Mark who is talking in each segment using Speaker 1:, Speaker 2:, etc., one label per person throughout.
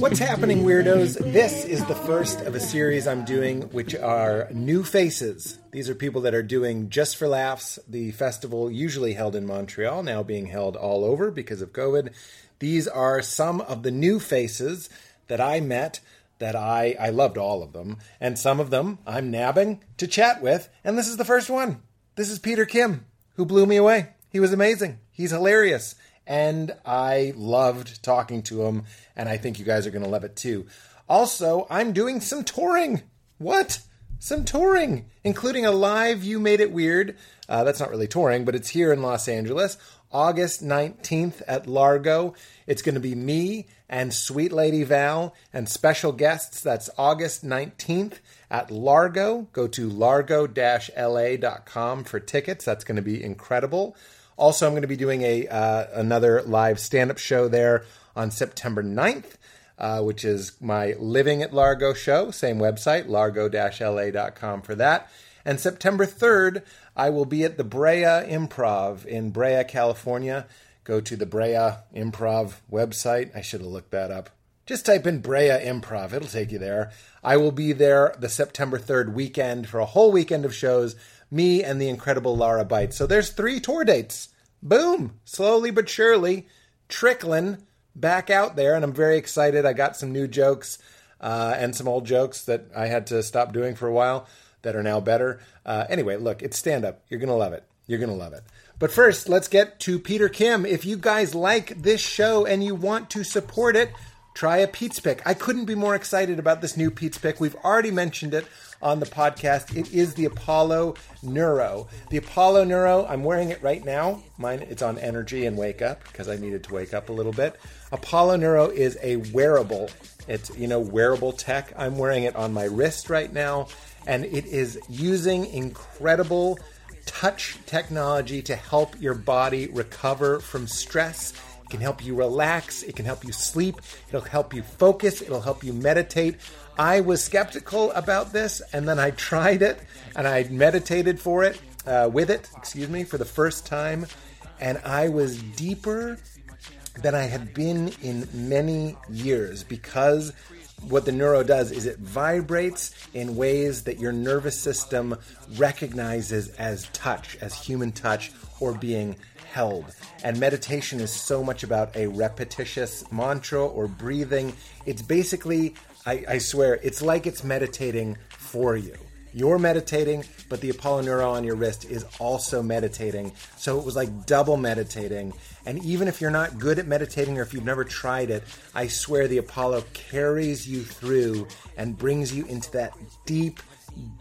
Speaker 1: What's happening, weirdos? This is the first of a series I'm doing, which are new faces. These are people that are doing Just for Laughs, the festival usually held in Montreal, now being held all over because of COVID. These are some of the new faces that I met that I, I loved all of them, and some of them I'm nabbing to chat with. And this is the first one. This is Peter Kim, who blew me away. He was amazing. He's hilarious and I loved talking to him, and I think you guys are going to love it too. Also, I'm doing some touring. What? Some touring, including a live You Made It Weird. Uh, that's not really touring, but it's here in Los Angeles, August 19th at Largo. It's going to be me and Sweet Lady Val and special guests. That's August 19th at Largo. Go to largo la.com for tickets. That's going to be incredible. Also, I'm going to be doing a uh, another live stand up show there on September 9th, uh, which is my Living at Largo show. Same website, largo la.com for that. And September 3rd, I will be at the Brea Improv in Brea, California. Go to the Brea Improv website. I should have looked that up. Just type in Brea Improv, it'll take you there. I will be there the September 3rd weekend for a whole weekend of shows me and the incredible Lara Bites. So there's three tour dates. Boom! Slowly but surely, trickling back out there, and I'm very excited. I got some new jokes uh, and some old jokes that I had to stop doing for a while that are now better. Uh, anyway, look, it's stand up. You're gonna love it. You're gonna love it. But first, let's get to Peter Kim. If you guys like this show and you want to support it, try a Pete's Pick. I couldn't be more excited about this new Pete's Pick. We've already mentioned it on the podcast. It is the Apollo Neuro. The Apollo Neuro, I'm wearing it right now. Mine it's on energy and wake up because I needed to wake up a little bit. Apollo Neuro is a wearable. It's, you know, wearable tech. I'm wearing it on my wrist right now and it is using incredible touch technology to help your body recover from stress. It can help you relax. It can help you sleep. It'll help you focus. It'll help you meditate. I was skeptical about this, and then I tried it and I meditated for it, uh, with it, excuse me, for the first time, and I was deeper than I had been in many years because what the neuro does is it vibrates in ways that your nervous system recognizes as touch, as human touch, or being held. And meditation is so much about a repetitious mantra or breathing. It's basically, I, I swear, it's like it's meditating for you. You're meditating, but the Apollo Neuro on your wrist is also meditating. So it was like double meditating. And even if you're not good at meditating or if you've never tried it, I swear the Apollo carries you through and brings you into that deep,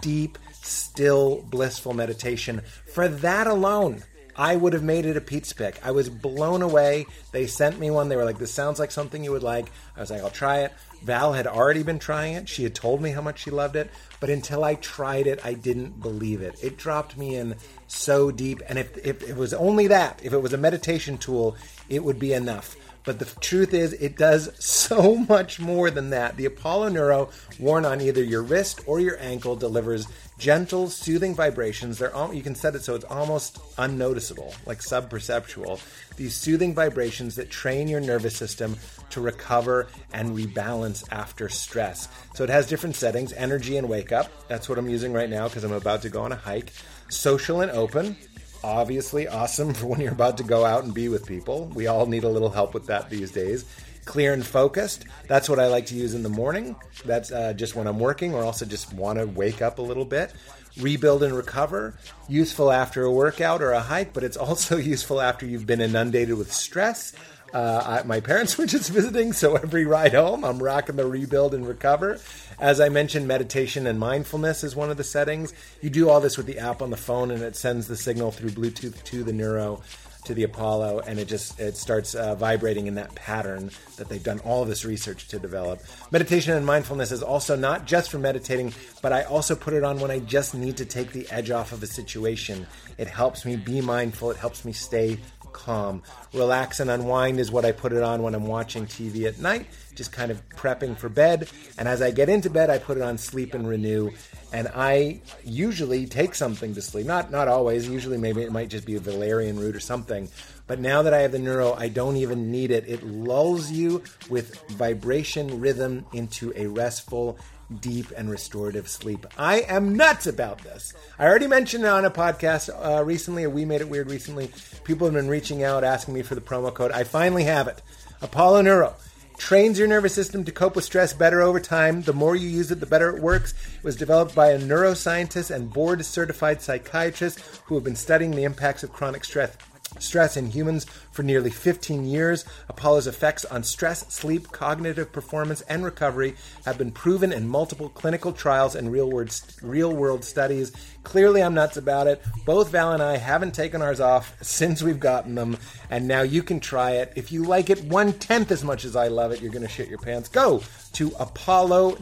Speaker 1: deep, still, blissful meditation. For that alone, I would have made it a Pete's pick. I was blown away. They sent me one. They were like, "This sounds like something you would like." I was like, "I'll try it." Val had already been trying it. She had told me how much she loved it, but until I tried it, I didn't believe it. It dropped me in so deep. And if, if it was only that, if it was a meditation tool, it would be enough. But the truth is, it does so much more than that. The Apollo Neuro, worn on either your wrist or your ankle, delivers gentle, soothing vibrations. They're all, you can set it so it's almost unnoticeable, like subperceptual. These soothing vibrations that train your nervous system to recover and rebalance after stress. So it has different settings: energy and wake up. That's what I'm using right now because I'm about to go on a hike. Social and open obviously awesome for when you're about to go out and be with people. We all need a little help with that these days. Clear and focused. That's what I like to use in the morning. That's uh, just when I'm working or also just want to wake up a little bit. Rebuild and recover. Useful after a workout or a hike, but it's also useful after you've been inundated with stress. Uh, I, my parents were just visiting, so every ride home, I'm rocking the rebuild and recover. As I mentioned, meditation and mindfulness is one of the settings. You do all this with the app on the phone, and it sends the signal through Bluetooth to the neuro, to the Apollo, and it just it starts uh, vibrating in that pattern that they've done all this research to develop. Meditation and mindfulness is also not just for meditating, but I also put it on when I just need to take the edge off of a situation. It helps me be mindful. It helps me stay calm. Relax and Unwind is what I put it on when I'm watching TV at night, just kind of prepping for bed. And as I get into bed, I put it on Sleep and Renew. And I usually take something to sleep. Not not always. Usually, maybe it might just be a valerian root or something. But now that I have the neuro, I don't even need it. It lulls you with vibration rhythm into a restful deep and restorative sleep. I am nuts about this. I already mentioned it on a podcast uh, recently, or We Made It Weird recently. People have been reaching out asking me for the promo code. I finally have it. Apollo Neuro trains your nervous system to cope with stress better over time. The more you use it, the better it works. It was developed by a neuroscientist and board certified psychiatrist who have been studying the impacts of chronic stress stress in humans for nearly 15 years. Apollo's effects on stress, sleep, cognitive performance, and recovery have been proven in multiple clinical trials and real world, real world studies. Clearly, I'm nuts about it. Both Val and I haven't taken ours off since we've gotten them, and now you can try it. If you like it one tenth as much as I love it, you're going to shit your pants. Go to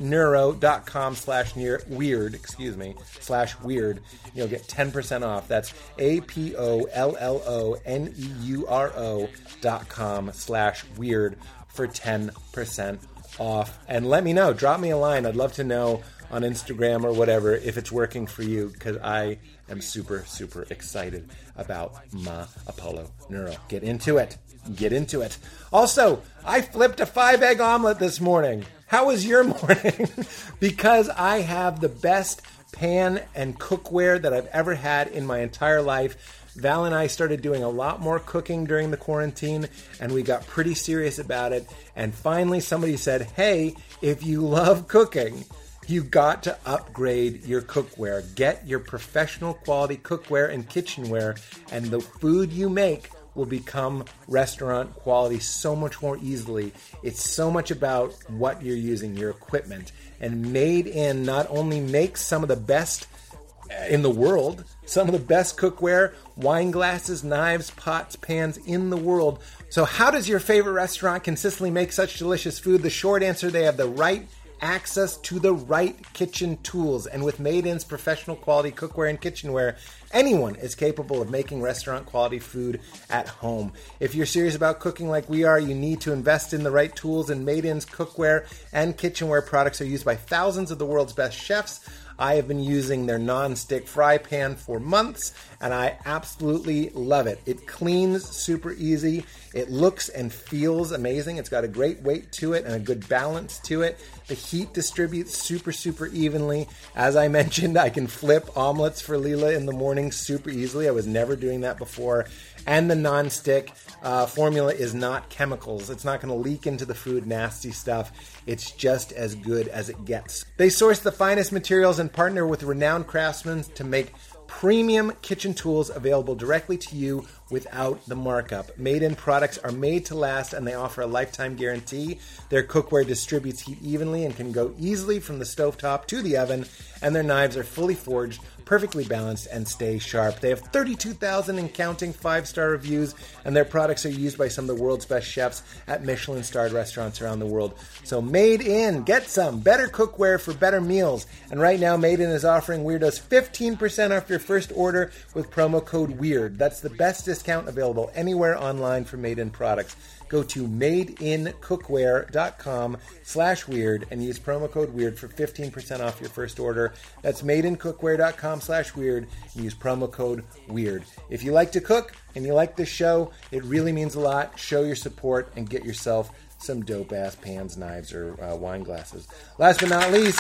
Speaker 1: apolloneuro.com slash near weird, excuse me, slash weird. You'll get 10% off. That's A P O L L O N E U R O dot com slash weird for 10% off. And let me know, drop me a line. I'd love to know on Instagram or whatever if it's working for you because I am super, super excited about my Apollo Neuro. Get into it. Get into it. Also, I flipped a five egg omelet this morning. How was your morning? because I have the best pan and cookware that I've ever had in my entire life. Val and I started doing a lot more cooking during the quarantine, and we got pretty serious about it. And finally, somebody said, Hey, if you love cooking, you got to upgrade your cookware. Get your professional quality cookware and kitchenware, and the food you make will become restaurant quality so much more easily. It's so much about what you're using, your equipment. And Made In not only makes some of the best in the world, some of the best cookware, wine glasses, knives, pots, pans in the world. So, how does your favorite restaurant consistently make such delicious food? The short answer they have the right access to the right kitchen tools. And with Made In's professional quality cookware and kitchenware, anyone is capable of making restaurant quality food at home. If you're serious about cooking like we are, you need to invest in the right tools, and Made In's cookware and kitchenware products are used by thousands of the world's best chefs. I have been using their non-stick fry pan for months and I absolutely love it. It cleans super easy. It looks and feels amazing. It's got a great weight to it and a good balance to it. The heat distributes super, super evenly. As I mentioned, I can flip omelets for Leela in the morning super easily. I was never doing that before. And the non-stick uh, formula is not chemicals. It's not going to leak into the food, nasty stuff. It's just as good as it gets. They source the finest materials and partner with renowned craftsmen to make premium kitchen tools available directly to you without the markup. Made in products are made to last and they offer a lifetime guarantee. Their cookware distributes heat evenly and can go easily from the stovetop to the oven, and their knives are fully forged, perfectly balanced, and stay sharp. They have 32,000 and counting five star reviews, and their products are used by some of the world's best chefs at Michelin starred restaurants around the world. So, Made in, get some better cookware for better meals. And right now, Made in is offering Weirdos 15% off your first order with promo code WEIRD. That's the best discount available anywhere online for Made In products. Go to madeincookware.com slash weird and use promo code WEIRD for 15% off your first order. That's madeincookware.com slash weird and use promo code WEIRD. If you like to cook and you like this show, it really means a lot. Show your support and get yourself some dope-ass pans, knives, or uh, wine glasses. Last but not least...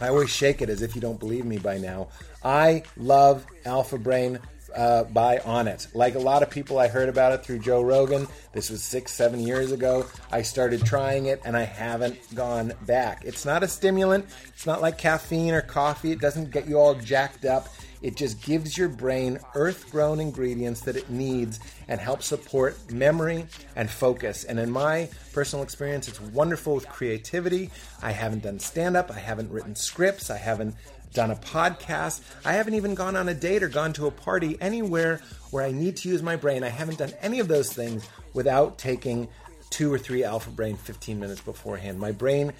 Speaker 1: I always shake it as if you don't believe me by now. I love Alpha Brain uh, by On It. Like a lot of people, I heard about it through Joe Rogan. This was six, seven years ago. I started trying it and I haven't gone back. It's not a stimulant, it's not like caffeine or coffee. It doesn't get you all jacked up. It just gives your brain earth grown ingredients that it needs and helps support memory and focus. And in my personal experience, it's wonderful with creativity. I haven't done stand up, I haven't written scripts, I haven't done a podcast. I haven't even gone on a date or gone to a party anywhere where I need to use my brain. I haven't done any of those things without taking
Speaker 2: two or three Alpha Brain 15 minutes beforehand. My brain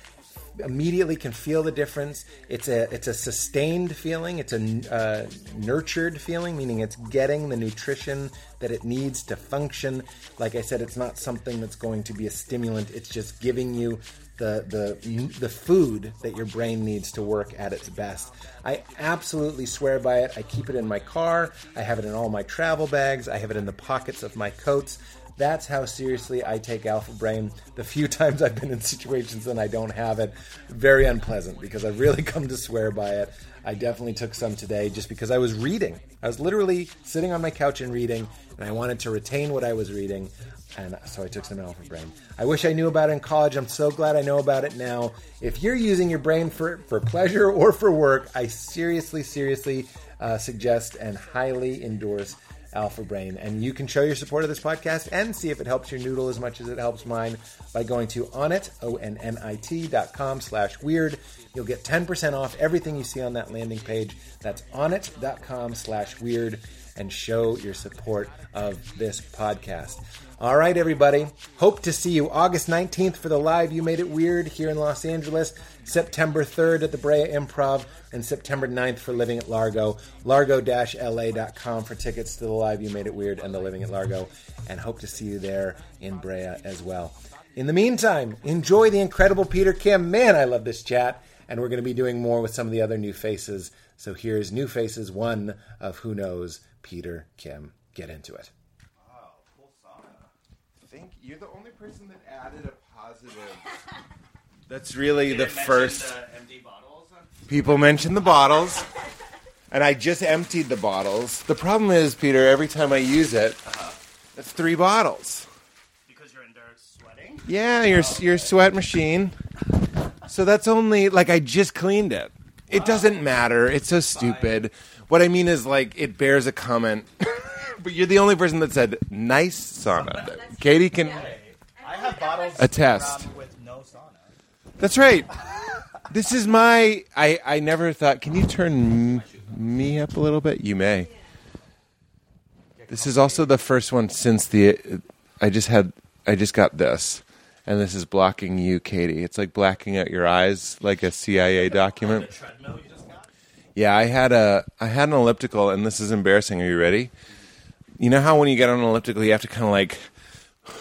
Speaker 2: immediately can feel the difference. It's a it's a sustained feeling. It's a uh, nurtured feeling, meaning it's getting the nutrition that it needs to function. Like I said, it's not something that's going to be a stimulant. It's just giving you the the the food that your brain needs to work at its best. I absolutely swear by it. I keep it in my car. I have it in all my travel bags. I have it in the pockets of my coats. That's how seriously I take Alpha Brain. The few times I've been in situations and I don't have it, very unpleasant because I've really come to swear by it. I definitely took some today just because I was reading. I was literally sitting on my couch and reading, and I wanted to retain what I was reading, and so I took some Alpha Brain. I wish I knew about it in college. I'm so glad I know about it now. If you're using your brain for, for pleasure or for work, I seriously, seriously uh, suggest and highly endorse Alpha Brain. And you can show your support of this podcast and see if it helps your noodle as much as it helps mine by going to onit, O-N-N-I-T dot com slash weird. You'll get 10% off everything you see on that landing page. That's onit.com slash weird and show your support of this podcast. All right, everybody. Hope to see you August 19th for the live You Made It Weird here in Los Angeles, September 3rd at the Brea Improv, and September 9th for Living at Largo. Largo la.com for tickets to the live You Made It Weird and the Living at Largo. And hope to see you there in Brea as well. In the meantime, enjoy the incredible Peter Kim. Man, I love this chat. And we're going to be doing more with some of the other new faces. So here's New Faces, one of Who Knows, Peter Kim. Get into it
Speaker 1: think you're the only person that added a positive. That's really the
Speaker 3: uh,
Speaker 1: first. People mention the bottles, and I just emptied the bottles. The problem is, Peter, every time I use it, it's three bottles.
Speaker 3: Because you're in there sweating?
Speaker 1: Yeah, your your sweat machine. So that's only like I just cleaned it. It doesn't matter. It's so stupid. What I mean is like it bears a comment. but you're the only person that said nice sauna. Katie can
Speaker 3: I have bottles
Speaker 1: attest.
Speaker 3: um, with no sauna.
Speaker 1: That's right. This is my. I I never thought. Can you turn m- me up a little bit? You may. This is also the first one since the. I just had. I just got this, and this is blocking you, Katie. It's like blacking out your eyes, like a CIA document.
Speaker 3: Treadmill you just got?
Speaker 1: Yeah, I had a I had an elliptical, and this is embarrassing. Are you ready? You know how when you get on an elliptical, you have to kind of like,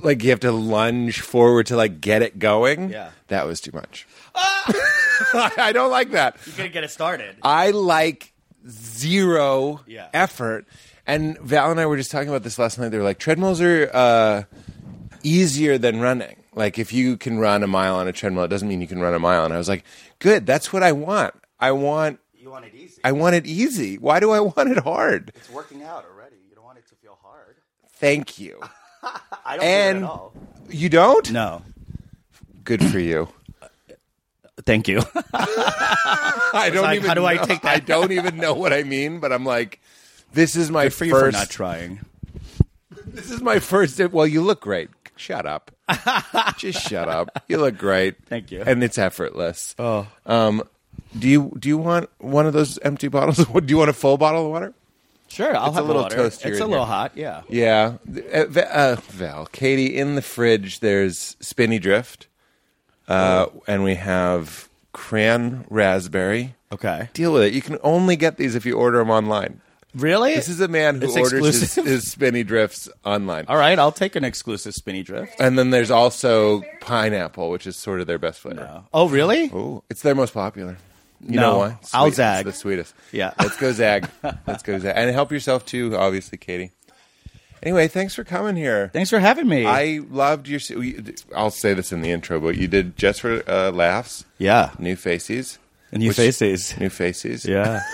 Speaker 1: like you have to lunge forward to like get it going.
Speaker 3: Yeah.
Speaker 1: that was too much. I don't like that.
Speaker 3: You gotta get it started.
Speaker 1: I like zero
Speaker 3: Yeah.
Speaker 1: effort. And Val and I were just talking about this last night. They were like, treadmills are uh, easier than running. Like, if you can run a mile on a treadmill, it doesn't mean you can run a mile. And I was like, good, that's what I want. I want
Speaker 3: You want it easy.
Speaker 1: I want it easy. Why do I want it hard?
Speaker 3: It's working out already. You don't want it to feel hard.
Speaker 1: Thank you.
Speaker 3: I don't
Speaker 1: And- You don't?
Speaker 3: No.
Speaker 1: Good for you.
Speaker 3: Thank you.
Speaker 1: I don't
Speaker 3: like,
Speaker 1: even
Speaker 3: how do I
Speaker 1: know-
Speaker 3: take that?
Speaker 1: I don't even know what I mean, but I'm like, this is my first
Speaker 3: For you for not trying.
Speaker 1: This is my first well, you look great. Shut up. Just shut up. You look great.
Speaker 3: Thank you.
Speaker 1: And it's effortless. Oh. Um do you do you want one of those empty bottles? do you want a full bottle of water?
Speaker 3: Sure, I'll
Speaker 1: It's
Speaker 3: have
Speaker 1: a little
Speaker 3: water.
Speaker 1: toastier
Speaker 3: It's
Speaker 1: in
Speaker 3: a little
Speaker 1: here.
Speaker 3: hot, yeah.
Speaker 1: Yeah. Uh, Va- uh, Val, Katie, in the fridge, there's Spinny Drift. Uh, And we have Cran Raspberry.
Speaker 3: Okay.
Speaker 1: Deal with it. You can only get these if you order them online.
Speaker 3: Really?
Speaker 1: This is a man who
Speaker 3: It's
Speaker 1: orders his,
Speaker 3: exclusive?
Speaker 1: his Spinny Drifts online.
Speaker 3: All right, I'll take an exclusive spinny drift.
Speaker 1: And then there's also pineapple, which is sort of their best flavor.
Speaker 3: Oh, really?
Speaker 1: Oh, it's their most popular. You
Speaker 3: No,
Speaker 1: know why?
Speaker 3: I'll
Speaker 1: Sweet-
Speaker 3: zag.
Speaker 1: It's the sweetest.
Speaker 3: Yeah.
Speaker 1: Let's go zag. Let's go zag. And help yourself too, obviously, Katie. Anyway, thanks for coming here.
Speaker 3: Thanks for having me.
Speaker 1: I loved your. se- we- I'll say this in the intro, but you did just for uh, laughs.
Speaker 3: yeah.
Speaker 1: New faces.
Speaker 3: And you
Speaker 1: Which-
Speaker 3: faces.
Speaker 1: New faces.
Speaker 3: Yeah.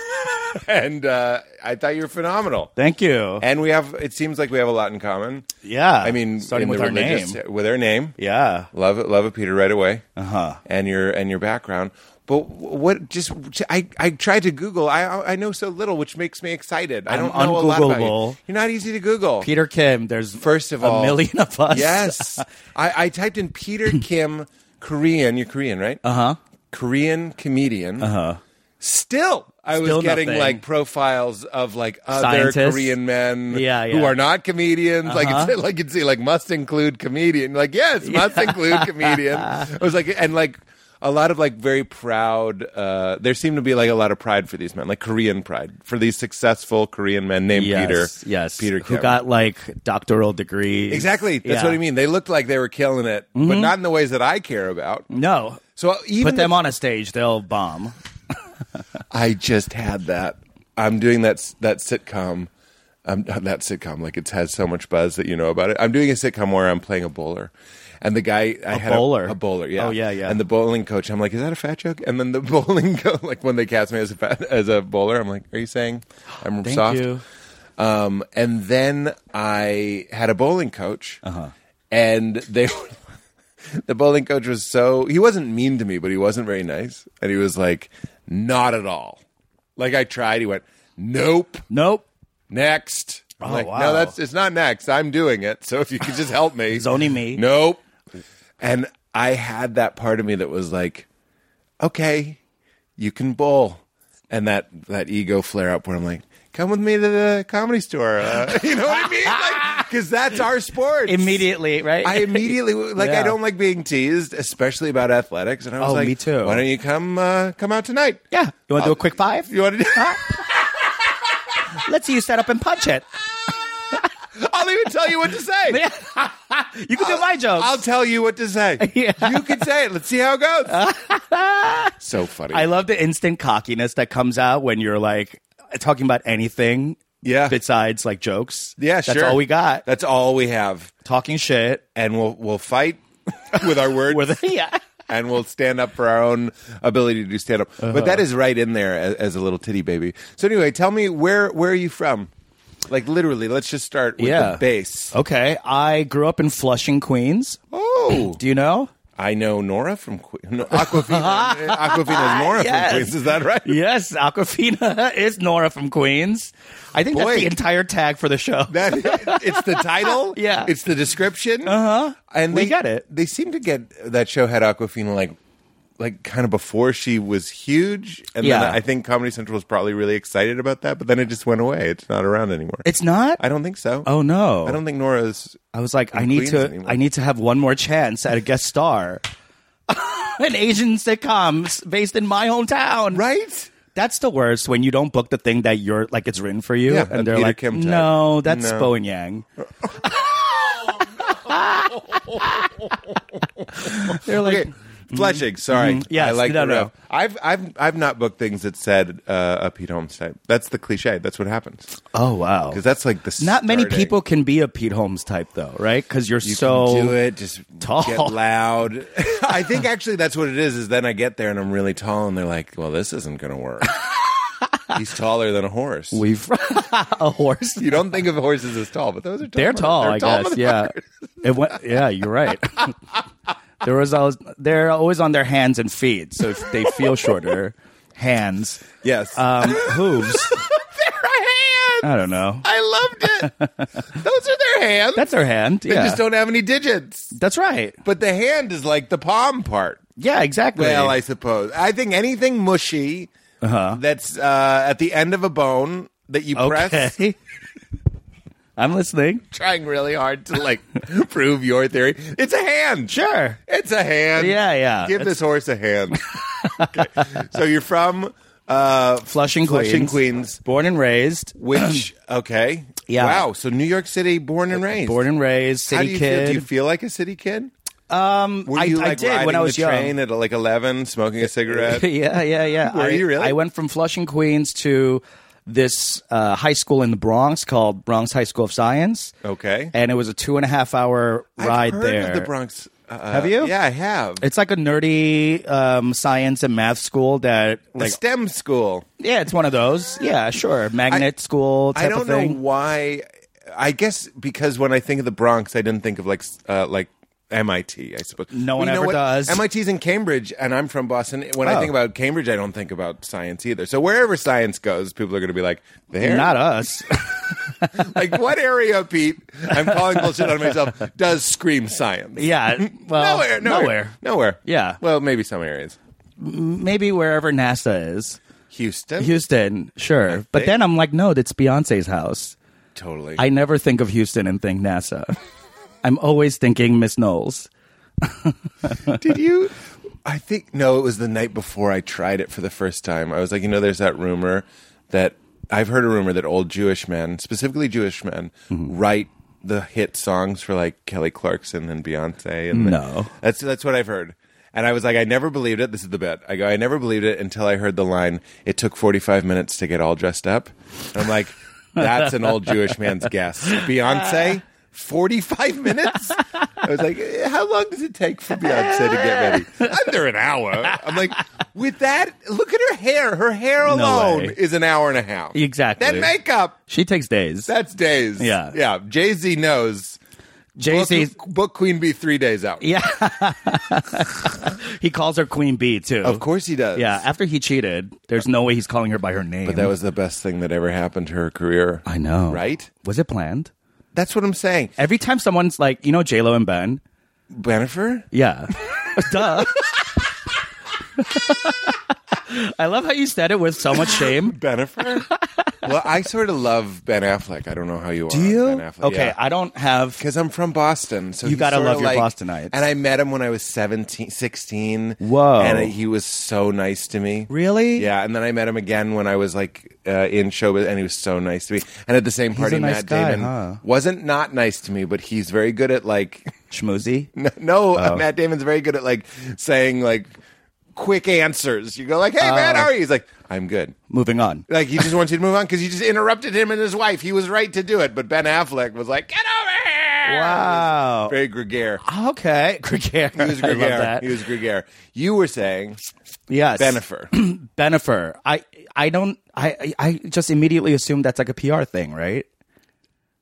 Speaker 1: And uh, I thought you were phenomenal.
Speaker 3: Thank you.
Speaker 1: And we have. It seems like we have a lot in common.
Speaker 3: yeah.
Speaker 1: I mean,
Speaker 3: starting
Speaker 1: in
Speaker 3: with
Speaker 1: the
Speaker 3: our name.
Speaker 1: religious- with our name.
Speaker 3: Yeah.
Speaker 1: Love it, love it, Peter, right away.
Speaker 3: Uh huh.
Speaker 1: and your and your background. But wh- what just I, I tried to Google. I I know so little, which makes me excited. I
Speaker 3: I'm
Speaker 1: don't know a lot about you.
Speaker 3: un-Googleable.
Speaker 1: You're not easy to Google.
Speaker 3: Peter Kim, there's
Speaker 1: First of
Speaker 3: a
Speaker 1: all-
Speaker 3: million of us.
Speaker 1: Yes, I, I typed in
Speaker 3: Uh-huh.
Speaker 1: Peter Kim Korean. You're Korean, right? Uh huh. Korean comedian. Uh huh.
Speaker 4: Still, I was
Speaker 3: Still
Speaker 4: getting
Speaker 3: nothing.
Speaker 4: like profiles of like other
Speaker 3: Scientists?
Speaker 4: Korean men
Speaker 3: Yeah,
Speaker 4: who
Speaker 3: yeah. Uh-huh.
Speaker 4: are not comedians. Like it's like it's like must include comedian. Like yes, must include comedian. I was like and like a lot of like very proud. Uh, there seemed to be like a lot of pride for these men, like Korean pride for these successful Korean men named
Speaker 3: yes,
Speaker 4: Peter.
Speaker 3: yes,
Speaker 4: Peter
Speaker 3: who
Speaker 4: Cameron.
Speaker 3: got like doctoral degrees.
Speaker 4: exactly. That's
Speaker 3: Yeah.
Speaker 4: what I mean. They looked like they were killing it, but not in the ways that I care about.
Speaker 3: No,
Speaker 4: So even
Speaker 3: put them
Speaker 4: if-
Speaker 3: on a stage, they'll bomb.
Speaker 4: I just had that. I'm doing that s- that sitcom. Um, that sitcom, like it's had so much buzz that you know about it. I'm doing a sitcom where I'm playing a bowler, and the guy I had a-
Speaker 3: bowler?
Speaker 4: a, bowler, yeah,
Speaker 3: Oh, yeah, yeah.
Speaker 4: And the bowling coach, I'm like, is that a fat joke? And then the bowling, co- like when they cast me as a fat, as a bowler, I'm like, are you saying I'm
Speaker 3: Thank
Speaker 4: soft?
Speaker 3: you.
Speaker 4: Um, and then I had a bowling coach,
Speaker 3: Uh-huh.
Speaker 4: and they were- the bowling coach was so he wasn't mean to me, but he wasn't very nice, and he was like, "Not at all." Like I tried, he went, "Nope,
Speaker 3: Nope.
Speaker 4: next." I'm
Speaker 3: Oh,
Speaker 4: like,
Speaker 3: wow.
Speaker 4: No, that's it's not next. I'm doing it. So if you could just help me,
Speaker 3: It's only me.
Speaker 4: Nope. And I had that part of me that was like, okay, you can bowl. And that, that ego flare up where I'm like, come with me to the comedy store. Uh, you know what I mean? Like, cause that's our sport.
Speaker 3: Immediately, right?
Speaker 4: I immediately like I
Speaker 3: Yeah.
Speaker 4: don't like being teased, especially about athletics. And I was
Speaker 3: Oh,
Speaker 4: like,
Speaker 3: me too.
Speaker 4: Why don't you come uh, come out tonight?
Speaker 3: yeah. You want to do a quick five?
Speaker 4: You want to? Do-
Speaker 3: Let's see you set up and punch it.
Speaker 4: I'll even tell you what to say.
Speaker 3: You can do my joke.
Speaker 4: I'll tell you what to say.
Speaker 3: Yeah.
Speaker 4: You can say it. Let's see how it goes. so funny.
Speaker 3: I love the instant cockiness that comes out when you're like talking about anything.
Speaker 4: Yeah.
Speaker 3: Besides like jokes.
Speaker 4: Yeah,
Speaker 3: That's
Speaker 4: sure.
Speaker 3: all we got.
Speaker 4: That's all we have,
Speaker 3: talking shit.
Speaker 4: and we'll we'll fight with our words,
Speaker 3: With yeah.
Speaker 4: and we'll stand up for our own ability to do stand up.
Speaker 3: Uh-huh.
Speaker 4: But that is right in there as, as a little titty baby. So anyway, tell me where where are you from? Like literally, let's just start with
Speaker 3: Yeah.
Speaker 4: the base.
Speaker 3: Okay. I grew up in Flushing, Queens.
Speaker 4: Oh,
Speaker 3: Do you know?
Speaker 4: I know Nora from que- no, Aquafina. Aquafina's Nora
Speaker 3: Yes.
Speaker 4: from Queens. Is that right?
Speaker 3: Yes, Aquafina is Nora from Queens. I think
Speaker 4: Boy.
Speaker 3: that's the entire tag for the show.
Speaker 4: That it's the title.
Speaker 3: Yeah. Uh-huh.
Speaker 4: it's the description. Uh huh. And
Speaker 3: We
Speaker 4: they
Speaker 3: get it.
Speaker 4: They seem to get that show had Aquafina like, like kind of before she was huge, and
Speaker 3: Yeah.
Speaker 4: then I think Comedy Central was probably really excited about that, but then it just went away. It's not around anymore.
Speaker 3: it's not.
Speaker 4: I don't think so.
Speaker 3: oh no.
Speaker 4: I don't think Nora's.
Speaker 3: I was like,
Speaker 4: in
Speaker 3: I need
Speaker 4: Queens
Speaker 3: to,
Speaker 4: anymore.
Speaker 3: I need to have one more chance at a guest star, an Asian sitcom s- based in my hometown.
Speaker 4: Right.
Speaker 3: That's the worst when you don't book the thing that you're like it's written for you,
Speaker 4: Yeah, a
Speaker 3: and they're
Speaker 4: Peter
Speaker 3: like,
Speaker 4: Kim type.
Speaker 3: no, that's
Speaker 4: No.
Speaker 3: Bo and Yang. they're like,
Speaker 4: Oh,
Speaker 3: mm-hmm.
Speaker 4: Okay. Flushing, sorry.
Speaker 3: yes,
Speaker 4: I like the
Speaker 3: no, no.
Speaker 4: rough. I've I've I've not booked things that said uh, a Pete Holmes type. That's the cliche. That's what happens
Speaker 3: oh wow,
Speaker 4: because that's like the
Speaker 3: not many
Speaker 4: starting-
Speaker 3: people can be a Pete Holmes type though, right? Because you're
Speaker 4: You
Speaker 3: so
Speaker 4: can do it. Just
Speaker 3: tall.
Speaker 4: get loud. I think actually that's what it is. Is then I get there and I'm really tall, and they're like, "Well, this isn't going to work." He's taller than a horse.
Speaker 3: we've a horse.
Speaker 4: you don't think of horses as tall, but those are tall.
Speaker 3: They're
Speaker 4: mother-
Speaker 3: tall,
Speaker 4: they're
Speaker 3: I guess.
Speaker 4: mother-
Speaker 3: Yeah, it went. Yeah, you're right. there was always, they're always on their hands and feet, so if they feel shorter, hands,
Speaker 4: Yes.
Speaker 3: um, hooves.
Speaker 4: their hands.
Speaker 3: I don't know.
Speaker 4: I loved it. those are their hands.
Speaker 3: That's their hand.
Speaker 4: they
Speaker 3: yeah,
Speaker 4: just don't have any digits.
Speaker 3: that's right.
Speaker 4: But the hand is like the palm part.
Speaker 3: Yeah, exactly.
Speaker 4: Well, I suppose. I think anything mushy that's uh, at the end of a bone that you press
Speaker 3: Uh-huh. okay. I'm listening.
Speaker 4: trying really hard to like prove your theory. It's a hand.
Speaker 3: Sure.
Speaker 4: It's a hand.
Speaker 3: Yeah, yeah.
Speaker 4: Give
Speaker 3: It's-
Speaker 4: this horse a hand. okay. So you're from uh,
Speaker 3: Flushing,
Speaker 4: Flushing,
Speaker 3: Queens.
Speaker 4: Queens,
Speaker 3: Born and raised.
Speaker 4: which okay,
Speaker 3: Yeah. Uh,
Speaker 4: Wow. So New York City, born and raised.
Speaker 3: Born and raised.
Speaker 4: How
Speaker 3: City
Speaker 4: do you
Speaker 3: kid.
Speaker 4: feel? Do you feel like a city kid? Um, Were
Speaker 3: I-
Speaker 4: you
Speaker 3: I
Speaker 4: like
Speaker 3: did when
Speaker 4: riding
Speaker 3: I was
Speaker 4: the
Speaker 3: young.
Speaker 4: train at like eleven, smoking a cigarette?
Speaker 3: yeah, yeah, yeah.
Speaker 4: Were
Speaker 3: I,
Speaker 4: you really?
Speaker 3: I went from Flushing, Queens to this uh, high school in the Bronx called Bronx High School of Science.
Speaker 4: Okay.
Speaker 3: And it was a two and a half hour
Speaker 4: I've
Speaker 3: ride
Speaker 4: heard
Speaker 3: there.
Speaker 4: of the Bronx. Uh,
Speaker 3: Have you?
Speaker 4: Yeah, I have.
Speaker 3: It's like a nerdy um, science and math school that,
Speaker 4: the
Speaker 3: like,
Speaker 4: STEM school.
Speaker 3: yeah, it's one of those. Yeah, sure, magnet school type
Speaker 4: I don't
Speaker 3: of thing.
Speaker 4: know why. I guess because when I think of the Bronx, I didn't think of like s- uh, like MIT. I suppose
Speaker 3: No one
Speaker 4: you know
Speaker 3: ever
Speaker 4: what?
Speaker 3: does.
Speaker 4: MIT's in Cambridge, and I'm from Boston. When I
Speaker 3: Oh.
Speaker 4: think about Cambridge, I don't think about science either. So wherever science goes, people are going to be like, "There,
Speaker 3: Not us.
Speaker 4: like what area, Pete?" I'm calling bullshit on myself. Does scream science?
Speaker 3: yeah. Well,
Speaker 4: nowhere, nowhere,
Speaker 3: nowhere.
Speaker 4: nowhere.
Speaker 3: Yeah.
Speaker 4: Well, maybe some areas.
Speaker 3: Maybe wherever NASA is.
Speaker 4: Houston.
Speaker 3: Houston, sure. But
Speaker 4: think-
Speaker 3: then I'm like, no, that's Beyonce's house.
Speaker 4: Totally.
Speaker 3: I never think of Houston and think NASA. I'm always thinking Miss Knowles.
Speaker 4: Did you? I think no. It was the night before I tried it for the first time. I was like, you know, there's that rumor that I've heard a rumor that old Jewish men, specifically Jewish men, write the hit songs for like Kelly Clarkson and Beyonce. And
Speaker 3: No.
Speaker 4: that's that's what I've heard. And I was like, I never believed it. This is the bit. I go, I never believed it until I heard the line. It took 45 minutes to get all dressed up. And I'm like, that's an old Jewish man's guess. Beyonce. 45 minutes? I was like, eh, how long does it take for Beyonce to get ready? Under an hour. I'm like, with that, look at her hair. Her hair alone
Speaker 3: way.
Speaker 4: is an hour and a half.
Speaker 3: Exactly.
Speaker 4: That makeup,
Speaker 3: She takes days.
Speaker 4: that's days.
Speaker 3: Yeah.
Speaker 4: Yeah. Jay Z knows.
Speaker 3: Jay Z,
Speaker 4: Book, book Queen be three days out. Yeah.
Speaker 3: he calls her Queen Bee too.
Speaker 4: Of course he does.
Speaker 3: Yeah, after he cheated, there's no way he's calling her by her name.
Speaker 4: But that was the best thing that ever happened to her career.
Speaker 3: I know.
Speaker 4: Right?
Speaker 3: Was it planned?
Speaker 4: That's what I'm saying.
Speaker 3: Every time someone's like, you know, J Lo and Ben.
Speaker 4: Bannifer?
Speaker 3: Yeah. Duh. I love how you said it with so much shame.
Speaker 4: Bannifer? well, I sort of love Ben Affleck. I don't know how you are. Ben Affleck.
Speaker 3: Okay,
Speaker 4: Yeah.
Speaker 3: I don't have.
Speaker 4: because I'm from Boston. So
Speaker 3: You
Speaker 4: he's
Speaker 3: gotta
Speaker 4: sorta
Speaker 3: love your
Speaker 4: like-
Speaker 3: Bostonites.
Speaker 4: And I met him when I was 17, 16.
Speaker 3: Whoa.
Speaker 4: And he was so nice to me.
Speaker 3: Really?
Speaker 4: Yeah. And then I met him again when I was like uh, in showbiz, and he was so nice to me. And at the same party,
Speaker 3: a nice
Speaker 4: Matt
Speaker 3: guy,
Speaker 4: Damon
Speaker 3: huh?
Speaker 4: wasn't not nice to me, but he's very good at like
Speaker 3: Schmoozy.
Speaker 4: no, no
Speaker 3: Oh.
Speaker 4: uh, Matt Damon's very good at like saying like quick answers. You go like,
Speaker 3: Oh.
Speaker 4: "Hey, Matt, how are you?" He's like, "I'm good."
Speaker 3: Moving on.
Speaker 4: Like he just wants you to move on because you just interrupted him and his wife. He was right to do it, but Ben Affleck was like, "Get over here!"
Speaker 3: Wow.
Speaker 4: Very gregarious.
Speaker 3: Ah, Okay. Gregare.
Speaker 4: He was Gregare.
Speaker 3: Oh. I love that.
Speaker 4: He was Gregare. You were saying
Speaker 3: yes.
Speaker 4: Benifer.
Speaker 3: Benefer. I I don't I I I just immediately assume that's like a PR thing, right?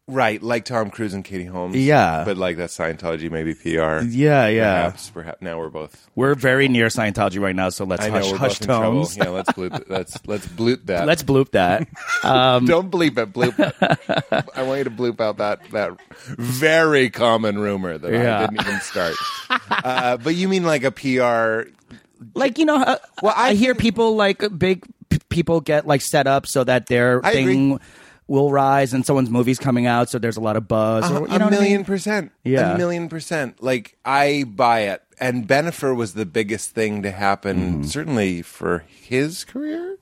Speaker 4: right, like Tom Cruise and Katie Holmes.
Speaker 3: Yeah.
Speaker 4: But like that Scientology, maybe PR.
Speaker 3: Yeah, yeah.
Speaker 4: Perhaps, perhaps. Now we're both.
Speaker 3: We're very near Scientology right now, so let's
Speaker 4: I know
Speaker 3: hush
Speaker 4: we're
Speaker 3: hush
Speaker 4: both in trouble.
Speaker 3: tones.
Speaker 4: Yeah, let's bloot, let's, let's bloot that.
Speaker 3: Let's bloop that.
Speaker 4: Don't bleep it. Bloop it. I want you to bloop out that, that very common rumor that I
Speaker 3: Yeah.
Speaker 4: didn't even start. uh, but you mean like a PR.
Speaker 3: like you know, uh, well, I, hear people like big p- people get like set up so that their
Speaker 4: I agree.
Speaker 3: thing will rise, and someone's movie's coming out, so there's a lot of buzz. or, you know
Speaker 4: a
Speaker 3: what I
Speaker 4: million
Speaker 3: mean?
Speaker 4: percent.
Speaker 3: Yeah.
Speaker 4: A million percent. Like, I buy it. And Benifer was the biggest thing to
Speaker 3: Mm-hmm.
Speaker 4: happen, certainly for his career.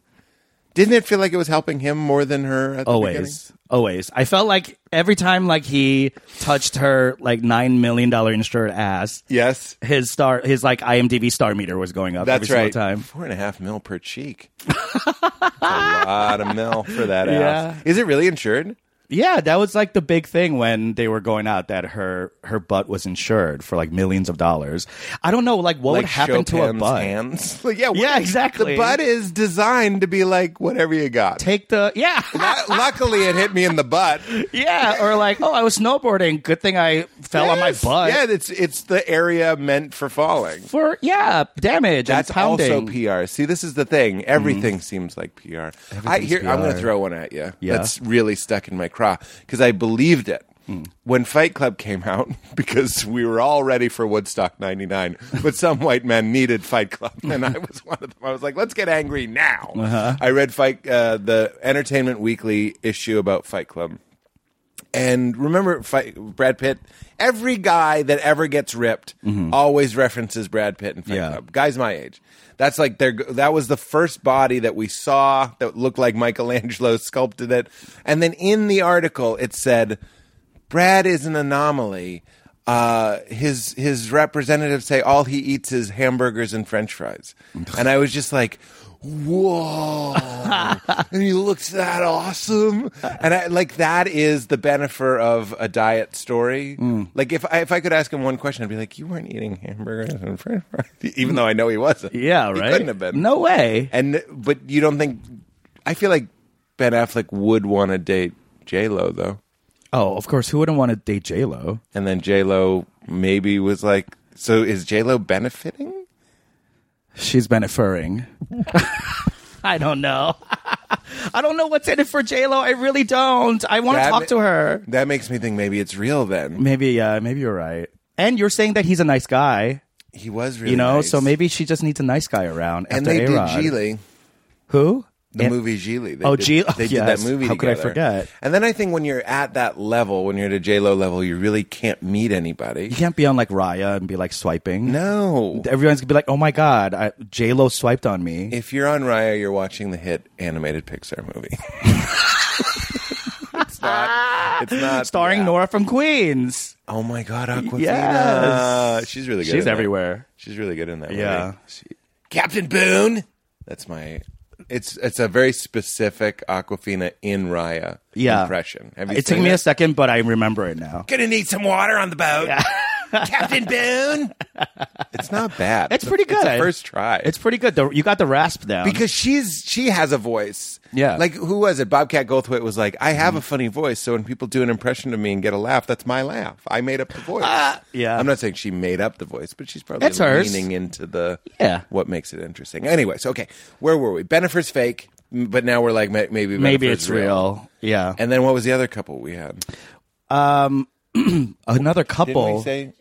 Speaker 4: Didn't it feel like it was helping him more than her at the beginning?
Speaker 3: Always, always. I felt like every time like he touched her like nine million dollar insured ass,
Speaker 4: Yes.
Speaker 3: his star, his like IMDb star meter was going up
Speaker 4: That's
Speaker 3: every
Speaker 4: right.
Speaker 3: single time.
Speaker 4: Four and a half mil per cheek. That's a lot of mil for that
Speaker 3: Yeah.
Speaker 4: ass. Is it really insured?
Speaker 3: Yeah, that was like the big thing when they were going out that her her butt was insured for like millions of dollars. I don't know, like what would happen to a
Speaker 4: Chopin's
Speaker 3: butt?
Speaker 4: hands. Like, yeah, what-
Speaker 3: Yeah, exactly.
Speaker 4: The butt is designed to be like whatever you got.
Speaker 3: Take the yeah.
Speaker 4: Lu- Luckily, it hit me in the butt.
Speaker 3: Yeah, or like, oh, I was snowboarding. Good thing I fell on my
Speaker 4: Yes.
Speaker 3: butt.
Speaker 4: Yeah, it's it's the area meant for falling.
Speaker 3: For yeah, damage
Speaker 4: That's
Speaker 3: and pounding. Mm-hmm.
Speaker 4: also PR. See, this is the thing. Everything seems like PR. I, here, I'm going to
Speaker 3: PR.
Speaker 4: throw one at you.
Speaker 3: Yeah.
Speaker 4: That's really stuck in my craw because I believed it.
Speaker 3: Mm.
Speaker 4: When Fight Club came out, because we were all ready for Woodstock 99, but some white men needed Fight Club, and I was one of them. I was like, let's get angry now.
Speaker 3: Uh-huh.
Speaker 4: I read Fight, uh, the Entertainment Weekly issue about Fight Club. And remember, fight, Brad Pitt. Every guy that ever gets ripped always references Brad Pitt in Fight
Speaker 3: Yeah.
Speaker 4: Club. Guys my age, that's like their. That was the first body that we saw that looked like Michelangelo sculpted it. And then in the article, it said Brad is an anomaly. Uh, his his representatives say all he eats is hamburgers and French fries, and I was just like, "Whoa!" and he looks that awesome, and I like that is the benefit of a diet story.
Speaker 3: Mm.
Speaker 4: Like if I, if I could ask him one question, I'd be like, "You weren't eating hamburgers and French fries," even though I know he wasn't.
Speaker 3: yeah,
Speaker 4: He
Speaker 3: right.
Speaker 4: couldn't have been.
Speaker 3: No way.
Speaker 4: and but you don't think? I feel like Ben Affleck would want to date J Lo though.
Speaker 3: Oh, of course. Who wouldn't want to date J Lo?
Speaker 4: And then J Lo maybe was like, so is J Lo benefiting?
Speaker 3: She's beneferring. I don't know. I don't know what's in it for J Lo. I really don't. I want to
Speaker 4: That
Speaker 3: talk
Speaker 4: ma-
Speaker 3: to her.
Speaker 4: That makes me think maybe it's real. Then
Speaker 3: Maybe yeah. maybe you're right. And you're saying that he's a nice guy,
Speaker 4: he was really,
Speaker 3: you know.
Speaker 4: nice.
Speaker 3: So maybe she just needs a nice guy around.
Speaker 4: and
Speaker 3: after
Speaker 4: they
Speaker 3: A-Rod.
Speaker 4: did Geely.
Speaker 3: Who?
Speaker 4: the
Speaker 3: And-
Speaker 4: movie Gigli. They
Speaker 3: Oh,
Speaker 4: did,
Speaker 3: Gigli.
Speaker 4: They did
Speaker 3: Yes.
Speaker 4: that movie
Speaker 3: How could I
Speaker 4: together.
Speaker 3: forget?
Speaker 4: And then I think when you're at that level, when you're at a J Lo level, you really can't meet anybody.
Speaker 3: You can't be on like Raya and be like swiping.
Speaker 4: No.
Speaker 3: Everyone's gonna be like, "Oh my god, J Lo swiped on me."
Speaker 4: If you're on Raya, you're watching the hit animated Pixar movie. it's not. It's not
Speaker 3: Starring
Speaker 4: yeah.
Speaker 3: Nora from Queens.
Speaker 4: Oh my God, Aquafina.
Speaker 3: Yes.
Speaker 4: She's really good.
Speaker 3: She's
Speaker 4: in that.
Speaker 3: everywhere.
Speaker 4: She's really good in that.
Speaker 3: Yeah.
Speaker 4: movie. She- Captain Boone. That's my. It's it's a very specific Aquafina in Raya
Speaker 3: Yeah.
Speaker 4: impression. Have you
Speaker 3: It took
Speaker 4: seen
Speaker 3: me
Speaker 4: it?
Speaker 3: a second, but I remember it now.
Speaker 4: Gonna need some water on the boat. Captain Boone. It's not bad.
Speaker 3: It's pretty
Speaker 4: It's
Speaker 3: good.
Speaker 4: a first try.
Speaker 3: It's pretty good. The, you got the rasp down.
Speaker 4: because she's she has a voice.
Speaker 3: Yeah.
Speaker 4: Like who was it? Bobcat Goldthwait was like, I have a funny voice, so when people do an impression of me and get a laugh, that's my laugh. I made up the voice.
Speaker 3: Ah, yeah.
Speaker 4: I'm not saying she made up the voice, but she's probably
Speaker 3: It's hers.
Speaker 4: leaning into the
Speaker 3: Yeah.
Speaker 4: what makes it interesting. Anyways, okay, where were we? Benifer's fake, m- but now we're like ma- maybe
Speaker 3: maybe
Speaker 4: Benifer's
Speaker 3: it's real. Yeah. Um,
Speaker 4: And then what was the other couple we had?
Speaker 3: Another
Speaker 4: Didn't
Speaker 3: couple.
Speaker 4: we say?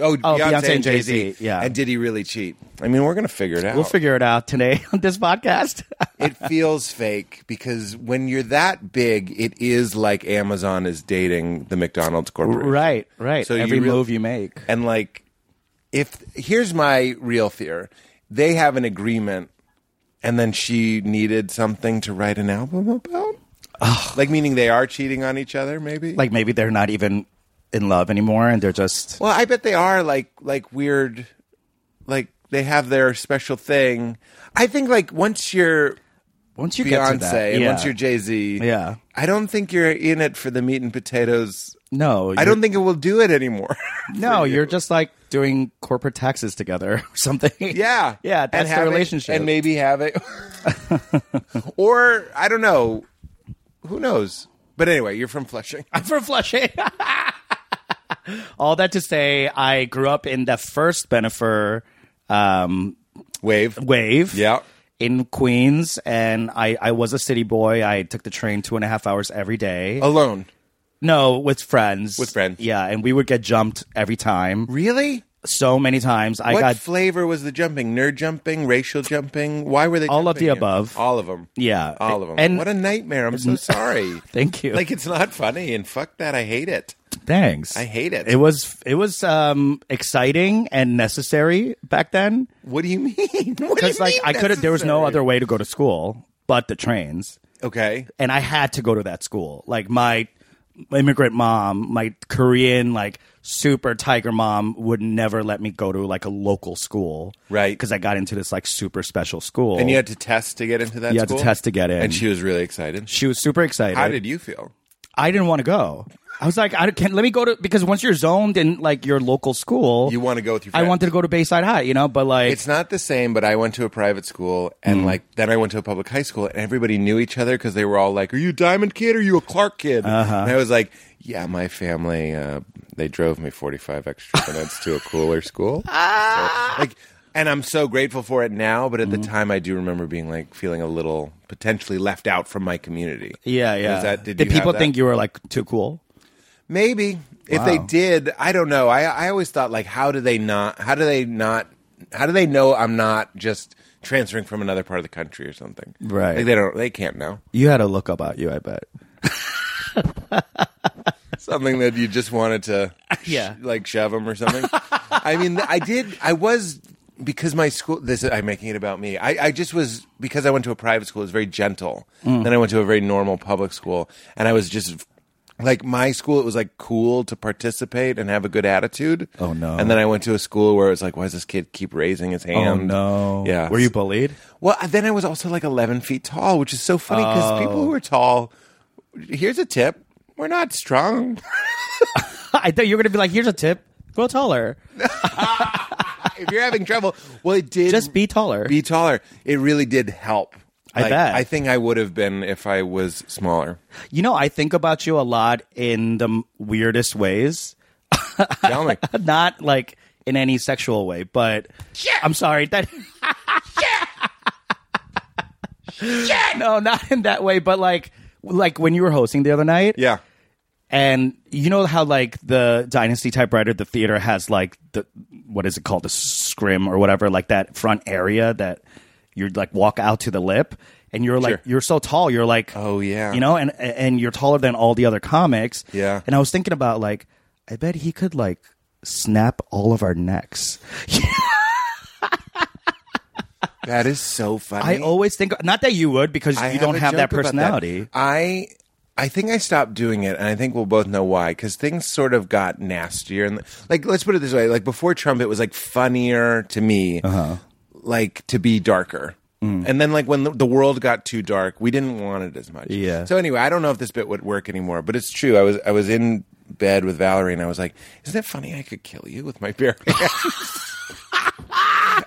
Speaker 4: Oh, Beyonce, and Jay Z.
Speaker 3: yeah.
Speaker 4: And did he really cheat? I mean, we're gonna figure it out.
Speaker 3: we'll figure it out today on this podcast.
Speaker 4: it feels fake because when you're that big, it is like Amazon is dating the McDonald's corporation.
Speaker 3: right. Right.
Speaker 4: So you
Speaker 3: Every
Speaker 4: real-
Speaker 3: move you make.
Speaker 4: And like, if here's my real fear they have an agreement and then she needed something to write an album about? Like, meaning they are cheating on each other, maybe?
Speaker 3: Like maybe they're not even in love anymore, and they're just
Speaker 4: Well, I bet they are like like weird, like they have their special thing. I think like once you're
Speaker 3: once you get to
Speaker 4: Beyonce
Speaker 3: that,
Speaker 4: and
Speaker 3: yeah.
Speaker 4: once you're Jay Z,
Speaker 3: Yeah.
Speaker 4: I don't think you're in it for the meat and potatoes. I
Speaker 3: no, you're-
Speaker 4: don't think it will do it anymore.
Speaker 3: No, you're just like doing corporate taxes together or something.
Speaker 4: yeah,
Speaker 3: Yeah,
Speaker 4: and
Speaker 3: that's the
Speaker 4: have it-
Speaker 3: relationship.
Speaker 4: and maybe have it, or I don't know, who knows. But anyway, you're from Flushing.
Speaker 3: I'm from Flushing. All that to say, I grew up in the first Benefer um,
Speaker 4: Wave.
Speaker 3: wave.
Speaker 4: Yeah.
Speaker 3: In Queens, and I, I was a city boy. I took the train two and a half hours every day.
Speaker 4: Alone.
Speaker 3: No, with friends.
Speaker 4: Oh. With friends.
Speaker 3: Yeah, and we would get jumped every time.
Speaker 4: Really?
Speaker 3: So many times. I
Speaker 4: what
Speaker 3: got.
Speaker 4: flavor was the jumping? Nerd jumping, racial jumping. Why were they
Speaker 3: All of
Speaker 4: jumping
Speaker 3: the
Speaker 4: you?
Speaker 3: above.
Speaker 4: All of them.
Speaker 3: Yeah.
Speaker 4: all of them.
Speaker 3: And-
Speaker 4: what a nightmare! I'm so sorry.
Speaker 3: Thank you.
Speaker 4: Like it's not funny, and fuck that. I hate it.
Speaker 3: Thanks.
Speaker 4: I hate it.
Speaker 3: It was it was um exciting and necessary back then
Speaker 4: What do you mean?
Speaker 3: because like I could have there was no other way to go to school but the trains,
Speaker 4: Okay.
Speaker 3: and I had to go to that school. Like my immigrant mom, my Korean like super tiger mom would never let me go to like a local school,
Speaker 4: Right.
Speaker 3: Because I got into this like super special school,
Speaker 4: And you had to test to get into that
Speaker 3: You had to
Speaker 4: school?
Speaker 3: test to get in.
Speaker 4: And she was really excited.
Speaker 3: she was super excited.
Speaker 4: How did you feel?
Speaker 3: I didn't want to go. I was like, I can let me go to because once you're zoned in like your local school,
Speaker 4: You want to go with your
Speaker 3: I
Speaker 4: friends.
Speaker 3: wanted to go to Bayside High, you know, but like Mm.
Speaker 4: It's not the same, but I went to a private school and like then I went to a public high school and everybody knew each other because they were all like, "Are you a Diamond Kid? Or are you a Clark Kid?"
Speaker 3: Uh-huh.
Speaker 4: And I was like, "Yeah, my family uh, they drove me 45 extra minutes to a cooler school." So, like and I'm so grateful for it now, but at
Speaker 3: Mm-hmm.
Speaker 4: the time I do remember being like feeling a little potentially left out from my community.
Speaker 3: Yeah, yeah.
Speaker 4: Was that, did you have
Speaker 3: people
Speaker 4: that?
Speaker 3: think you were like too cool?
Speaker 4: Maybe if they did, I don't know. I I always thought like, how do they not? How do they not? How do they know I'm not just transferring from another part of the country or something?
Speaker 3: Right.
Speaker 4: Like they don't. They can't know
Speaker 3: You had a look about you, I bet.
Speaker 4: something that you just wanted to, sh-
Speaker 3: Yeah.
Speaker 4: like shove them or something. I mean, I did. I was because my school. This I'm making it about me. I I just was because I went to a private school. It was very gentle.
Speaker 3: Mm.
Speaker 4: Then I went to a very normal public school, and I was just. Like my school, it was like cool to participate and have a good attitude.
Speaker 3: Oh, no. Oh,
Speaker 4: And then I went to a school where it was like, why does this kid keep raising his hand? Oh, Yeah.
Speaker 3: Were you bullied?
Speaker 4: Well, uh, then I was also like 11 feet tall, which is so funny because
Speaker 3: Oh.
Speaker 4: people who are tall, here's a tip we're not strong.
Speaker 3: I thought you were gonna be like, here's a tip. Grow taller.
Speaker 4: if you're having trouble, well, it did
Speaker 3: Just be taller.
Speaker 4: be taller. It really did help.
Speaker 3: I bet.
Speaker 4: I think I would have been if I was smaller.
Speaker 3: you know, I think about you a lot in the m- weirdest ways.
Speaker 4: Tell me.
Speaker 3: Not like in any sexual way, but I'm sorry that No, not in that way, but like like when you were hosting the other night.
Speaker 4: yeah.
Speaker 3: And you know how like the Dynasty typewriter, the theater has like the what is it called, the scrim or whatever, like that front area that you'd like walk out to the lip. and you're like you're so tall. You're like
Speaker 4: Oh, yeah.
Speaker 3: you know, and and you're taller than all the other comics.
Speaker 4: Yeah.
Speaker 3: and I was thinking about like I bet he could like snap all of our necks.
Speaker 4: That is so funny.
Speaker 3: I always think not that you would because
Speaker 4: I
Speaker 3: you don't
Speaker 4: a
Speaker 3: have that
Speaker 4: joke about
Speaker 3: personality.
Speaker 4: I I think I stopped doing it, and I think we'll both know why. Because things sort of got nastier, and like let's put it this way: like before Trump, it was like funnier to me,
Speaker 3: Uh-huh.
Speaker 4: like to be darker.
Speaker 3: Mm.
Speaker 4: And then, like when the, the world got too dark, we didn't want it as much.
Speaker 3: Yeah.
Speaker 4: So anyway, I don't know if this bit would work anymore, but it's true. I was I was in bed with Valerie, and I was like, "Isn't it funny? I could kill you with my bare hands."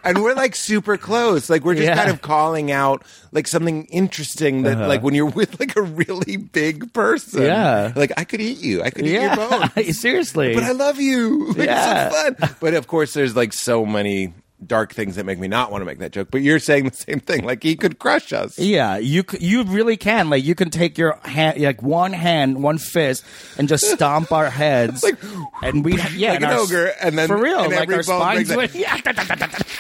Speaker 4: and we're like super close. Like we're just
Speaker 3: Yeah. Uh-huh.
Speaker 4: kind of calling out like something interesting that like when you're with like a really big person,
Speaker 3: Yeah.
Speaker 4: like I could eat you, I could eat your bone,
Speaker 3: seriously.
Speaker 4: but I love you. Like,
Speaker 3: Yeah.
Speaker 4: It's so fun. But of course, there's like so many dark things that make me not want to make that joke. But you're saying the same thing. Like he could crush us.
Speaker 3: Yeah, you c- you really can. Like you can take your hand, like one hand, one fist, and just stomp our heads.
Speaker 4: Like-
Speaker 3: and we yeah,
Speaker 4: like an
Speaker 3: and our s-
Speaker 4: ogre, and then-
Speaker 3: for real,
Speaker 4: and
Speaker 3: like
Speaker 4: every
Speaker 3: our
Speaker 4: bone
Speaker 3: spines
Speaker 4: brings
Speaker 3: would.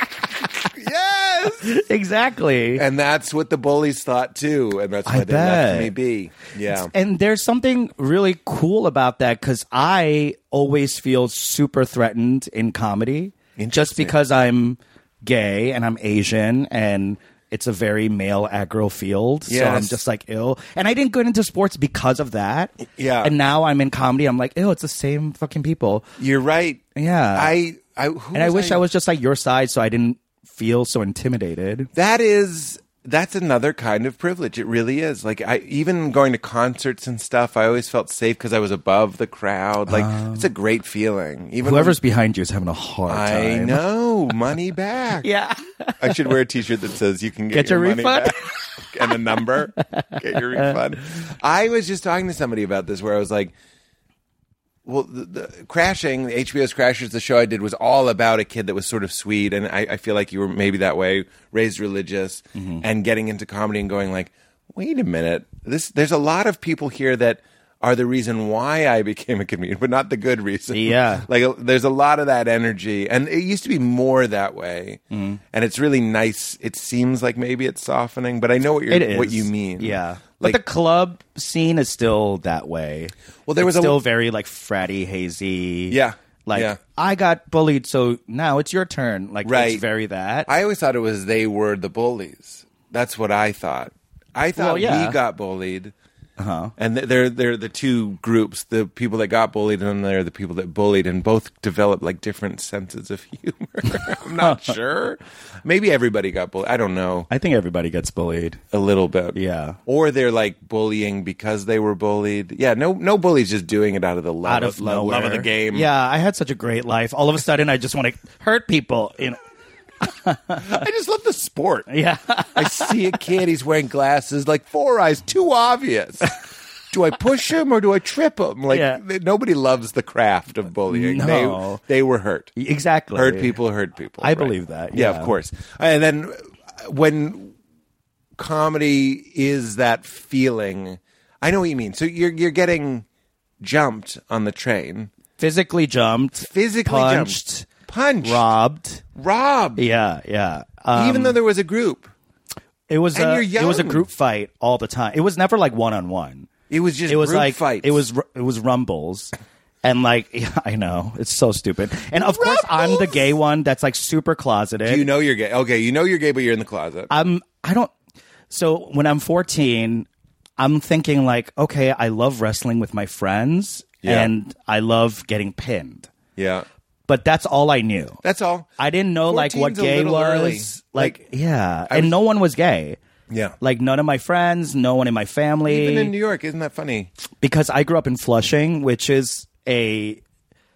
Speaker 3: Yeah,
Speaker 4: Yes.
Speaker 3: exactly.
Speaker 4: and that's what the bullies thought too. And that's why
Speaker 3: I
Speaker 4: they left
Speaker 3: bet.
Speaker 4: me be. Yeah.
Speaker 3: Um, And there's something really cool about that because I always feel super threatened in comedy just
Speaker 4: Interesting.
Speaker 3: because I'm gay and I'm Asian and it's a very male aggro field. So I'm
Speaker 4: Yes.
Speaker 3: just like, ill. And I didn't get into sports because of that.
Speaker 4: Yeah.
Speaker 3: And now I'm in comedy. I'm like, ew, it's the same fucking people.
Speaker 4: You're right.
Speaker 3: Yeah.
Speaker 4: I. I who
Speaker 3: and I wish I was just like your size so I didn't feel so intimidated.
Speaker 4: that is that's another kind of privilege it really is like i even going to concerts and stuff i always felt safe because i was above the crowd like it's a great feeling even
Speaker 3: Um, Whoever's behind you is having a hard
Speaker 4: i
Speaker 3: time.
Speaker 4: know money back
Speaker 3: Yeah.
Speaker 4: i should wear a t-shirt that says you can get,
Speaker 3: Get your
Speaker 4: money
Speaker 3: refund?
Speaker 4: back and a number get your refund i was just talking to somebody about this where i was like well, the, the crashing, the HBO's Crashers, the show I did was all about a kid that was sort of sweet, and I, I feel like you were maybe that way, raised religious,
Speaker 3: Mm-hmm.
Speaker 4: and getting into comedy and going like, wait a minute, this there's a lot of people here that are the reason why I became a comedian, but not the good reason.
Speaker 3: Yeah.
Speaker 4: like uh, there's a lot of that energy, and it used to be more that way,
Speaker 3: Mm-hmm.
Speaker 4: and it's really nice. It seems like maybe it's softening, but I know what you're
Speaker 3: It is
Speaker 4: what you mean.
Speaker 3: Yeah,
Speaker 4: like
Speaker 3: but the club scene is still that way.
Speaker 4: Well, there was
Speaker 3: It's
Speaker 4: a-
Speaker 3: still very like fratty, hazy.
Speaker 4: Yeah,
Speaker 3: like
Speaker 4: yeah.
Speaker 3: I got bullied, so now it's your turn. Like
Speaker 4: Right.
Speaker 3: it's very that.
Speaker 4: I always thought it was they were the bullies. That's what I thought. I thought
Speaker 3: Well, yeah.
Speaker 4: we got bullied. Uh-huh. And th- they're they're the two groups: the people that got bullied, and they're the people that bullied, and both developed like different senses of humor. I'm not sure. Maybe everybody got bullied. I don't know.
Speaker 3: I think everybody gets bullied.
Speaker 4: A little bit,
Speaker 3: Yeah.
Speaker 4: Or they're like bullying because they were bullied. Yeah. No, no bullies just doing it out of the love
Speaker 3: Out of
Speaker 4: love,
Speaker 3: nowhere.
Speaker 4: love of the game.
Speaker 3: Yeah, I had such a great life. All of a sudden, I just want to hurt people. You know?
Speaker 4: I just love the sport.
Speaker 3: Yeah.
Speaker 4: I see a kid, he's wearing glasses, like four eyes, too obvious. Do I push him or do I trip him? Like
Speaker 3: Yeah.
Speaker 4: th- nobody loves the craft of bullying.
Speaker 3: No.
Speaker 4: They, they were hurt.
Speaker 3: Exactly.
Speaker 4: Hurt people hurt people.
Speaker 3: I believe that,
Speaker 4: Yeah. of
Speaker 3: yeah.
Speaker 4: course. And then uh, when comedy is that feeling, I know what you mean. So you're you're getting jumped on the train,
Speaker 3: Physically jumped.
Speaker 4: physically
Speaker 3: punched.
Speaker 4: jumped, punched,
Speaker 3: Robbed.
Speaker 4: robbed.
Speaker 3: Yeah, yeah. Um,
Speaker 4: even though there was a group,
Speaker 3: it was
Speaker 4: and
Speaker 3: a,
Speaker 4: you're
Speaker 3: it was a
Speaker 4: young.
Speaker 3: group fight all the time. It was never like one on one.
Speaker 4: it was just
Speaker 3: it was
Speaker 4: group
Speaker 3: like
Speaker 4: fights.
Speaker 3: it was it was rumbles and like i know it's so stupid and of course i'm the gay one that's like super closeted
Speaker 4: You know you're gay. Okay, you know you're gay, but you're in the closet.
Speaker 3: i'm i don't so when i'm 14 i'm thinking like okay i love wrestling with my friends
Speaker 4: Yeah.
Speaker 3: and i love getting pinned
Speaker 4: yeah,
Speaker 3: but that's all i knew
Speaker 4: that's all.
Speaker 3: i didn't know like what
Speaker 4: 14's a
Speaker 3: gay
Speaker 4: little
Speaker 3: was
Speaker 4: early.
Speaker 3: Like,
Speaker 4: Like,
Speaker 3: yeah and no one was gay
Speaker 4: yeah,
Speaker 3: like none of my friends no one in my family
Speaker 4: even in New York, isn't that funny?
Speaker 3: because I grew up in Flushing, which is a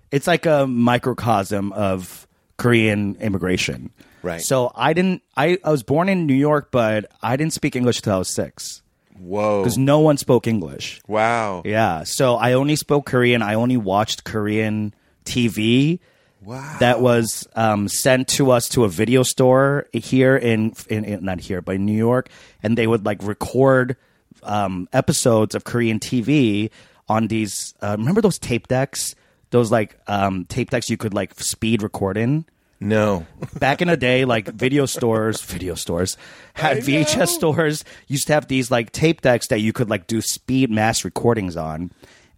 Speaker 3: it's like a microcosm of Korean immigration.
Speaker 4: Right.
Speaker 3: So I didn't I, I was born in New York, but I didn't speak English till I was six.
Speaker 4: Whoa,
Speaker 3: Because no one spoke English.
Speaker 4: wow,
Speaker 3: Yeah. So I only spoke Korean. I only watched Korean TV.
Speaker 4: wow.
Speaker 3: That was um, sent to us to a video store here in, in, in not here but in New York, and they would like record um, episodes of Korean TV on these. Uh, remember those tape decks? Those like um, tape decks you could like speed record in.
Speaker 4: No.
Speaker 3: back in the day, like video stores, video stores had VHS stores used to have these like tape decks that you could like do speed mass recordings on,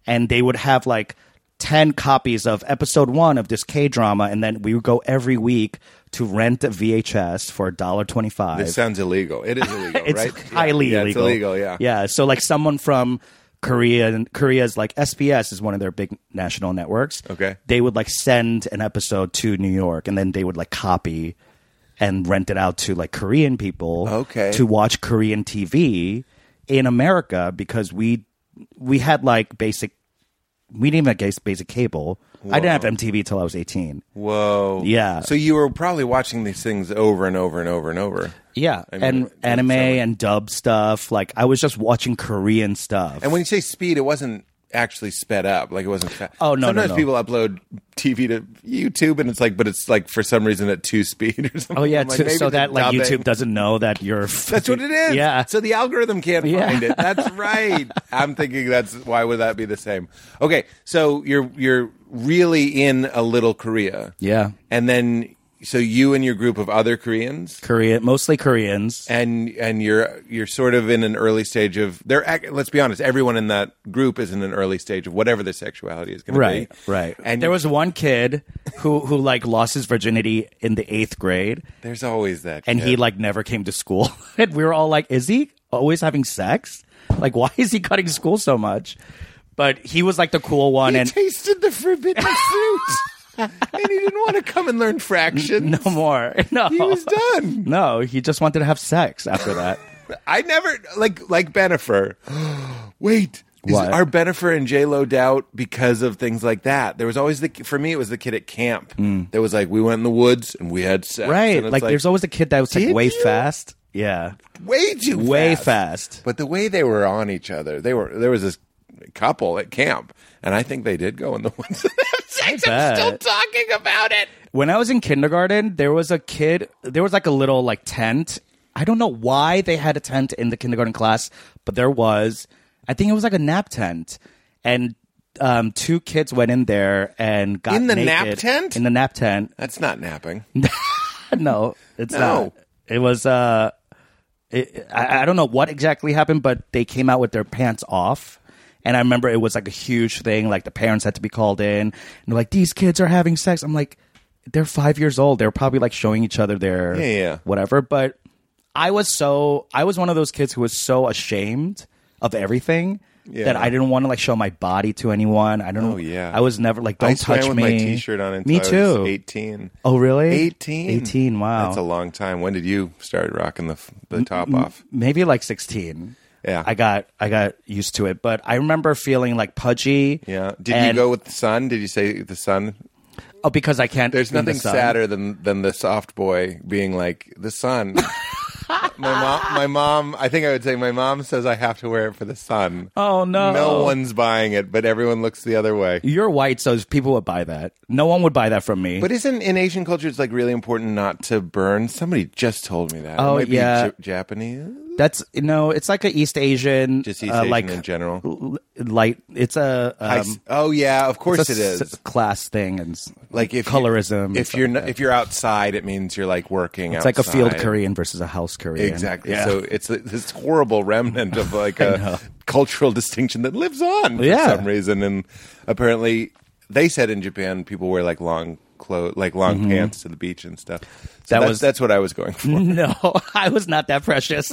Speaker 3: and they would have like ten copies of episode one of this K drama, and then we would go every week to rent a VHS for a dollar twenty
Speaker 4: It
Speaker 3: five.
Speaker 4: sounds illegal. It is illegal,
Speaker 3: It's
Speaker 4: right?
Speaker 3: highly
Speaker 4: yeah,
Speaker 3: illegal.
Speaker 4: It's illegal, yeah.
Speaker 3: Yeah. So like someone from Korea and Korea's like SBS is one of their big national networks.
Speaker 4: Okay.
Speaker 3: They would like send an episode to New York and then they would like copy and rent it out to like Korean people
Speaker 4: Okay.
Speaker 3: to watch Korean TV in America because we we had like basic we didn't even get basic cable. I didn't have MTV till I was 18.
Speaker 4: Whoa.
Speaker 3: Yeah.
Speaker 4: So you were probably watching these things over and over and over and over.
Speaker 3: Yeah,
Speaker 4: mean,
Speaker 3: and
Speaker 4: it- it
Speaker 3: anime
Speaker 4: sounds like-
Speaker 3: and dub stuff. Like I was just watching Korean stuff.
Speaker 4: And when you say speed, it wasn't actually sped up. Like it wasn't. Fa-
Speaker 3: Oh, no, no,
Speaker 4: Sometimes
Speaker 3: no.
Speaker 4: people upload TV to YouTube, and it's like, but it's like for some reason at two speed or something.
Speaker 3: Oh yeah,
Speaker 4: I'm like,
Speaker 3: too-
Speaker 4: maybe
Speaker 3: so
Speaker 4: it's
Speaker 3: that like
Speaker 4: dubbing.
Speaker 3: YouTube doesn't know that you're.
Speaker 4: That's what it is.
Speaker 3: Yeah.
Speaker 4: So the algorithm can't
Speaker 3: Yeah.
Speaker 4: find it. That's right. I'm thinking that's why would that be the same? Okay, so you're you're really in a little Korea.
Speaker 3: Yeah.
Speaker 4: And then so you and your group of other Koreans
Speaker 3: Korean, mostly Koreans.
Speaker 4: and and you're you're sort of in an early stage of they're ac- let's be honest everyone in that group is in an early stage of whatever their sexuality is going
Speaker 3: Right,
Speaker 4: to be
Speaker 3: right.
Speaker 4: and
Speaker 3: there was one kid who who like lost his virginity in the eighth grade,
Speaker 4: there's always that
Speaker 3: and he
Speaker 4: kid.
Speaker 3: like never came to school. and we were all like, "Is he always having sex? Like, why is he cutting school so much?" But he was like the cool one,
Speaker 4: he
Speaker 3: and
Speaker 4: tasted the forbidden fruit and he didn't want to come and learn fractions
Speaker 3: no more. No,
Speaker 4: he was done
Speaker 3: no, he just wanted to have sex after that.
Speaker 4: I never like like Benifer. Wait, is
Speaker 3: What?
Speaker 4: our Benifer and J Lo doubt because of things like that? There was always the for me it was the kid at camp that was like we went in the woods and we had sex.
Speaker 3: Mm. right?
Speaker 4: And it's
Speaker 3: Like, there's always a kid that was like
Speaker 4: Did
Speaker 3: way
Speaker 4: you?
Speaker 3: fast. Yeah,
Speaker 4: way too
Speaker 3: way
Speaker 4: fast.
Speaker 3: fast.
Speaker 4: But the way they were on each other, they were there was this couple at camp, and I think they did go in the woods. and have sex. I'm still
Speaker 3: bet.
Speaker 4: talking about it.
Speaker 3: when I was in kindergarten, there was a kid, there was like a little like tent. I don't know why they had a tent in the kindergarten class, but there was. I think it was like a nap tent. And um, two kids went in there and got
Speaker 4: In the
Speaker 3: naked.
Speaker 4: nap tent?
Speaker 3: In the nap tent.
Speaker 4: That's not napping.
Speaker 3: No, it's
Speaker 4: No.
Speaker 3: not. It was uh it, I, I don't know what exactly happened, but they came out with their pants off. And I remember it was like a huge thing. Like the parents had to be called in. And they're like, these kids are having sex. I'm like, they're five years old. They're probably like showing each other their
Speaker 4: Yeah, yeah.
Speaker 3: whatever. But I was so, I was one of those kids who was so ashamed of everything that I didn't want to like show my body to anyone. I don't know.
Speaker 4: Oh, yeah.
Speaker 3: I was never like, don't
Speaker 4: I swam
Speaker 3: touch
Speaker 4: with
Speaker 3: me.
Speaker 4: my T-shirt on until
Speaker 3: me
Speaker 4: I
Speaker 3: too.
Speaker 4: was 18.
Speaker 3: Oh, really?
Speaker 4: 18.
Speaker 3: 18, wow.
Speaker 4: That's a long time. When did you start rocking the f- the top off?
Speaker 3: maybe like 16
Speaker 4: Yeah.
Speaker 3: i got i got used to it but i remember feeling like pudgy
Speaker 4: Yeah. Did
Speaker 3: and-
Speaker 4: you go with the sun? Did you say the sun?
Speaker 3: oh because i can't
Speaker 4: There's
Speaker 3: in the
Speaker 4: nothing
Speaker 3: sun.
Speaker 4: sadder than than the soft boy being like the sun. my mom, my mom. I think I would say my mom says I have to wear it for the sun.
Speaker 3: oh no
Speaker 4: No one's buying it, but everyone looks the other way.
Speaker 3: you're white so people would buy that no one would buy that from me
Speaker 4: But isn't in Asian culture it's like really important not to burn? Somebody just told me that.
Speaker 3: Oh,
Speaker 4: it might
Speaker 3: yeah.
Speaker 4: be J- Japanese.
Speaker 3: that's you know it's like an east asian
Speaker 4: Just East
Speaker 3: uh,
Speaker 4: Asian
Speaker 3: like
Speaker 4: in general.
Speaker 3: l- light it's a
Speaker 4: I
Speaker 3: um,
Speaker 4: s- oh yeah, of course
Speaker 3: it's a
Speaker 4: it is.
Speaker 3: s- class thing and s-
Speaker 4: like if you-
Speaker 3: colorism
Speaker 4: if you're not, if you're outside, it means you're like working.
Speaker 3: it's like a field
Speaker 4: outside.
Speaker 3: korean versus a house korean
Speaker 4: Exactly.
Speaker 3: yeah.
Speaker 4: So it's a- this horrible remnant of like a cultural distinction that lives on for
Speaker 3: Yeah.
Speaker 4: some reason. And apparently, they said in Japan, people wear like long clothes, like long pants to the beach and stuff. So
Speaker 3: Mm-hmm. That
Speaker 4: that's,
Speaker 3: was-
Speaker 4: that's what I was going for.
Speaker 3: no i was not that precious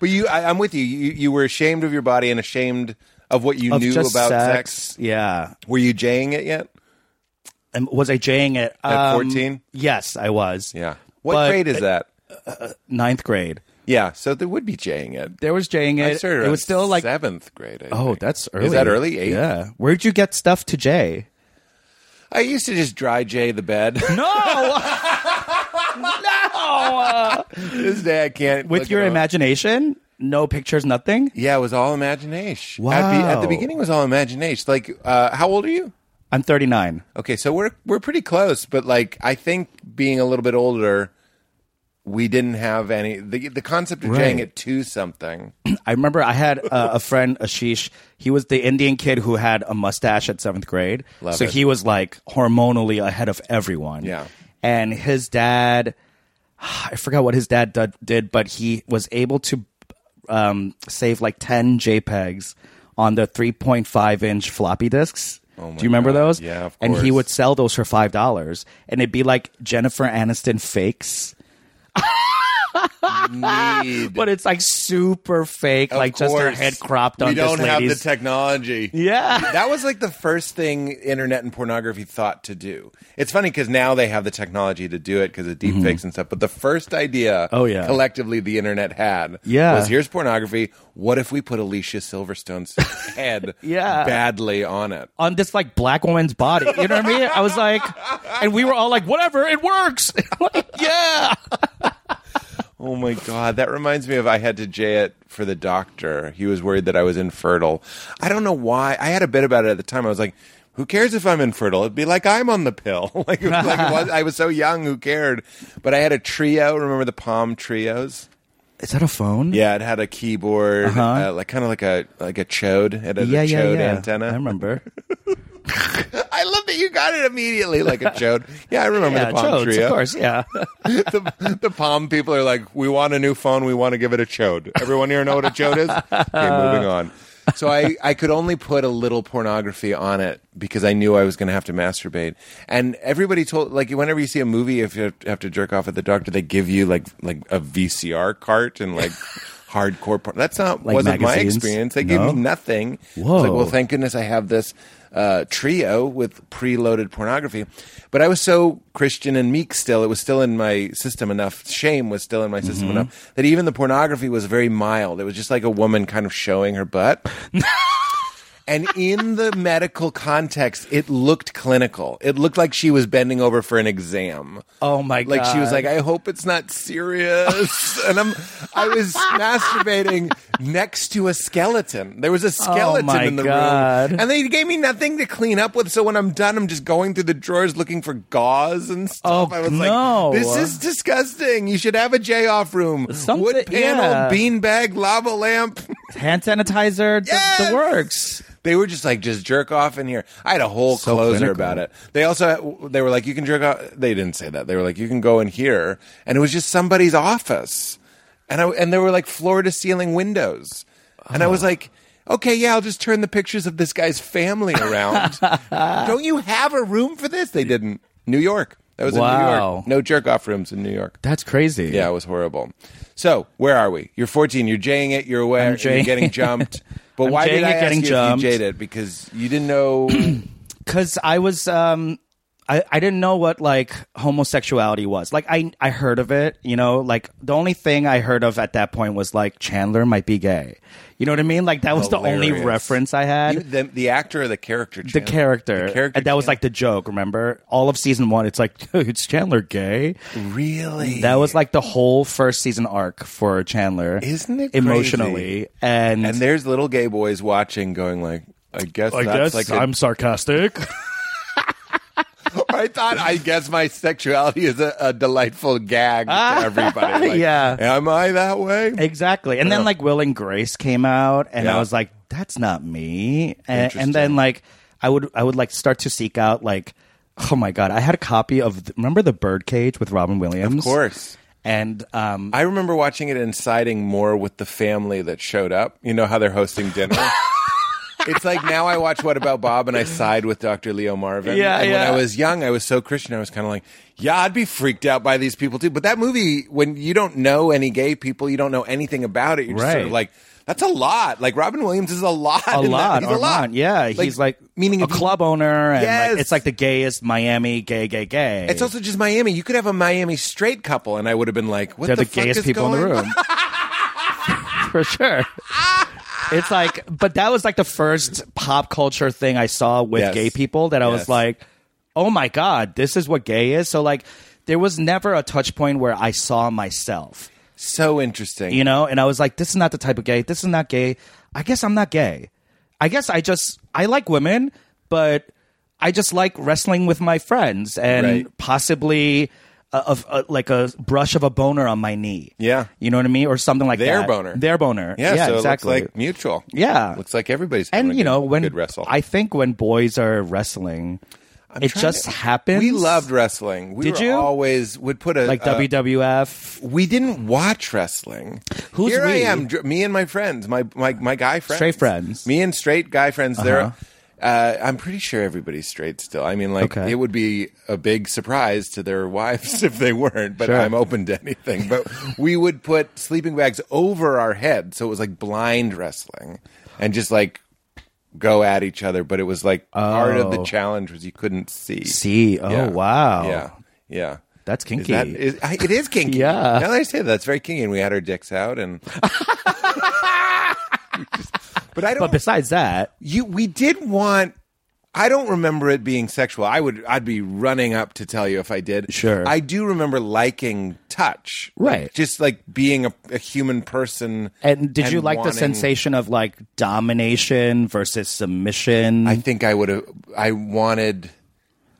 Speaker 4: But you, I, I'm with you. you. You were ashamed of your body and ashamed of what you
Speaker 3: Of
Speaker 4: knew
Speaker 3: just
Speaker 4: about sex.
Speaker 3: sex. yeah
Speaker 4: Were you jaying it yet?
Speaker 3: And was I jaying it
Speaker 4: At
Speaker 3: Um,
Speaker 4: 14?
Speaker 3: Yes, I was.
Speaker 4: Yeah. What
Speaker 3: But-
Speaker 4: grade is that?
Speaker 3: Ninth grade.
Speaker 4: Yeah. So there would be jaying it.
Speaker 3: There was jaying
Speaker 4: I
Speaker 3: it.
Speaker 4: started
Speaker 3: it
Speaker 4: around
Speaker 3: was still like
Speaker 4: seventh grade. I
Speaker 3: oh,
Speaker 4: think.
Speaker 3: that's early.
Speaker 4: Is that early? Eight.
Speaker 3: Yeah. Where'd you get stuff to jay?
Speaker 4: I used to just dry jay the bed.
Speaker 3: No, no.
Speaker 4: this day I can't.
Speaker 3: With
Speaker 4: look
Speaker 3: your
Speaker 4: it up.
Speaker 3: imagination, no pictures, nothing.
Speaker 4: Yeah, it was all imagination. At the, at the
Speaker 3: Wow.
Speaker 4: beginning, it was all imagination. Like, uh, how old are you?
Speaker 3: I'm 39.
Speaker 4: Okay, so we're we're pretty close, but like I think being a little bit older, we didn't have any the the concept of
Speaker 3: Right.
Speaker 4: jaying it to something.
Speaker 3: I remember I had a, a friend, Ashish. He was the Indian kid who had a mustache at seventh grade.
Speaker 4: Love
Speaker 3: so
Speaker 4: it.
Speaker 3: he was like hormonally ahead of everyone.
Speaker 4: Yeah.
Speaker 3: and his dad I forgot what his dad dud- did, but he was able to um, save like 10 JPEGs on the 3.5 inch floppy disks.
Speaker 4: Oh my
Speaker 3: Do you remember
Speaker 4: God.
Speaker 3: those?
Speaker 4: Yeah, of
Speaker 3: And he
Speaker 4: course.
Speaker 3: would sell those for five dollars, and it'd be like Jennifer Aniston fakes,
Speaker 4: Need.
Speaker 3: but it's like super fake,
Speaker 4: Of
Speaker 3: like just her
Speaker 4: course.
Speaker 3: head cropped on
Speaker 4: We don't
Speaker 3: this
Speaker 4: have the
Speaker 3: lady's-
Speaker 4: technology.
Speaker 3: yeah.
Speaker 4: that was like the first thing internet and pornography thought to do. It's funny because now they have the technology to do it because of deepfakes and stuff. But the first idea,
Speaker 3: Mm-hmm. Oh, yeah.
Speaker 4: collectively the internet had,
Speaker 3: Yeah.
Speaker 4: was here's pornography. What if we put Alicia Silverstone's head,
Speaker 3: Yeah.
Speaker 4: badly on it?
Speaker 3: on this like black woman's body. You know what I mean? I was like, and we were all like, whatever, it works. Like, yeah.
Speaker 4: Oh my god, that reminds me of I had to J it for the doctor. He was worried that I was infertile. I don't know why. I had a bit about it at the time. I was like, "Who cares if I'm infertile? It'd be like I'm on the pill." like, it was like what- I was so young, who cared? But I had a trio. Remember the Palm trios?
Speaker 3: Is that a phone?
Speaker 4: Yeah, it had a keyboard, uh like kind of like a like a chode. It had a
Speaker 3: Uh-huh. Yeah, yeah,
Speaker 4: chode
Speaker 3: yeah.
Speaker 4: antenna.
Speaker 3: I remember.
Speaker 4: I love that you got it immediately, like a chode. Yeah, I remember
Speaker 3: yeah,
Speaker 4: the Palm
Speaker 3: Jodes,
Speaker 4: trio.
Speaker 3: of course. Yeah.
Speaker 4: the, the Palm people are like, we want a new phone. We want to give it a chode. Everyone here know what a chode is? Okay, moving on. So I, I could only put a little pornography on it because I knew I was going to have to masturbate. And everybody told, like, whenever you see a movie, if you have to jerk off at the doctor, they give you like like a VCR cart and like hardcore porn. That's not
Speaker 3: Like
Speaker 4: wasn't
Speaker 3: magazines?
Speaker 4: my experience. They gave
Speaker 3: No?
Speaker 4: me nothing. I was like,
Speaker 3: Whoa.
Speaker 4: well, thank goodness I have this uh, trio with preloaded pornography. But I was so Christian and meek still. It was still in my system enough. Shame was still in my system
Speaker 3: Mm-hmm.
Speaker 4: enough that even the pornography was very mild. It was just like a woman kind of showing her butt. And in the medical context, it looked clinical. It looked like she was bending over for an exam.
Speaker 3: Oh my
Speaker 4: Like she was
Speaker 3: God.
Speaker 4: like, I hope it's not serious. and I'm, I was masturbating next to a skeleton. There was a skeleton
Speaker 3: Oh my
Speaker 4: in the
Speaker 3: God.
Speaker 4: room, and they gave me nothing to clean up with. So when I'm done, I'm just going through the drawers looking for gauze and stuff.
Speaker 3: Oh,
Speaker 4: I was
Speaker 3: no.
Speaker 4: like, this is disgusting. You should have a J off room.
Speaker 3: Something-
Speaker 4: Wood panel,
Speaker 3: yeah.
Speaker 4: beanbag, lava lamp.
Speaker 3: Hand sanitizer, the,
Speaker 4: Yes!
Speaker 3: the works.
Speaker 4: They were just like, just jerk off in here. I had a whole
Speaker 3: So
Speaker 4: closer
Speaker 3: clinical.
Speaker 4: about it. They also, they were like, you can jerk off. They didn't say that. They were like, you can go in here. And it was just somebody's office. And I, and there were like floor to ceiling windows. And I was like, okay, yeah, I'll just turn the pictures of this guy's family around. Don't you have a room for this? They didn't. New York. That was in New
Speaker 3: Wow.
Speaker 4: York. No jerk off rooms in New York.
Speaker 3: That's crazy.
Speaker 4: Yeah, it was horrible. So where are we? You're 14. You're jaying it. You're aware. and You're
Speaker 3: jaying-
Speaker 4: getting jumped. But
Speaker 3: I'm
Speaker 4: why did
Speaker 3: jaying
Speaker 4: I
Speaker 3: it,
Speaker 4: ask
Speaker 3: getting
Speaker 4: you if
Speaker 3: jumped.
Speaker 4: you jayed it? Because you didn't know.
Speaker 3: because I was um I, I didn't know what like homosexuality was. Like I I heard of it, you know, like the only thing I heard of at that point was like Chandler might be gay. You know what I mean? Like that was the only
Speaker 4: Hilarious.
Speaker 3: reference I had.
Speaker 4: You- the, the actor or the character?
Speaker 3: the
Speaker 4: Chandler?
Speaker 3: character.
Speaker 4: The character.
Speaker 3: and that was
Speaker 4: Chandler.
Speaker 3: like the joke, remember? All of season 1 it's like it's Chandler gay.
Speaker 4: really.
Speaker 3: That was like the whole first season arc for Chandler.
Speaker 4: Isn't it
Speaker 3: emotionally
Speaker 4: crazy?
Speaker 3: and,
Speaker 4: And there's little gay boys watching, going like, I guess. that's like a-
Speaker 3: sarcastic.
Speaker 4: I thought. I guess my sexuality is a, a delightful gag to everybody. Like,
Speaker 3: Yeah.
Speaker 4: Am I that way?
Speaker 3: Exactly. And then like Will and Grace came out and I
Speaker 4: Yeah.
Speaker 3: was like, that's not me. And,
Speaker 4: Interesting.
Speaker 3: and then like I would I would like start to seek out like oh my god, I had a copy of remember the Birdcage with Robin Williams?
Speaker 4: Of course.
Speaker 3: And um
Speaker 4: I remember watching it and siding more with the family that showed up. You know how they're hosting dinner. it's like now I watch What About Bob and I side with Dr. Leo Marvin.
Speaker 3: Yeah,
Speaker 4: and
Speaker 3: yeah.
Speaker 4: when I was young, I was so Christian. I was kind of like, yeah, I'd be freaked out by these people too. But that movie, when you don't know any gay people, you don't know anything about it. You're just sort
Speaker 3: Right.
Speaker 4: of like, that's a lot. Like Robin Williams is a lot.
Speaker 3: a
Speaker 4: in that.
Speaker 3: lot,
Speaker 4: He's a lot.
Speaker 3: Armand, yeah. he's like
Speaker 4: meaning
Speaker 3: a
Speaker 4: if you-
Speaker 3: club owner, and like,
Speaker 4: Yes.
Speaker 3: it's like the gayest Miami gay, gay, gay.
Speaker 4: It's also just Miami. You could have a Miami straight couple, and I would have been like, what
Speaker 3: they're the,
Speaker 4: the, fuck
Speaker 3: gayest
Speaker 4: is
Speaker 3: people in the
Speaker 4: going on?
Speaker 3: room for sure it's like but that was like the first pop culture thing i saw with
Speaker 4: Yes.
Speaker 3: gay people that i was
Speaker 4: Yes.
Speaker 3: like oh my god this is what gay is so like there was never a touch point where i saw myself
Speaker 4: So interesting.
Speaker 3: you know and i was like this is not the type of gay this is not gay i guess i'm not gay i guess i just i like women but i just like wrestling with my friends and
Speaker 4: Right.
Speaker 3: possibly a, of a, like a brush of a boner on my knee
Speaker 4: Yeah.
Speaker 3: you know what i mean or something like
Speaker 4: Their
Speaker 3: that
Speaker 4: boner.
Speaker 3: their boner
Speaker 4: Yeah, so
Speaker 3: exactly
Speaker 4: it looks like mutual.
Speaker 3: Yeah.
Speaker 4: looks like everybody's having
Speaker 3: and
Speaker 4: a
Speaker 3: you know
Speaker 4: good-
Speaker 3: when
Speaker 4: good wrestle.
Speaker 3: i think when boys are wrestling
Speaker 4: I'm
Speaker 3: it
Speaker 4: trying
Speaker 3: just
Speaker 4: to-
Speaker 3: happens.
Speaker 4: We loved uh, wrestling. We
Speaker 3: Did
Speaker 4: were
Speaker 3: you?
Speaker 4: always would put a
Speaker 3: like
Speaker 4: a-
Speaker 3: WWF.
Speaker 4: We didn't watch wrestling.
Speaker 3: Who's
Speaker 4: Here I
Speaker 3: we?
Speaker 4: am, dr- me and my friends, my my my guy friends,
Speaker 3: Straight friends. Uh-huh.
Speaker 4: me and straight guy friends. There, uh, I'm pretty sure everybody's straight still. I mean, like
Speaker 3: Okay.
Speaker 4: it would be a big surprise to their wives if they weren't. But
Speaker 3: Sure.
Speaker 4: I'm open to anything. But we would put sleeping bags over our head, so it was like blind wrestling, and just like go at each other. But it was like part of the
Speaker 3: Oh.
Speaker 4: challenge was you couldn't see.
Speaker 3: See, oh
Speaker 4: Yeah.
Speaker 3: wow,
Speaker 4: Yeah, yeah.
Speaker 3: that's
Speaker 4: Is
Speaker 3: kinky.
Speaker 4: that, is, I- it is kinky.
Speaker 3: Yeah.
Speaker 4: Now that I say that, that's very kinky, and we had our dicks out, and. but I don't.
Speaker 3: but besides that,
Speaker 4: you, we did want. I don't remember it being sexual. I would. I'd be running up to tell you if I did.
Speaker 3: Sure.
Speaker 4: I do remember liking touch.
Speaker 3: Right.
Speaker 4: Just like being a, a human person.
Speaker 3: and did you like the
Speaker 4: wanting-
Speaker 3: sensation of like domination versus submission?
Speaker 4: I think I would have. I wanted.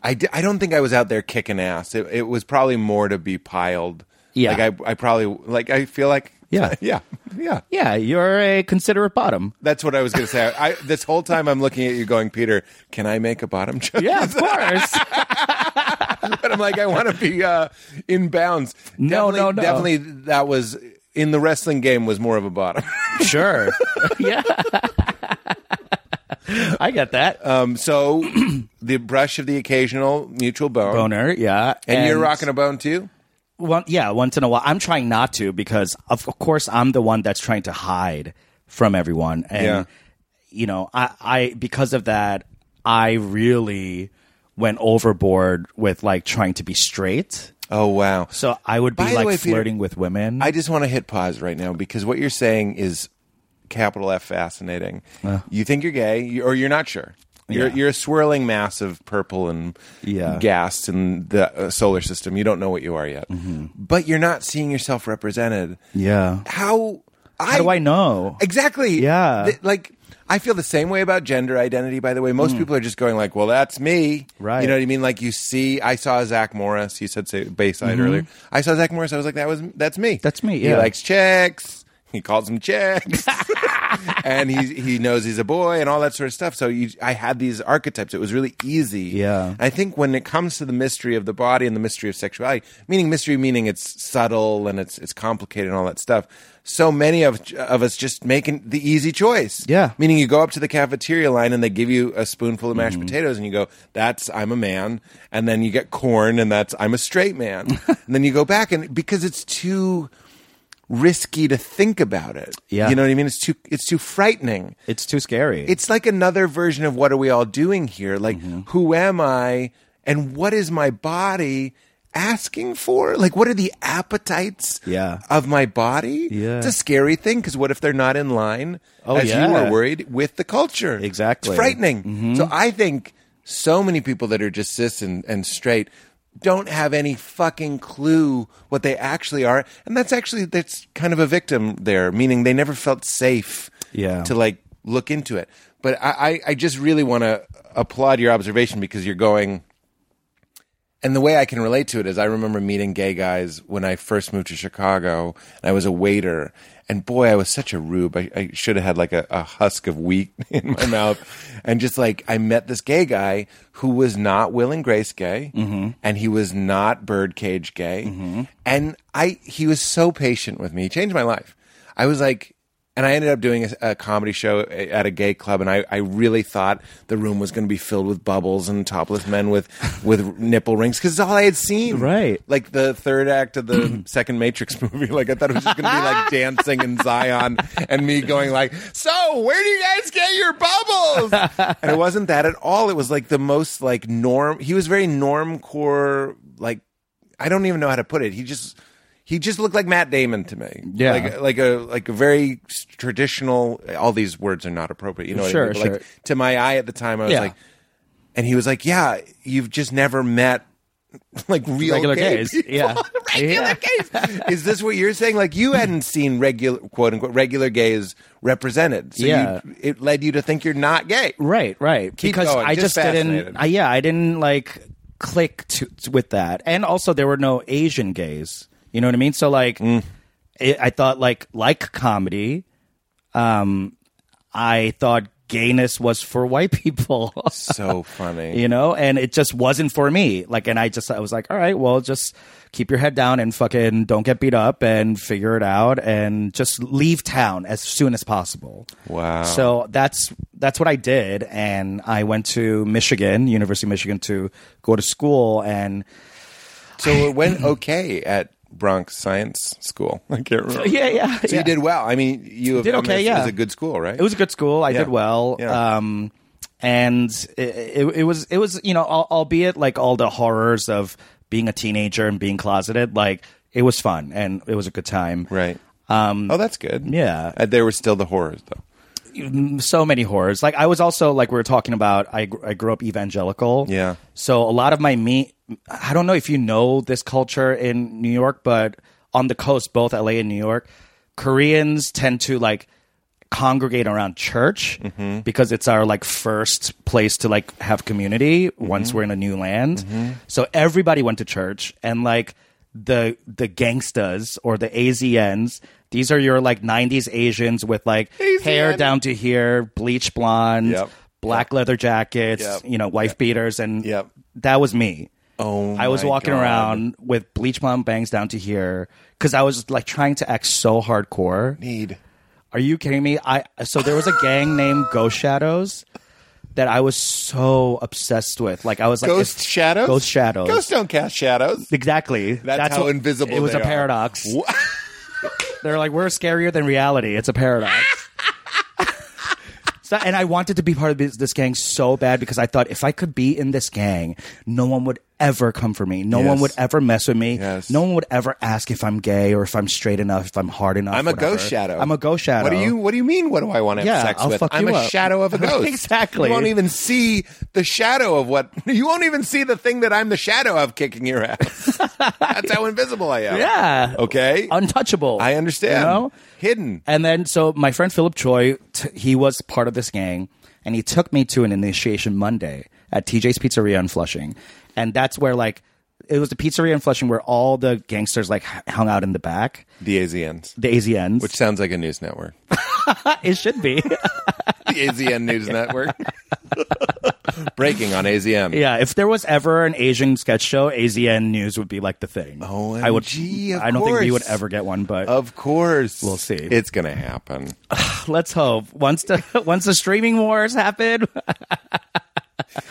Speaker 4: I, di- I don't think I was out there kicking ass. It, it was probably more to be piled.
Speaker 3: Yeah.
Speaker 4: Like I, I probably like I feel like
Speaker 3: Yeah.
Speaker 4: yeah yeah.
Speaker 3: yeah, you're a considerate bottom.
Speaker 4: That's what I was going to say. I, this whole time I'm looking at you, going, Peter, can I make a bottom joke?
Speaker 3: Yeah, of course.
Speaker 4: but I'm like, I want to be uh, in bounds.
Speaker 3: No,
Speaker 4: definitely,
Speaker 3: no, no.
Speaker 4: Definitely, that was in the wrestling game was more of a bottom.
Speaker 3: sure. yeah. I get that.
Speaker 4: um, so the brush of the occasional mutual bone,
Speaker 3: Boner, yeah.
Speaker 4: and, you're rocking a bone too.
Speaker 3: Well, yeah, once in a while. I'm trying not to because, of course, I'm the one that's trying to hide from everyone, and
Speaker 4: Yeah.
Speaker 3: you know, I, I because of that, I really went overboard with like trying to be straight.
Speaker 4: Oh wow!
Speaker 3: So I would be
Speaker 4: By the
Speaker 3: like
Speaker 4: way, Peter,
Speaker 3: flirting with women.
Speaker 4: I just want to hit pause right now because what you're saying is capital F fascinating. you think you're gay, you- or you're not sure. You're
Speaker 3: Yeah.
Speaker 4: you're a swirling mass of purple and
Speaker 3: Yeah.
Speaker 4: gas in the uh, solar system. You don't know what you are yet,
Speaker 3: Mm-hmm.
Speaker 4: but you're not seeing yourself represented.
Speaker 3: yeah.
Speaker 4: How?
Speaker 3: How do I know?
Speaker 4: Exactly.
Speaker 3: Yeah.
Speaker 4: Th- like I feel the same way about gender identity. By the way, most people are just going like, "Well, that's me."
Speaker 3: Hmm. Right.
Speaker 4: You know what I mean? Like you see, I saw Zach Morris. You said say, Bayside earlier. I saw Zach Morris. I was like, "That was that's me.
Speaker 3: Mm-hmm. That's me,
Speaker 4: He
Speaker 3: yeah.
Speaker 4: likes chicks. He calls them chicks, and he he knows he's a boy and all that sort of stuff. So you, I had these archetypes. It was really easy.
Speaker 3: Yeah.
Speaker 4: I think when it comes to the mystery of the body and the mystery of sexuality, meaning mystery, meaning it's subtle and it's it's complicated and all that stuff. So many of of us just making the easy choice.
Speaker 3: Yeah.
Speaker 4: meaning you go up to the cafeteria line and they give you a spoonful of
Speaker 3: Mm-hmm.
Speaker 4: mashed potatoes and you go, "That's I'm a man," and then you get corn and that's I'm a straight man, and then you go back and because it's too risky to think about it.
Speaker 3: Yeah.
Speaker 4: you know what I mean. It's too it's too frightening
Speaker 3: It's too scary.
Speaker 4: it's like another version of what are we all doing here? Like,
Speaker 3: Mm-hmm.
Speaker 4: who am I and what is my body asking for? Like, what are the appetites
Speaker 3: Yeah.
Speaker 4: of my body?
Speaker 3: Yeah.
Speaker 4: It's a scary thing because what if they're not in line,
Speaker 3: Oh,
Speaker 4: as you
Speaker 3: yeah.
Speaker 4: were worried, with the culture?
Speaker 3: Exactly.
Speaker 4: It's frightening. So I think so many people that are just cis and, and straight don't have any fucking clue what they actually are and that's actually that's kind of a victim there meaning they never felt safe
Speaker 3: Yeah.
Speaker 4: to like look into it. But I, I, I just really want to applaud your observation because you're going. And the way I can relate to it is I remember meeting gay guys when I first moved to Chicago and I was a waiter. And boy, I was such a rube. I, I should have had like a, a husk of wheat in my mouth. And just like, I met this gay guy who was not Will and Grace gay and he was not Birdcage gay. And I, he was so patient with me. He changed my life. I was like, and I ended up doing a, a comedy show a- at a gay club, and I, I really thought the room was going to be filled with bubbles and topless men with with nipple rings because it's all I had seen,
Speaker 3: Right.
Speaker 4: Like the third act of the second Matrix movie. Like I thought it was just going to be like dancing and Zion and me going like, "So where do you guys get your bubbles?" and it wasn't that at all. It was like the most like norm. He was very norm core. Like I don't even know how to put it. He just he just looked like Matt Damon to me.
Speaker 3: Yeah.
Speaker 4: Like like a like a very s- traditional. All these words are not appropriate. You know what I
Speaker 3: Sure,
Speaker 4: mean? But,
Speaker 3: sure.
Speaker 4: Like to my eye at the time, I was
Speaker 3: Yeah.
Speaker 4: like, and he was like, "Yeah, you've just never met like real
Speaker 3: regular
Speaker 4: gay
Speaker 3: gays.
Speaker 4: people."
Speaker 3: Yeah.
Speaker 4: Regular
Speaker 3: Yeah.
Speaker 4: gays. Is this what you're saying? Like you hadn't seen regular quote unquote regular gays represented. So
Speaker 3: Yeah.
Speaker 4: you, it led you to think you're not gay.
Speaker 3: Right, right.
Speaker 4: Keep
Speaker 3: because
Speaker 4: going.
Speaker 3: I
Speaker 4: Just
Speaker 3: just,
Speaker 4: fascinated.
Speaker 3: didn't. I, yeah, I didn't like click to, to- with that, and also there were no Asian gays. You know what I mean? So like, it, I thought like like comedy. Um, I thought gayness was for white people.
Speaker 4: So funny.
Speaker 3: you know, and it just wasn't for me. Like, and I just I was like, all right, well, just keep your head down and fucking don't get beat up and figure it out and just leave town as soon as possible.
Speaker 4: Wow.
Speaker 3: So that's that's what I did, and I went to Michigan, University of Michigan, to go to school and.
Speaker 4: So it went okay at Bronx Science School. I can't remember.
Speaker 3: Yeah, yeah.
Speaker 4: So you did well. I mean, you
Speaker 3: Did okay,
Speaker 4: It
Speaker 3: yeah.
Speaker 4: was a good school, right?
Speaker 3: It was a good school. I did well.
Speaker 4: Yeah.
Speaker 3: Um, and it, it, it was it was you know, al- albeit like all the horrors of being a teenager and being closeted, like it was fun and it was a good time.
Speaker 4: right. Um, oh, that's good.
Speaker 3: yeah.
Speaker 4: Uh, there were still the horrors, though.
Speaker 3: So many horrors. Like I was also like we were talking about. I gr- I grew up evangelical.
Speaker 4: Yeah.
Speaker 3: So a lot of my me, I don't know if you know this culture in New York, but on the coast, both LA and New York, Koreans tend to like congregate around church
Speaker 4: Mm-hmm.
Speaker 3: because it's our like first place to like have community
Speaker 4: Mm-hmm.
Speaker 3: once we're in a new land. So everybody went to church and like the the gangstas or the AZNs, these are your like 90s Asians with like hair down to here, bleach blonde,
Speaker 4: Yep.
Speaker 3: black leather jackets,
Speaker 4: Yep.
Speaker 3: you know, wife beaters and
Speaker 4: Yep.
Speaker 3: that was me.
Speaker 4: Oh
Speaker 3: I was
Speaker 4: my
Speaker 3: walking
Speaker 4: God.
Speaker 3: around with bleach blonde bangs down to here because I was like trying to act so hardcore.
Speaker 4: Need.
Speaker 3: Are you kidding me? I so there was a gang named Ghost Shadows that I was so obsessed with. Like I was like
Speaker 4: Ghost
Speaker 3: if-
Speaker 4: shadows?
Speaker 3: Ghost Shadows.
Speaker 4: Ghosts don't cast shadows.
Speaker 3: exactly.
Speaker 4: That's, how invisible
Speaker 3: It was
Speaker 4: they
Speaker 3: a
Speaker 4: are.
Speaker 3: paradox.
Speaker 4: Wha-
Speaker 3: They're like we're scarier than reality. It's a paradox. So, and I wanted to be part of this, this gang so bad because I thought if I could be in this gang, no one would ever come for me. No
Speaker 4: Yes.
Speaker 3: one would ever mess with me.
Speaker 4: Yes.
Speaker 3: No one would ever ask if I'm gay or if I'm straight enough, if I'm hard enough.
Speaker 4: I'm a
Speaker 3: whatever.
Speaker 4: ghost shadow.
Speaker 3: I'm a ghost shadow.
Speaker 4: What do you What do you mean? What do I want to
Speaker 3: Yeah,
Speaker 4: have sex
Speaker 3: I'll
Speaker 4: with?
Speaker 3: fuck
Speaker 4: I'm
Speaker 3: you
Speaker 4: a
Speaker 3: up.
Speaker 4: shadow of a ghost.
Speaker 3: Exactly.
Speaker 4: You won't even see the shadow of what. You won't even see the thing that I'm the shadow of kicking your ass. That's how invisible I am.
Speaker 3: Yeah.
Speaker 4: Okay.
Speaker 3: untouchable.
Speaker 4: I understand.
Speaker 3: You know?
Speaker 4: Hidden.
Speaker 3: And then, so my friend Philip Choi, t- he was part of this gang, and he took me to an initiation Monday at TJ's Pizzeria in Flushing, and that's where like it was the pizzeria in Flushing where all the gangsters like h- hung out in the back,
Speaker 4: The AZNs,
Speaker 3: the AZNs.
Speaker 4: which sounds like a news network.
Speaker 3: it should be,
Speaker 4: The AZN News Network. Breaking on AZM.
Speaker 3: yeah. If there was ever an Asian sketch show, AZN News would be like the thing. I would.
Speaker 4: OMG, of
Speaker 3: I don't think we would
Speaker 4: course.
Speaker 3: ever get one, but
Speaker 4: Of course.
Speaker 3: We'll see.
Speaker 4: It's going to happen.
Speaker 3: let's hope once the once the streaming wars happen,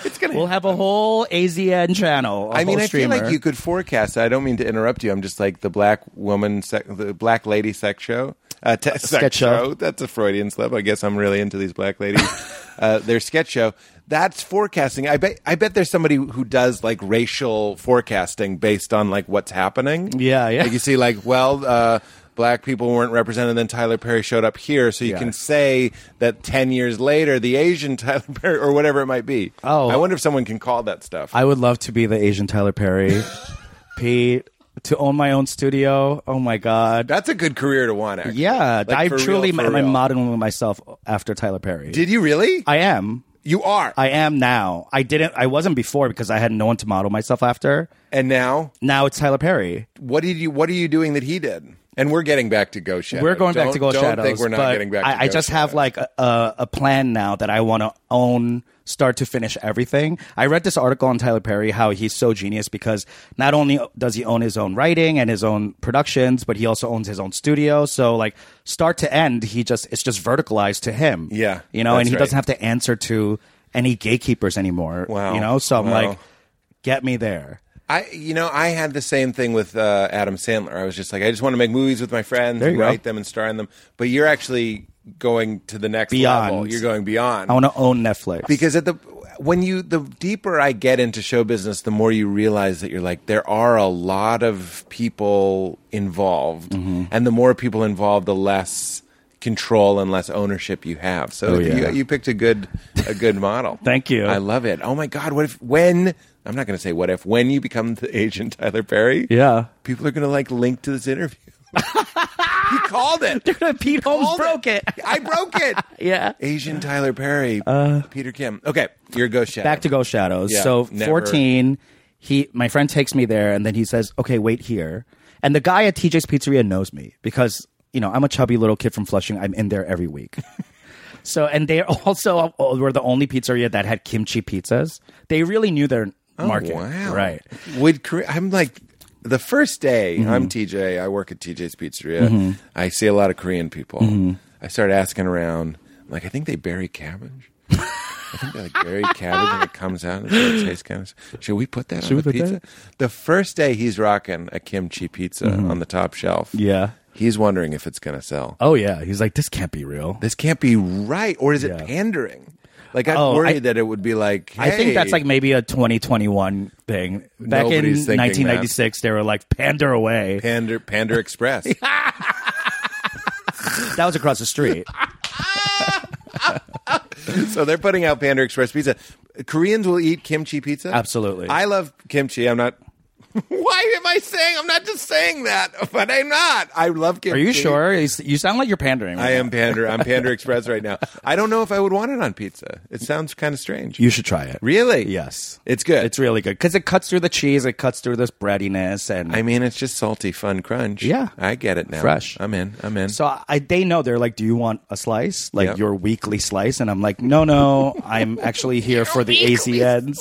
Speaker 4: It's going to
Speaker 3: we'll have a whole AZN channel. I
Speaker 4: I mean, I
Speaker 3: streamer.
Speaker 4: feel like you could forecast. I don't mean to interrupt you. I'm just like the black woman, sec- the black lady sex show. Uh, te- sex
Speaker 3: sketch show.
Speaker 4: That's a Freudian slip. I guess I'm really into these black ladies. uh, their sketch show. That's forecasting. I bet. I bet there's somebody who does like racial forecasting based on like what's happening.
Speaker 3: Yeah, yeah.
Speaker 4: Like you see, like well. Uh, Black people weren't represented, then Tyler Perry showed up here. So you
Speaker 3: Yeah.
Speaker 4: can say that 10 years later, the Asian Tyler Perry, or whatever it might be.
Speaker 3: Oh.
Speaker 4: I wonder if someone can call that stuff.
Speaker 3: I would love to be the Asian Tyler Perry, Pete, to own my own studio. Oh my god,
Speaker 4: That's a good career to want, actually.
Speaker 3: yeah,
Speaker 4: Like,
Speaker 3: I
Speaker 4: for real,
Speaker 3: truly
Speaker 4: for
Speaker 3: am a
Speaker 4: real.
Speaker 3: modern with myself after Tyler Perry.
Speaker 4: Did you really?
Speaker 3: I am,
Speaker 4: you are.
Speaker 3: I am now. I didn't, I wasn't before because I had no one to model myself after.
Speaker 4: and now,
Speaker 3: Now it's Tyler Perry.
Speaker 4: what did you? What are you doing that he did? And we're getting back to Ghost Shadows.
Speaker 3: We're going back
Speaker 4: Don't-
Speaker 3: to Ghost
Speaker 4: don't
Speaker 3: Shadows.
Speaker 4: think we're not
Speaker 3: but
Speaker 4: getting back. To
Speaker 3: I, I
Speaker 4: Ghost
Speaker 3: just have
Speaker 4: Shadows.
Speaker 3: like a, a a plan now that I want to own start to finish everything. I read this article on Tyler Perry how he's so genius because not only does he own his own writing and his own productions, but he also owns his own studio. So like start to end, he just it's just verticalized to him.
Speaker 4: Yeah,
Speaker 3: you know, and
Speaker 4: that's
Speaker 3: he
Speaker 4: right.
Speaker 3: doesn't have to answer to any gatekeepers anymore.
Speaker 4: Wow.
Speaker 3: you know, so I'm
Speaker 4: Wow.
Speaker 3: like, get me there.
Speaker 4: I, you know, I had the same thing with uh, Adam Sandler. I was just like, I just want to make movies with my friends,
Speaker 3: There you
Speaker 4: and
Speaker 3: go.
Speaker 4: write them, and star in them. But you're actually going to the next
Speaker 3: Beyond.
Speaker 4: level. You're going beyond.
Speaker 3: I want to own Netflix
Speaker 4: because at the when you the deeper I get into show business, the more you realize that you're like there are a lot of people involved,
Speaker 3: Mm-hmm.
Speaker 4: and the more people involved, the less control and less ownership you have. So
Speaker 3: Oh,
Speaker 4: you-
Speaker 3: yeah.
Speaker 4: you, picked a good a good model.
Speaker 3: Thank you.
Speaker 4: I love it. Oh my god, what if when I'm not going to say what if when you become the agent Tyler Perry?
Speaker 3: Yeah.
Speaker 4: people are going to like link to this interview. he called it.
Speaker 3: Pete Holmes
Speaker 4: Called
Speaker 3: broke it.
Speaker 4: I broke it.
Speaker 3: Yeah.
Speaker 4: Asian Tyler Perry, Peter Kim. Okay, your ghost shadow.
Speaker 3: Uh, back to Ghost Shadows.
Speaker 4: Yeah,
Speaker 3: so
Speaker 4: never.
Speaker 3: 14, he my friend takes me there and then he says, "Okay, wait here." And the guy at TJ's Pizzeria knows me because, you know, I'm a chubby little kid from Flushing. I'm in there every week. So, and they also were the only pizzeria that had kimchi pizzas. They really knew their market.
Speaker 4: Oh, Wow.
Speaker 3: Right.
Speaker 4: Would Korea, I'm like the first day
Speaker 3: Mm-hmm.
Speaker 4: I'm TJ, I work at TJ's Pizzeria. I see a lot of Korean people.
Speaker 3: Mm-hmm.
Speaker 4: I start asking around. I'm like, I think they bury cabbage. I think they like bury cabbage and it comes out and it tastes kind of. Should we put that on the
Speaker 3: we put
Speaker 4: pizza? The first day he's rocking a kimchi pizza on the top shelf.
Speaker 3: Mm-hmm. Yeah.
Speaker 4: He's wondering if it's going to sell.
Speaker 3: Oh, yeah. He's like, this can't be real.
Speaker 4: This can't be right. Or is it
Speaker 3: Yeah.
Speaker 4: pandering? Like, I'm
Speaker 3: Oh, I-
Speaker 4: worried that it would be like.
Speaker 3: I think that's
Speaker 4: hey,
Speaker 3: like maybe a 2021 thing. Back in
Speaker 4: Nobody's thinking
Speaker 3: 1996, they were like, pander away.
Speaker 4: Pander, Pander Express.
Speaker 3: That was across the street.
Speaker 4: So they're putting out Panda Express pizza. Koreans will eat kimchi pizza.
Speaker 3: Absolutely.
Speaker 4: I love kimchi. I'm not. Why am I saying I'm not just saying that? But I'm not. I love kimchi.
Speaker 3: Are you sure? You s- You sound like you're pandering.
Speaker 4: I am Pander. I'm Pander Express right now. I don't know if I would want it on pizza. It sounds kind of strange.
Speaker 3: You should try it.
Speaker 4: really?
Speaker 3: Yes.
Speaker 4: It's good.
Speaker 3: It's really good because it cuts through the cheese, it cuts through this breadiness, and
Speaker 4: I mean, it's just salty, fun crunch.
Speaker 3: Yeah.
Speaker 4: I get it now.
Speaker 3: Fresh.
Speaker 4: I'm in. I'm in.
Speaker 3: so I, they know they're like, "Do you want a slice, like
Speaker 4: Yep.
Speaker 3: your weekly slice?" And I'm like, "No, no, I'm actually here for the AZNs."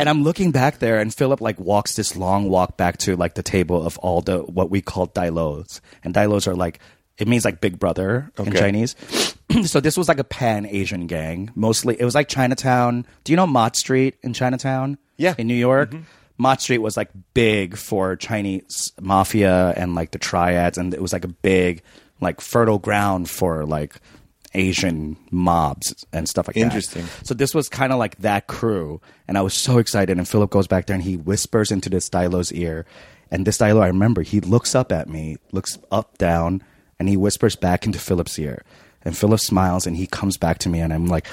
Speaker 3: And I'm looking back there, and Philip like walks this long walk back to like the table of all the what we call dailos, and dailos are like it means like big brother in
Speaker 4: Okay.
Speaker 3: Chinese. so this was like a pan Asian gang, mostly. It was like Chinatown. Do you know Mott Street in Chinatown?
Speaker 4: Yeah.
Speaker 3: in New York. Mott Street was like big for Chinese mafia and like the triads, and it was like a big, like fertile ground for like Asian mobs and stuff like that.
Speaker 4: Interesting.
Speaker 3: So this was kind of like that crew, and I was so excited. And Philip goes back there and he whispers into this Dilo's ear, and this Dilo, I remember, he looks up at me, looks up down, and he whispers back into Philip's ear. And Philip smiles and he comes back to me, and I'm like,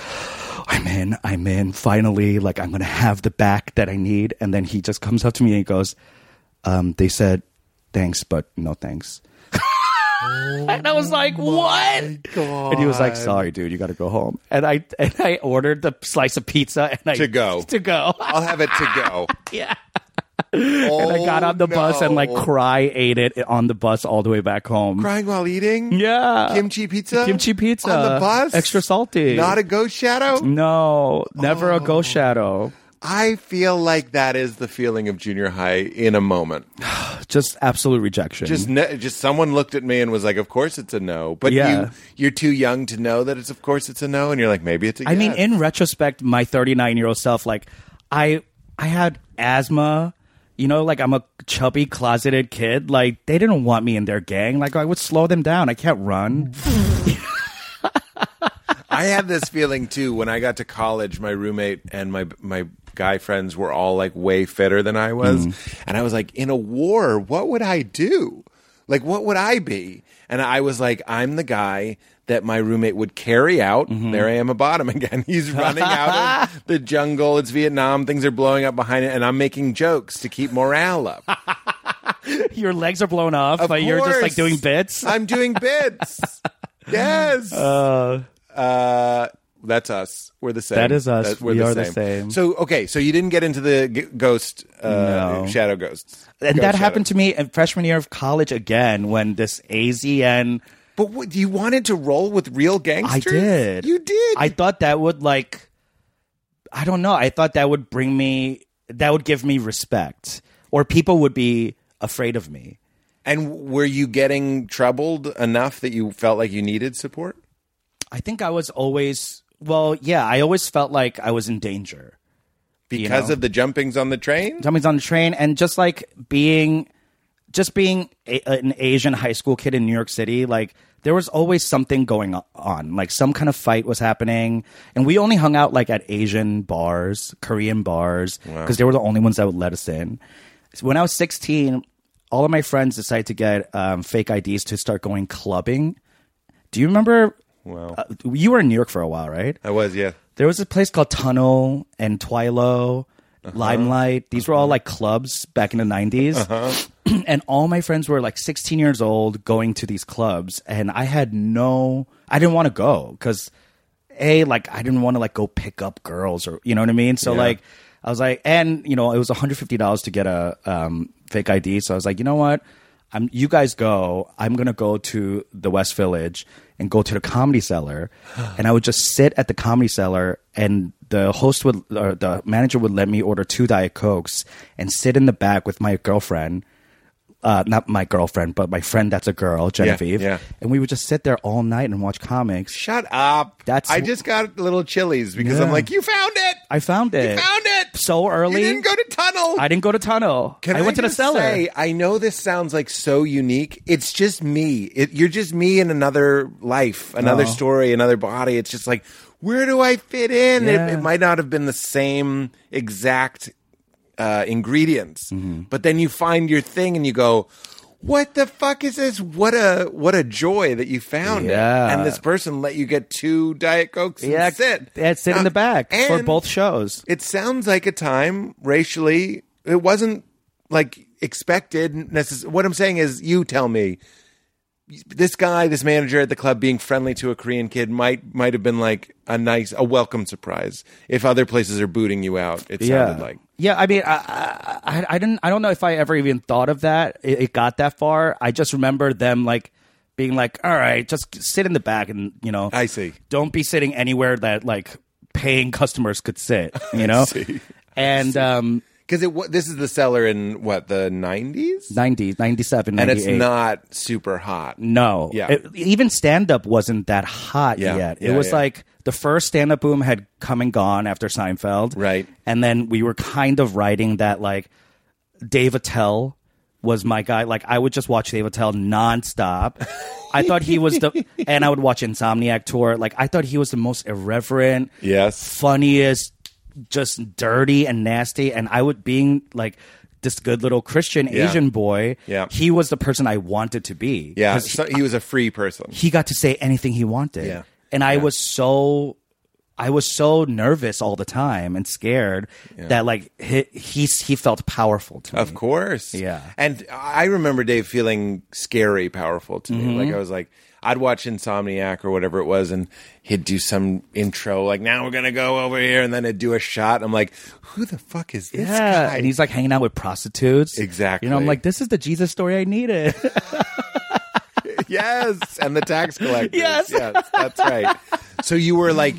Speaker 3: I'm in, I'm in, finally, like I'm gonna have the back that I need. And then he just comes up to me and he goes, um, They said thanks, but no thanks. and I
Speaker 4: Oh
Speaker 3: was like, "What?" And he was like, "Sorry, dude, you got to go home." And I and I ordered the slice of pizza and I
Speaker 4: To go.
Speaker 3: to go.
Speaker 4: I'll have it to go.
Speaker 3: yeah,
Speaker 4: Oh,
Speaker 3: and I got on the bus and like
Speaker 4: no.
Speaker 3: cry ate it on the bus all the way back home.
Speaker 4: Crying while eating?
Speaker 3: Yeah,
Speaker 4: Kimchi pizza?
Speaker 3: Kimchi pizza.
Speaker 4: On the bus?
Speaker 3: Extra salty.
Speaker 4: Not a ghost shadow?
Speaker 3: no, never a
Speaker 4: Oh.
Speaker 3: ghost shadow.
Speaker 4: I feel like that is the feeling of junior high in a moment.
Speaker 3: Just absolute rejection.
Speaker 4: Just ne- just someone looked at me and was like, "Of course it's a no." But
Speaker 3: Yeah.
Speaker 4: you you're too young to know that it's of course it's a no and you're like, "Maybe it's a
Speaker 3: I mean,
Speaker 4: yes."
Speaker 3: in retrospect, my 39 year old self, like, I I had asthma. You know, like I'm a chubby, closeted kid. Like they didn't want me in their gang. Like I would slow them down. I can't run.
Speaker 4: I had this feeling too when I got to college. My roommate and my my guy friends were all like way fitter than I was, and I was like, in a war, what would I do? Like, what would I be? And I was like, I'm the guy that my roommate would carry out. There I am, a bottom again. He's running out of the jungle. It's Vietnam. Things are blowing up behind it, and I'm making jokes to keep morale up.
Speaker 3: Your legs are blown off, but you're just like
Speaker 4: course.
Speaker 3: doing bits.
Speaker 4: I'm doing bits. yes. Uh, that's us. We're the same.
Speaker 3: That is us.
Speaker 4: That- we're
Speaker 3: We are the same.
Speaker 4: So okay, so you didn't get into the g- ghost uh,
Speaker 3: No.
Speaker 4: shadow ghosts,
Speaker 3: and that happened to me in freshman year of college again when this AZN.
Speaker 4: But what, you wanted to roll with real
Speaker 3: I
Speaker 4: gangsters.
Speaker 3: did.
Speaker 4: You did.
Speaker 3: I thought that would like. I don't know. I thought that would bring me. That would give me respect, or people would be afraid of me.
Speaker 4: and were you getting troubled enough that you felt like you needed support?
Speaker 3: I think I was always well, yeah, I always felt like I was in danger.
Speaker 4: Because
Speaker 3: know.
Speaker 4: of the jumpings on the train?
Speaker 3: Somebody's on the train and just like being just being a, an Asian high school kid in New York City, like there was always something going on. Like some kind of fight was happening, and we only hung out like at Asian bars, Korean bars, because they were the only ones that would let us in. So when I was 16, all of my friends decided to get um, fake IDs to start going clubbing. Do you remember? Wow. you were in New York for a while, right?
Speaker 4: I was, yeah.
Speaker 3: There was a place called Tunnel and Twilo, Limelight. These were all like clubs back in the 90s. and all my friends were like 16 years old going to these clubs. And I had no, I didn't want to go because A, like I didn't want to like go pick up girls or, you know what I mean? So like I was like, and you know, it was $150 to get a um, fake ID. So I was like, you know what? I'm, you guys go. I'm gonna go to the West Village and go to the Comedy Cellar, and I would just sit at the Comedy Cellar, and the host would or the manager would let me order two diet cokes and sit in the back with my girlfriend. Uh, not my girlfriend, but my friend that's a girl, Genevieve.
Speaker 4: yeah.
Speaker 3: And we would just sit there all night and watch comics.
Speaker 4: Shut up.
Speaker 3: That's-
Speaker 4: I just got little chilies because I'm
Speaker 3: Yeah.
Speaker 4: like, you found it.
Speaker 3: I found
Speaker 4: You
Speaker 3: it.
Speaker 4: found it.
Speaker 3: So early.
Speaker 4: You didn't go to tunnel.
Speaker 3: I didn't go to Tunnel. I went to the
Speaker 4: just
Speaker 3: cellar.
Speaker 4: say, I know this sounds like so unique. It's just me. It, you're just me in another life, another
Speaker 3: No.
Speaker 4: story, another body. It's just like, where do I fit in? It,
Speaker 3: Yeah.
Speaker 4: it might not have been the same exact uh, ingredients,
Speaker 3: Mm-hmm.
Speaker 4: but then you find your thing and you go, what the fuck is this? What a what a joy that you found
Speaker 3: Yeah.
Speaker 4: it, and this person let you get two diet cokes. and
Speaker 3: yeah,
Speaker 4: sit.
Speaker 3: Yeah, sit in
Speaker 4: Uh,
Speaker 3: the back for
Speaker 4: and-
Speaker 3: both shows.
Speaker 4: it sounds like a time racially it wasn't like expected necess- what i'm saying is you tell me this guy this manager at the club being friendly to a korean kid might might have been like a nice a welcome surprise if other places are booting you out it sounded like
Speaker 3: Yeah, I mean, I, I, I- I didn't, I don't know if I ever even thought of that. It, it got that far. I just remember them like being like, "All right, just sit in the back, and you know,
Speaker 4: I see.
Speaker 3: Don't be sitting anywhere that like paying customers could sit, you know."
Speaker 4: see.
Speaker 3: And um,
Speaker 4: because it wa- this is the cellar in what the 90s
Speaker 3: 90, 97,
Speaker 4: and it's
Speaker 3: 98.
Speaker 4: not super hot
Speaker 3: No.
Speaker 4: Yeah.
Speaker 3: It- even stand up wasn't that hot
Speaker 4: Yeah.
Speaker 3: yet. It
Speaker 4: Yeah,
Speaker 3: was
Speaker 4: yeah.
Speaker 3: like the first stand up boom had come and gone after Seinfeld.
Speaker 4: Right.
Speaker 3: And then we were kind of writing that like Dave Attell was my guy. Like I would just watch Dave Attell nonstop. I thought he was the and I would watch Insomniac Tour. Like I thought he was the most irreverent,
Speaker 4: Yes.
Speaker 3: funniest, just dirty and nasty. And I would being like this good little Christian
Speaker 4: Yeah.
Speaker 3: Asian boy.
Speaker 4: Yeah.
Speaker 3: He was the person I wanted to be
Speaker 4: yeah so he was a free person
Speaker 3: he got to say anything he wanted.
Speaker 4: Yeah.
Speaker 3: And I was so I was so nervous all the time and scared that like he, he he felt powerful to me.
Speaker 4: Of course.
Speaker 3: Mm-hmm. Yeah.
Speaker 4: And I remember Dave feeling scary powerful to me.
Speaker 3: Mm-hmm.
Speaker 4: Like I was like I'd watch Insomniac or whatever it was and he'd do some intro like now we're going to go over here and then I'd do a shot. I'm like who the fuck is this
Speaker 3: yeah,
Speaker 4: guy?
Speaker 3: and he's like hanging out with prostitutes.
Speaker 4: Exactly.
Speaker 3: You know, I'm like, this is the Jesus story I needed.
Speaker 4: yes, and the tax collector.
Speaker 3: Yes.
Speaker 4: yes, that's right. So you were like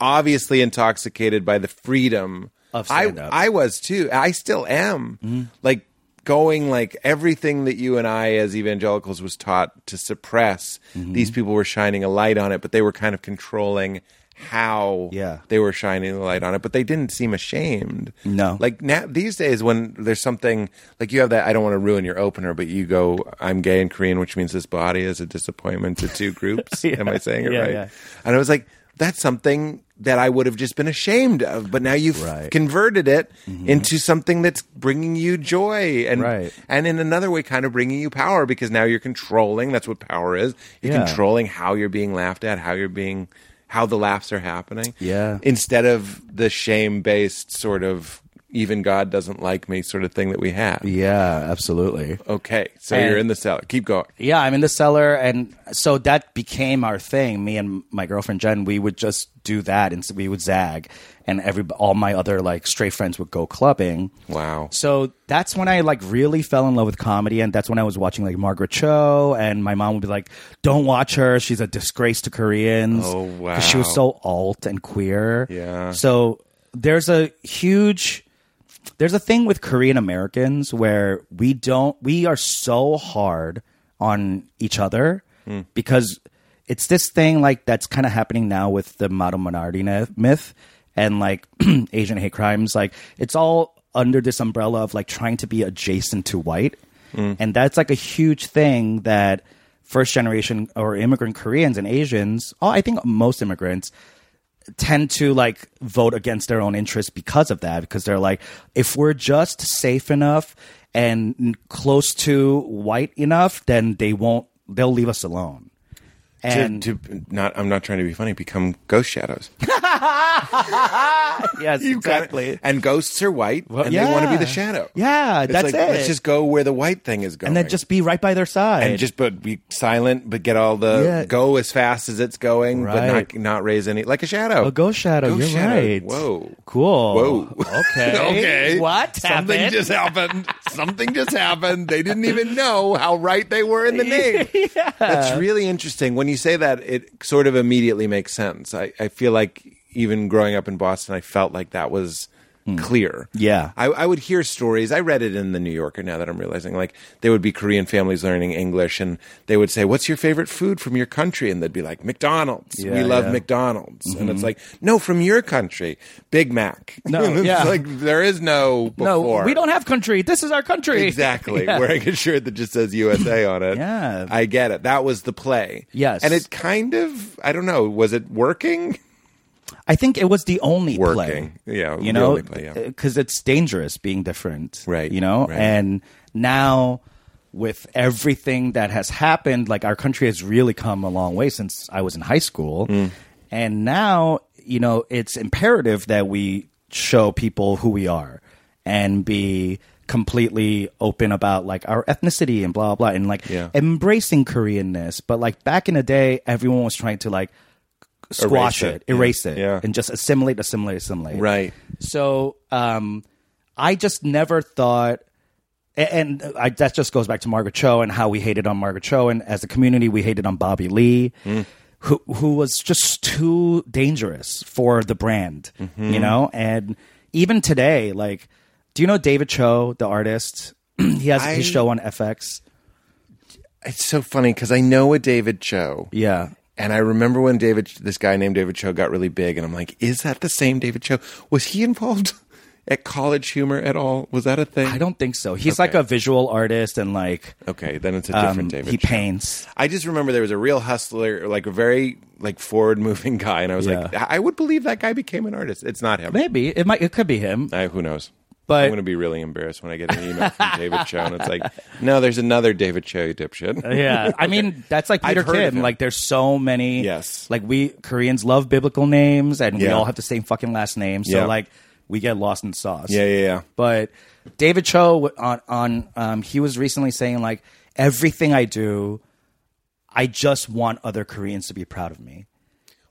Speaker 4: obviously intoxicated by the freedom
Speaker 3: Of
Speaker 4: I
Speaker 3: stand-up. Mm-hmm.
Speaker 4: I was too. I still am. Like going like everything that you and I as evangelicals was taught to suppress.
Speaker 3: Mm-hmm.
Speaker 4: These people were shining a light on it, but they were kind of controlling how
Speaker 3: Yeah.
Speaker 4: they were shining the light on it, but they didn't seem ashamed.
Speaker 3: No.
Speaker 4: Like now these days when there's something like you have that I don't want to ruin your opener, but you go, I'm gay and Korean, which means this body is a disappointment to two groups. Am I saying it
Speaker 3: Yeah,
Speaker 4: right?
Speaker 3: yeah.
Speaker 4: And I was like, that's something that I would have just been ashamed of, but now you've converted it into something that's bringing you joy and
Speaker 3: Mm-hmm. Right.
Speaker 4: and in another way, kind of bringing you power because now you're controlling. That's what power is. You're
Speaker 3: Yeah.
Speaker 4: controlling how you're being laughed at, how you're being, how the laughs are happening.
Speaker 3: Yeah.
Speaker 4: Instead of the shame based sort of even God doesn't like me sort of thing that we have.
Speaker 3: yeah, absolutely.
Speaker 4: Okay, so
Speaker 3: And-
Speaker 4: you're in the cellar. Keep going.
Speaker 3: Yeah, I'm in the cellar, and so that became our thing. Me and my girlfriend Jen, we would just do that, and so we would zag, and every all my other like stray friends would go clubbing.
Speaker 4: Wow.
Speaker 3: So that's when I like really fell in love with comedy, and that's when I was watching like Margaret Cho, and my mom would be like, "Don't watch her; she's a disgrace to Koreans."
Speaker 4: Oh,
Speaker 3: 'Cause she was
Speaker 4: wow.
Speaker 3: so alt and queer.
Speaker 4: Yeah.
Speaker 3: So there's a huge there's a thing with Korean Americans where we don't we are so hard on each other because it's this thing like that's kind of happening now with the model minority ne- myth and like Asian hate crimes like it's all under this umbrella of like trying to be adjacent to white and that's like a huge thing that first generation or immigrant Koreans and Asians oh I think most immigrants tend to like vote against their own interests because of that because they're like if we're just safe enough and close to white enough then they won't they'll leave us alone And
Speaker 4: to, to not, I'm not trying to be funny. Become ghost shadows.
Speaker 3: yes,
Speaker 4: Kinda-
Speaker 3: exactly.
Speaker 4: And ghosts are white, and they
Speaker 3: yeah.
Speaker 4: want to be the shadow.
Speaker 3: Yeah,
Speaker 4: It's
Speaker 3: that's
Speaker 4: like,
Speaker 3: it.
Speaker 4: Let's just go where the white thing is going,
Speaker 3: and then just be right by their side.
Speaker 4: and just but be silent, but get all the
Speaker 3: Yeah.
Speaker 4: go as fast as it's going, but not
Speaker 3: Right.
Speaker 4: not raise any like a shadow.
Speaker 3: a ghost shadow.
Speaker 4: Ghost
Speaker 3: you're
Speaker 4: shadow.
Speaker 3: right.
Speaker 4: Whoa.
Speaker 3: Cool.
Speaker 4: Whoa.
Speaker 3: Okay.
Speaker 4: okay.
Speaker 3: What
Speaker 4: Something
Speaker 3: happened?
Speaker 4: just happened. Something just happened. They didn't even know how right they were in the name. That's really interesting. When you say that, it sort of immediately makes sense. I, I feel like even growing up in Boston, I felt like that was clear.
Speaker 3: Yeah.
Speaker 4: I, I would hear stories. I read it in the New Yorker now that I'm realizing. Like, there would be Korean families learning English, and they would say, What's your favorite food from your country? And they'd be like, McDonald's. we
Speaker 3: Yeah,
Speaker 4: love
Speaker 3: yeah.
Speaker 4: McDonald's. And it's like, No, from your country, Big Mac.
Speaker 3: No,
Speaker 4: And it's
Speaker 3: yeah.
Speaker 4: like, there is no
Speaker 3: no,
Speaker 4: before.
Speaker 3: we don't have country. This is our country.
Speaker 4: Exactly.
Speaker 3: Yeah.
Speaker 4: Wearing a shirt that just says USA on it.
Speaker 3: Yeah.
Speaker 4: I get it. That was the play.
Speaker 3: Yes.
Speaker 4: And it kind of, I don't know, was it working?
Speaker 3: I think it was the only
Speaker 4: Working.
Speaker 3: play.
Speaker 4: Yeah, the
Speaker 3: you know,
Speaker 4: only play, yeah.
Speaker 3: because it's dangerous being different,
Speaker 4: Right,
Speaker 3: You know,
Speaker 4: right.
Speaker 3: and now with everything that has happened, like our country has really come a long way since I was in high school,
Speaker 4: Mm.
Speaker 3: and now you know it's imperative that we show people who we are and be completely open about like our ethnicity and blah blah and like
Speaker 4: Yeah.
Speaker 3: embracing Koreanness. But like back in the day, everyone was trying to like squash
Speaker 4: Erase
Speaker 3: it,
Speaker 4: it.
Speaker 3: erase
Speaker 4: Yeah.
Speaker 3: it,
Speaker 4: Yeah.
Speaker 3: and just assimilate, assimilate, assimilate.
Speaker 4: Right.
Speaker 3: So um, I just never thought, a- and I, that just goes back to Margaret Cho and how we hated on Margaret Cho, and as a community, we hated on Bobby Lee.
Speaker 4: Mm.
Speaker 3: Who, who was just too dangerous for the brand,
Speaker 4: Mm-hmm.
Speaker 3: you know? And even today, like, do you know David Cho, the artist? he has
Speaker 4: I-
Speaker 3: his show on FX.
Speaker 4: It's so funny because I know a David Cho.
Speaker 3: Yeah.
Speaker 4: And I remember when David, this guy named David Cho got really big, and I'm like, is that the same David Cho? Was he involved at College Humor at all? Was that a thing?
Speaker 3: I don't think so. He's like
Speaker 4: Okay.
Speaker 3: a visual artist and like
Speaker 4: Okay, then it's a
Speaker 3: um,
Speaker 4: different David.
Speaker 3: he
Speaker 4: Cho.
Speaker 3: paints.
Speaker 4: I just remember there was a real hustler, like a very like forward moving guy, and I was like,
Speaker 3: Yeah.
Speaker 4: I would believe that guy became an artist. It's not him.
Speaker 3: Maybe it might. It could be him.
Speaker 4: I, who knows?
Speaker 3: But-
Speaker 4: I'm going to be really embarrassed when I get an email from David Cho, and it's like, no, there's another David Cho, you dipshit.
Speaker 3: Uh, Yeah, I mean that's like
Speaker 4: I've
Speaker 3: Peter
Speaker 4: heard of
Speaker 3: Kim.
Speaker 4: him.
Speaker 3: Like there's so many.
Speaker 4: Yes.
Speaker 3: Like we Koreans love biblical names, and we
Speaker 4: Yeah.
Speaker 3: all have the same fucking last name. So
Speaker 4: Yeah.
Speaker 3: like we get lost in sauce.
Speaker 4: Yeah, yeah, yeah.
Speaker 3: But David Cho w- on on um, he was recently saying like everything I do, I just want other Koreans to be proud of me.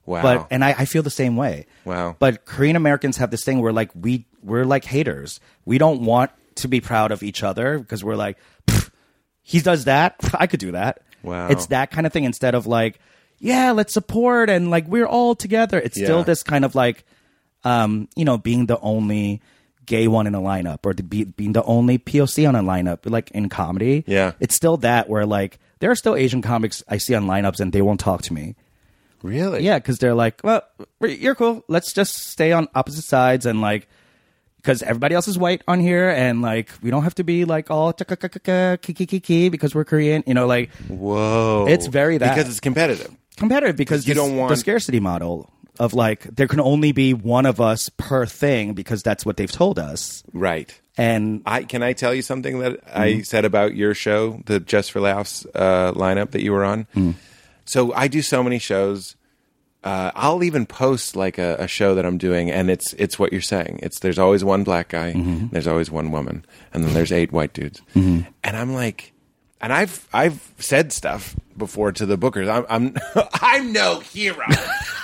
Speaker 4: Wow.
Speaker 3: but and I, I feel the same way.
Speaker 4: Wow.
Speaker 3: But Korean Americans have this thing where like we we're like haters. We don't want to be proud of each other because we're like, "Pff, he does that, Pff, I could do that.
Speaker 4: Wow.
Speaker 3: It's that kind of thing instead of like, yeah, let's support and like we're all together. It's
Speaker 4: Yeah.
Speaker 3: still this kind of like, um, you know, being the only gay one in a lineup or the, be, being the only POC on a lineup, like in comedy.
Speaker 4: Yeah.
Speaker 3: It's still that where like there are still Asian comics I see on lineups and they won't talk to me.
Speaker 4: really,
Speaker 3: Yeah, because they're like, well, you're cool. Let's just stay on opposite sides and like, because everybody else is white on here, and like, we don't have to be like all kiki because we're Korean. You know, like
Speaker 4: Whoa,
Speaker 3: It's very that.
Speaker 4: because it's competitive.
Speaker 3: competitive because
Speaker 4: You
Speaker 3: this-
Speaker 4: don't want-
Speaker 3: the scarcity model of like there can only be one of us per thing because that's what they've told us.
Speaker 4: Right.
Speaker 3: And
Speaker 4: I can I tell you something that
Speaker 3: Mm-hmm.
Speaker 4: I said about your show, the Just for Laughs uh, lineup that you were on.
Speaker 3: Hmm.
Speaker 4: So I do so many shows. Uh, I'll even post like a, a show that I'm doing, and it's it's what you're saying. It's there's always one black guy,
Speaker 3: Mm-hmm.
Speaker 4: there's always one woman, and then there's eight white dudes, and I'm like, and I've I've said stuff before to the bookers. I'm I'm I'm no hero,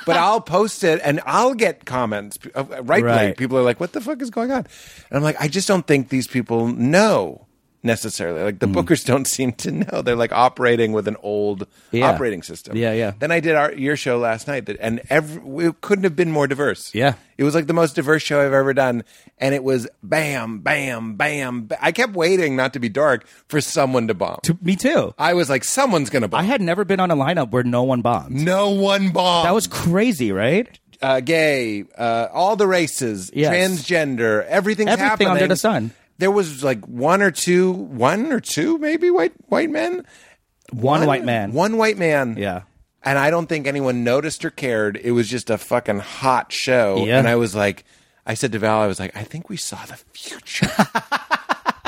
Speaker 4: but I'll post it and I'll get comments. uh, Rightly,
Speaker 3: Right.
Speaker 4: people are like, "What the fuck is going on?" And I'm like, I just don't think these people know necessarily. Like
Speaker 3: Mm.
Speaker 4: the bookers don't seem to know. They're like operating with an old
Speaker 3: Yeah.
Speaker 4: operating system.
Speaker 3: Yeah, yeah.
Speaker 4: Then I did our your show last night, that, and every it couldn't have been more diverse.
Speaker 3: Yeah.
Speaker 4: it was like the most diverse show I've ever done, and it was bam, bam, bam. ba- I kept waiting not to be dark for someone to bomb.
Speaker 3: to me too.
Speaker 4: I was like, someone's gonna bomb.
Speaker 3: I had never been on a lineup where no one bombed.
Speaker 4: no one bombed.
Speaker 3: That was crazy, right?
Speaker 4: uh, gay, uh, all the races,
Speaker 3: Yes.
Speaker 4: transgender, everything's
Speaker 3: Everything
Speaker 4: happening.
Speaker 3: under the sun.
Speaker 4: There was like one or two, one or two maybe white white men.
Speaker 3: One, white man.
Speaker 4: One white man.
Speaker 3: Yeah.
Speaker 4: And I don't think anyone noticed or cared. It was just a fucking hot show.
Speaker 3: Yeah.
Speaker 4: And I was like, I said to Val, I was like, I think we saw the future.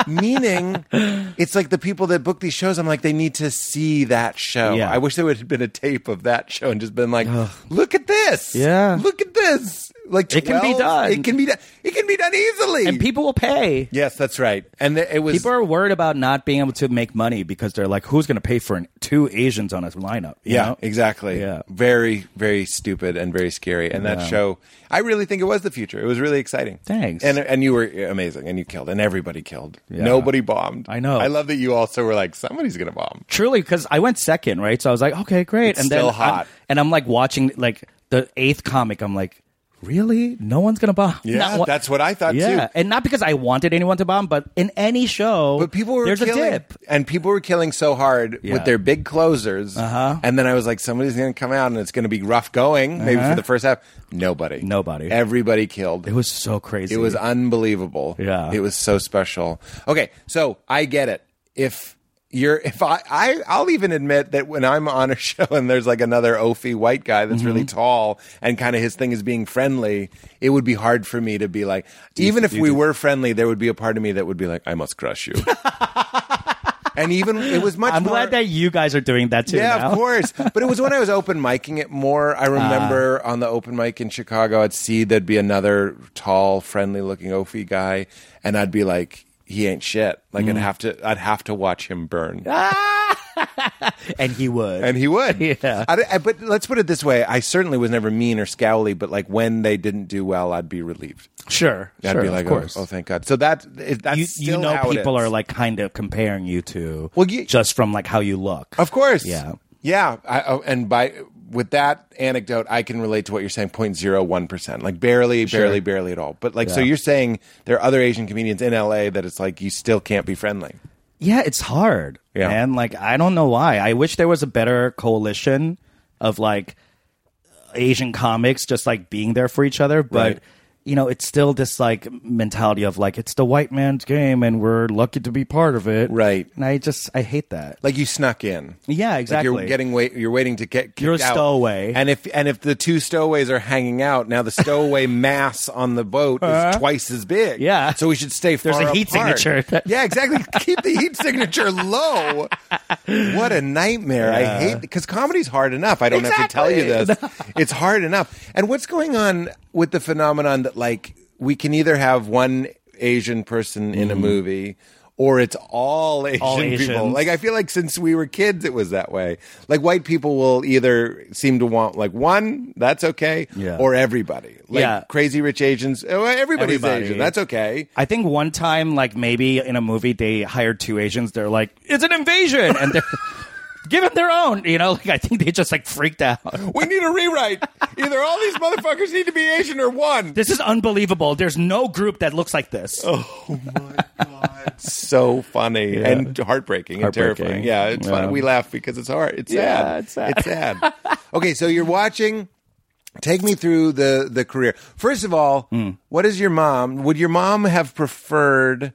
Speaker 4: Meaning, it's like the people that book these shows. I'm like, they need to see that show.
Speaker 3: Yeah.
Speaker 4: I wish there would have been a tape of that show and just been like, look at this.
Speaker 3: Yeah.
Speaker 4: Look at this. Like
Speaker 3: It can be
Speaker 4: 12
Speaker 3: done.
Speaker 4: It can be done. It can be done easily.
Speaker 3: and people will pay.
Speaker 4: yes, that's right. And th- it was.
Speaker 3: People are worried about not being able to make money because they're like, who's going to pay for an, two Asians on a lineup? you
Speaker 4: Yeah,
Speaker 3: know?
Speaker 4: exactly.
Speaker 3: Yeah.
Speaker 4: Very, very stupid and very scary. And that show, I really think it was the future. It was really exciting.
Speaker 3: Thanks.
Speaker 4: And and you were amazing and you killed and everybody killed.
Speaker 3: Yeah.
Speaker 4: Nobody bombed.
Speaker 3: I know.
Speaker 4: I love that you also were like, somebody's going to bomb.
Speaker 3: Truly, because I went second, right? So I was like, okay, great.
Speaker 4: It's
Speaker 3: and then
Speaker 4: still
Speaker 3: I'm-
Speaker 4: hot.
Speaker 3: and I'm like watching like the eighth comic. I'm like, really? No one's going to bomb.
Speaker 4: Yeah.
Speaker 3: Not one-
Speaker 4: that's what I thought
Speaker 3: yeah,
Speaker 4: too.
Speaker 3: and not because I wanted anyone to bomb, but in any show,
Speaker 4: But people were
Speaker 3: there's
Speaker 4: killing,
Speaker 3: a dip.
Speaker 4: and people were killing so hard
Speaker 3: Yeah.
Speaker 4: with their big closers. Uh-huh. And then I was like, somebody's going to come out, and it's going to be rough going. Maybe for the first half, nobody,
Speaker 3: Uh-huh. Nobody.
Speaker 4: everybody killed.
Speaker 3: It was so crazy.
Speaker 4: It was unbelievable.
Speaker 3: Yeah.
Speaker 4: It was so special. Okay, so I get it. If you're if I, I I'll even admit that when I'm on a show and there's like another Ophi white guy that's really
Speaker 3: Mm-hmm.
Speaker 4: tall and kind of his thing is being friendly, it would be hard for me to be like even if we were friendly, there would be a part of me that would be like, I must crush you. and even it was much
Speaker 3: I'm
Speaker 4: more
Speaker 3: glad that you Uh-huh. guys are doing that too.
Speaker 4: yeah,
Speaker 3: now.
Speaker 4: of course. But it was when I was open micing it more. I remember on the open mic in Chicago, I'd see there'd be another tall, friendly looking Ophi guy, and I'd be like, he ain't shit. Like
Speaker 3: Mm.
Speaker 4: I'd have to, I'd have to watch him burn,
Speaker 3: Ah. And he would.
Speaker 4: and he would.
Speaker 3: Yeah.
Speaker 4: I, I- but let's put it this way: I certainly was never mean or scowly, but like when they didn't do well, I'd be relieved.
Speaker 3: sure,
Speaker 4: I'd
Speaker 3: sure,
Speaker 4: be like,
Speaker 3: of course.
Speaker 4: Oh, oh, thank God. So that it- that's
Speaker 3: you,
Speaker 4: still
Speaker 3: you know
Speaker 4: how it
Speaker 3: people
Speaker 4: is.
Speaker 3: are like kind of comparing you to
Speaker 4: Well, you-
Speaker 3: just from like how you look.
Speaker 4: Of course.
Speaker 3: Yeah.
Speaker 4: Yeah. I, oh, and by with that anecdote, I can relate to what you're saying. 0.01 percent, like barely, barely, barely at all. But like, so
Speaker 3: Yeah.
Speaker 4: you're saying there are other Asian comedians in LA that it's like you still can't be friendly.
Speaker 3: Yeah, it's hard.
Speaker 4: Yeah.
Speaker 3: Man, like I don't know why. I wish there was a better coalition of like Asian comics just like being there for each other, but
Speaker 4: Right.
Speaker 3: you know, it's still this like mentality of like it's the white man's game and we're lucky to be part of it.
Speaker 4: Right.
Speaker 3: And I just I hate that.
Speaker 4: Like you snuck in.
Speaker 3: Yeah,
Speaker 4: Like
Speaker 3: exactly.
Speaker 4: you're getting wait. You're waiting to get. Kicked
Speaker 3: You're a
Speaker 4: out.
Speaker 3: stowaway.
Speaker 4: and if and if the two stowaways are hanging out now, the stowaway mass on the boat is twice as big.
Speaker 3: Uh-huh. Yeah.
Speaker 4: so we should stay.
Speaker 3: There's
Speaker 4: far
Speaker 3: a heat
Speaker 4: apart.
Speaker 3: signature.
Speaker 4: yeah, exactly. Keep the heat signature low. What a nightmare! I hate because comedy's hard enough. I don't have to tell you this. it's hard enough. And what's going on with the phenomenon that like we can either have one Asian person in a movie. Or it's all Asian people.
Speaker 3: Mm-hmm. Asians.
Speaker 4: Like I feel like since we were kids, it was that way. Like white people will either seem to want like one, that's okay,
Speaker 3: Yeah.
Speaker 4: or everybody. Like
Speaker 3: Yeah.
Speaker 4: crazy rich Asians, oh, everybody's
Speaker 3: Everybody.
Speaker 4: Asian, that's okay.
Speaker 3: I think one time, like maybe in a movie, they hired two Asians. They're like, "It's an invasion," and they're give them their own. You know, like I think they just like freaked out.
Speaker 4: We need a rewrite. either all these motherfuckers need to be Asian or one.
Speaker 3: This is unbelievable. There's no group that looks like this.
Speaker 4: so funny and heartbreaking, and
Speaker 3: Heartbreaking.
Speaker 4: terrifying. Yeah, it's funny.
Speaker 3: Yeah.
Speaker 4: We laugh because it's hard. It's
Speaker 3: Yeah,
Speaker 4: sad.
Speaker 3: it's sad.
Speaker 4: It's sad. okay, so you're watching. Take me through the the career. First of all, what is your mom? Would your mom have preferred?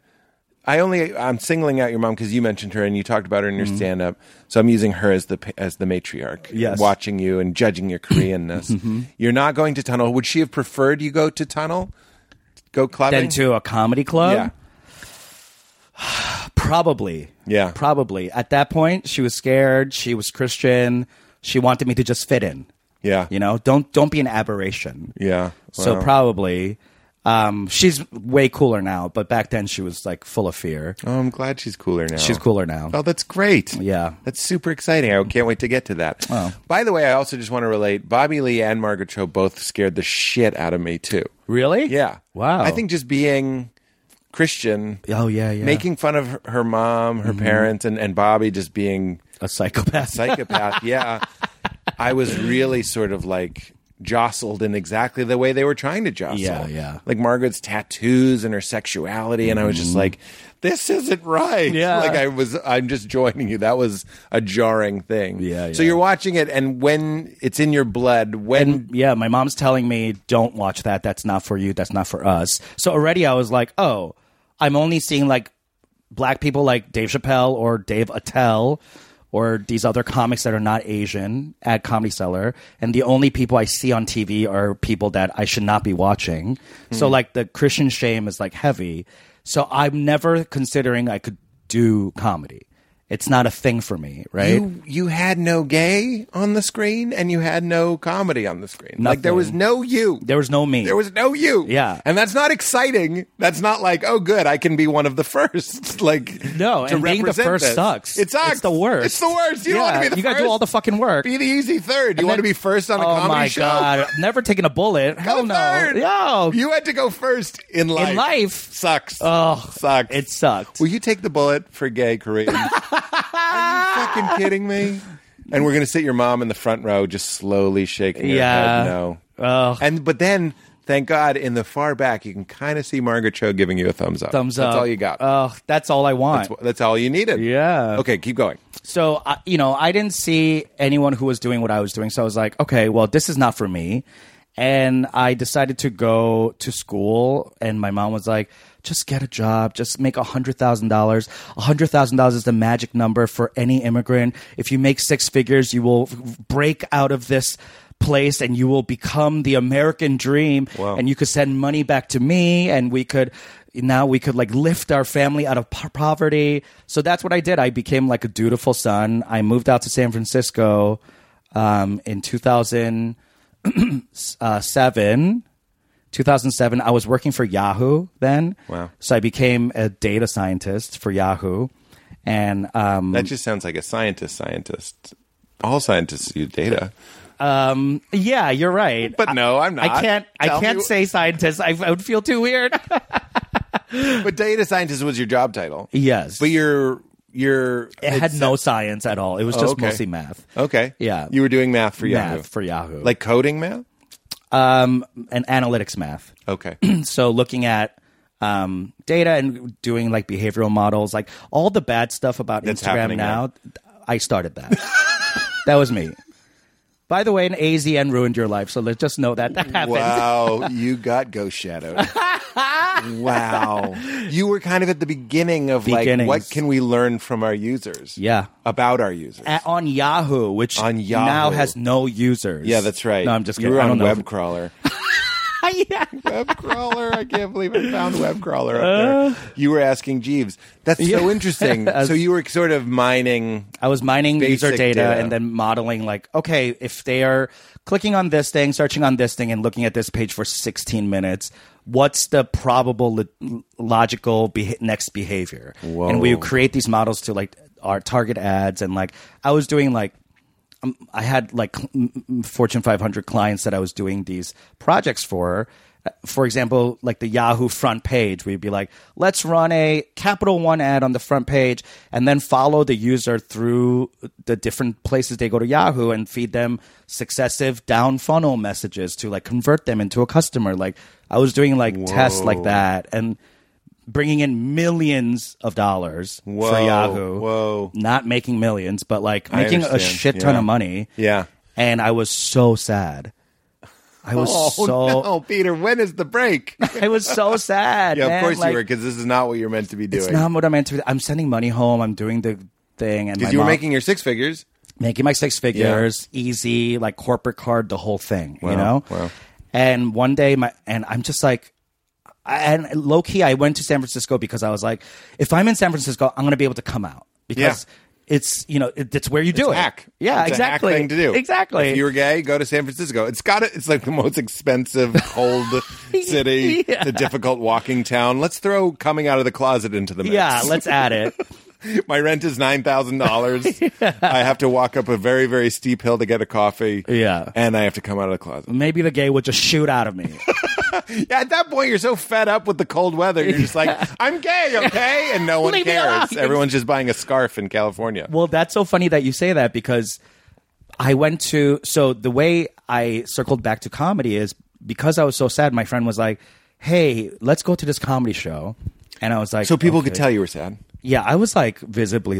Speaker 4: I only I'm singling out your mom because you mentioned her and you talked about her in your stand up. So I'm using her as the pa- as the matriarch.
Speaker 3: Yes.
Speaker 4: watching you and judging your Koreanness. You're not going to Tunnel. Would she have preferred you go to Tunnel? Go clubbing?
Speaker 3: Then to a comedy club?
Speaker 4: yeah.
Speaker 3: Probably.
Speaker 4: Yeah.
Speaker 3: Probably. At that point, she was scared. She was Christian. She wanted me to just fit in.
Speaker 4: Yeah.
Speaker 3: You know, don't don't be an aberration.
Speaker 4: Yeah.
Speaker 3: So
Speaker 4: Wow.
Speaker 3: probably um she's way cooler now, but back then she was like full of fear.
Speaker 4: Oh, I'm glad she's cooler now.
Speaker 3: She's cooler now.
Speaker 4: Oh, that's great.
Speaker 3: Yeah.
Speaker 4: That's super exciting. I can't wait to get to that. By the way, I also just want to relate Bobby Lee and Margaret Cho both scared the shit out of me, too.
Speaker 3: Really?
Speaker 4: Yeah.
Speaker 3: Wow.
Speaker 4: I think just being Christian,
Speaker 3: Oh yeah, yeah. Mm-hmm.
Speaker 4: making fun of her- her mom, her parents, and, and Bobby just being
Speaker 3: a psychopath.
Speaker 4: psychopath. yeah. I was really sort of like jostled in exactly the way they were trying to jostle.
Speaker 3: Yeah, yeah. Mm-hmm.
Speaker 4: Like Margaret's tattoos and her sexuality. And I was just like, this isn't right.
Speaker 3: Yeah.
Speaker 4: Like I was, I'm just joining you. That was a jarring thing.
Speaker 3: Yeah,
Speaker 4: So
Speaker 3: yeah.
Speaker 4: you're watching it, and when it's in your blood, when.
Speaker 3: and yeah, my mom's telling me, don't watch that. That's not for you. That's not for us. So already I was like, oh, I'm only seeing like black people like Dave Chappelle or Dave Attell or these other comics that are not Asian at Comedy Cellar. And the only people I see on
Speaker 4: Hmm.
Speaker 3: TV are people that I should not be watching. So like the Christian shame is like heavy. So I'm never considering I could do comedy. It's not a thing for me, right?
Speaker 4: You you had no gay on the screen and you had no comedy on the screen. Like there was
Speaker 3: Nothing.
Speaker 4: no you.
Speaker 3: there was no me.
Speaker 4: There was no you.
Speaker 3: Yeah.
Speaker 4: And that's not exciting. That's not like, oh, good, I can be one of the first. like,
Speaker 3: No,
Speaker 4: to
Speaker 3: and being the
Speaker 4: represent
Speaker 3: first
Speaker 4: this.
Speaker 3: sucks.
Speaker 4: It sucks.
Speaker 3: It's the worst.
Speaker 4: It's the worst. You
Speaker 3: yeah,
Speaker 4: don't want to be the
Speaker 3: you
Speaker 4: first.
Speaker 3: gotta do all the fucking work.
Speaker 4: Be the easy third. You
Speaker 3: And
Speaker 4: want to
Speaker 3: then-
Speaker 4: be first on a
Speaker 3: oh
Speaker 4: comedy
Speaker 3: my
Speaker 4: show?
Speaker 3: god! Never taking a bullet.
Speaker 4: Go
Speaker 3: Hell no.
Speaker 4: third.
Speaker 3: Yo,
Speaker 4: You had to go first in life.
Speaker 3: life.
Speaker 4: Sucks.
Speaker 3: Oh,
Speaker 4: sucks.
Speaker 3: it sucked.
Speaker 4: Will you take the bullet for gay Korean? Are you fucking kidding me? And we're gonna sit your mom in the front row, just slowly shaking her
Speaker 3: Yeah.
Speaker 4: head. No.
Speaker 3: Ugh.
Speaker 4: And but then, thank God, in the far back, you can kind of see Margaret Cho giving you a thumbs up.
Speaker 3: Thumbs up.
Speaker 4: That's all you got.
Speaker 3: Oh, that's all I want.
Speaker 4: that's, that's all you needed.
Speaker 3: Yeah.
Speaker 4: Okay, keep going.
Speaker 3: So, I you know, I didn't see anyone who was doing what I was doing. So I was like, okay, well, this is not for me. And I decided to go to school. And my mom was like, just get a job. Just make $100,000. $100,000 is the magic number for any immigrant. If you make six figures, you will break out of this place and you will become the American dream. And you could send money back to me and we could now we could like lift our family out of po- poverty. So that's what I did. I became like a dutiful son. I moved out to San Francisco um, in uh, 2007. 2007, I was working for Yahoo then.
Speaker 4: Wow.
Speaker 3: So I became a data scientist for Yahoo. And um,
Speaker 4: That just sounds like a scientist. Scientist. All scientists use data.
Speaker 3: Um. Yeah, you're right.
Speaker 4: But no, I'm not.
Speaker 3: I can't.
Speaker 4: Tell
Speaker 3: I can't
Speaker 4: me-
Speaker 3: say scientist. I, I would feel too weird.
Speaker 4: But data scientist was your job title.
Speaker 3: yes,
Speaker 4: But your your
Speaker 3: it had no science at all. It was just
Speaker 4: Oh, okay.
Speaker 3: mostly math.
Speaker 4: okay.
Speaker 3: Yeah.
Speaker 4: You were doing math for
Speaker 3: math
Speaker 4: Yahoo.
Speaker 3: for Yahoo,
Speaker 4: like coding math.
Speaker 3: um, and analytics math.
Speaker 4: Okay.
Speaker 3: So looking at um data and doing like behavioral models, like all the bad stuff about
Speaker 4: That's
Speaker 3: Instagram
Speaker 4: happening
Speaker 3: now. I started that. that was me. By the way, an AZN ruined your life, so let's just know that that happened.
Speaker 4: Wow, you got ghost shadowed. wow, you were kind of at the beginning of like,
Speaker 3: Beginnings.
Speaker 4: what can we learn from our users?
Speaker 3: Yeah.
Speaker 4: about our users.
Speaker 3: at- on Yahoo, which
Speaker 4: On Yahoo.
Speaker 3: now has no users.
Speaker 4: yeah, that's right.
Speaker 3: No, I'm just
Speaker 4: You
Speaker 3: kidding.
Speaker 4: were
Speaker 3: I
Speaker 4: on
Speaker 3: don't know.
Speaker 4: Webcrawler.
Speaker 3: yeah.
Speaker 4: Webcrawler, I can't believe I found Webcrawler
Speaker 3: Uh.
Speaker 4: up there. You were asking Jeeves. That's so interesting. so you were sort of mining.
Speaker 3: I was mining user
Speaker 4: Basic
Speaker 3: data,
Speaker 4: data.
Speaker 3: and then modeling like, okay, if they are clicking on this thing, searching on this thing, and looking at this page for 16 minutes, what's the probable lo- logical beha- next behavior? And we would create these models to like our target ads, and like I was doing like I had like cl- m- m- Fortune 500 clients that I was doing these projects for. Uh, For example, like the Yahoo front page, we'd be like, let's run a Capital One ad on the front page and then follow the user through the different places they go to Yahoo and feed them successive down funnel messages to like convert them into a customer. Like I was doing like tests like that and bringing in millions of dollars for
Speaker 4: Whoa,
Speaker 3: Yahoo.
Speaker 4: whoa.
Speaker 3: Not making millions, but like making a
Speaker 4: understand.
Speaker 3: shit ton
Speaker 4: Yeah.
Speaker 3: of money.
Speaker 4: Yeah.
Speaker 3: And I was so sad. I was so
Speaker 4: Oh, no, Peter, when is the break?
Speaker 3: I was so sad.
Speaker 4: Yeah,
Speaker 3: man.
Speaker 4: of course
Speaker 3: Like,
Speaker 4: you were, because this is not what you're meant to be doing.
Speaker 3: It's not what I'm into. I'm sending money home. I'm doing the thing and my
Speaker 4: because you were
Speaker 3: mom-
Speaker 4: making your six figures.
Speaker 3: making my six figures, easy, like corporate card, the whole thing, you know?
Speaker 4: wow.
Speaker 3: And one day my and I'm just like I- and low key I went to San Francisco because I was like, if I'm in San Francisco, I'm gonna be able to come out. Because it's you know, it, it's where you do it.
Speaker 4: hack.
Speaker 3: Yeah,
Speaker 4: It's a hack
Speaker 3: exactly.
Speaker 4: thing to do.
Speaker 3: Exactly.
Speaker 4: If you were gay, go to San Francisco. It's got to, It's like the most expensive, cold city, the difficult walking town. Let's throw coming out of the closet into the mix.
Speaker 3: yeah, let's add it.
Speaker 4: My rent is nine thousand dollars. I have to walk up a very, very steep hill to get a coffee.
Speaker 3: Yeah.
Speaker 4: and I have to come out of the closet.
Speaker 3: Maybe the gay would just shoot out of me.
Speaker 4: Yeah, at that point, you're so fed up with the cold weather. You're just like, I'm gay, okay, and no one
Speaker 3: Leave me
Speaker 4: cares.
Speaker 3: alone.
Speaker 4: Everyone's just buying a scarf in California.
Speaker 3: Well, that's so funny that you say that because I went to so the way I circled back to comedy is because I was so sad. My friend was like, "Hey, let's go to this comedy show," and I was like,
Speaker 4: so people could
Speaker 3: "Okay."
Speaker 4: tell you were sad.
Speaker 3: Yeah, I was like visibly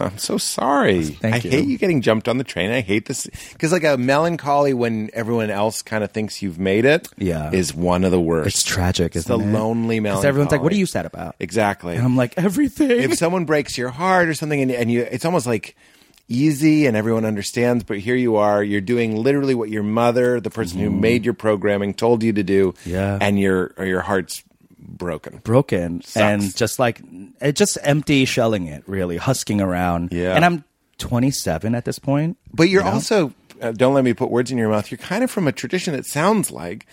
Speaker 4: I'm so sorry.
Speaker 3: Thank
Speaker 4: I
Speaker 3: you.
Speaker 4: hate you getting jumped on the train. I hate this because like a melancholy when everyone else kind of thinks you've made it.
Speaker 3: Yeah.
Speaker 4: is one of the worst.
Speaker 3: it's tragic.
Speaker 4: It's
Speaker 3: isn't
Speaker 4: the
Speaker 3: it?
Speaker 4: lonely
Speaker 3: 'Cause
Speaker 4: melancholy.
Speaker 3: Everyone's like, "What are you sad about?"
Speaker 4: Exactly.
Speaker 3: And I'm like, "Everything."
Speaker 4: if someone breaks your heart or something, and, and you, it's almost like easy and everyone understands. But here you are, you're doing literally what your mother, the person who made your programming, told you to do.
Speaker 3: Mm-hmm. Yeah.
Speaker 4: and your or your heart's broken.
Speaker 3: broken and just like it just empty shelling it really husking around
Speaker 4: Yeah.
Speaker 3: and i'm 27 at this point
Speaker 4: But you're also uh, don't let me put words in your mouth. You're kind of from a tradition that sounds like,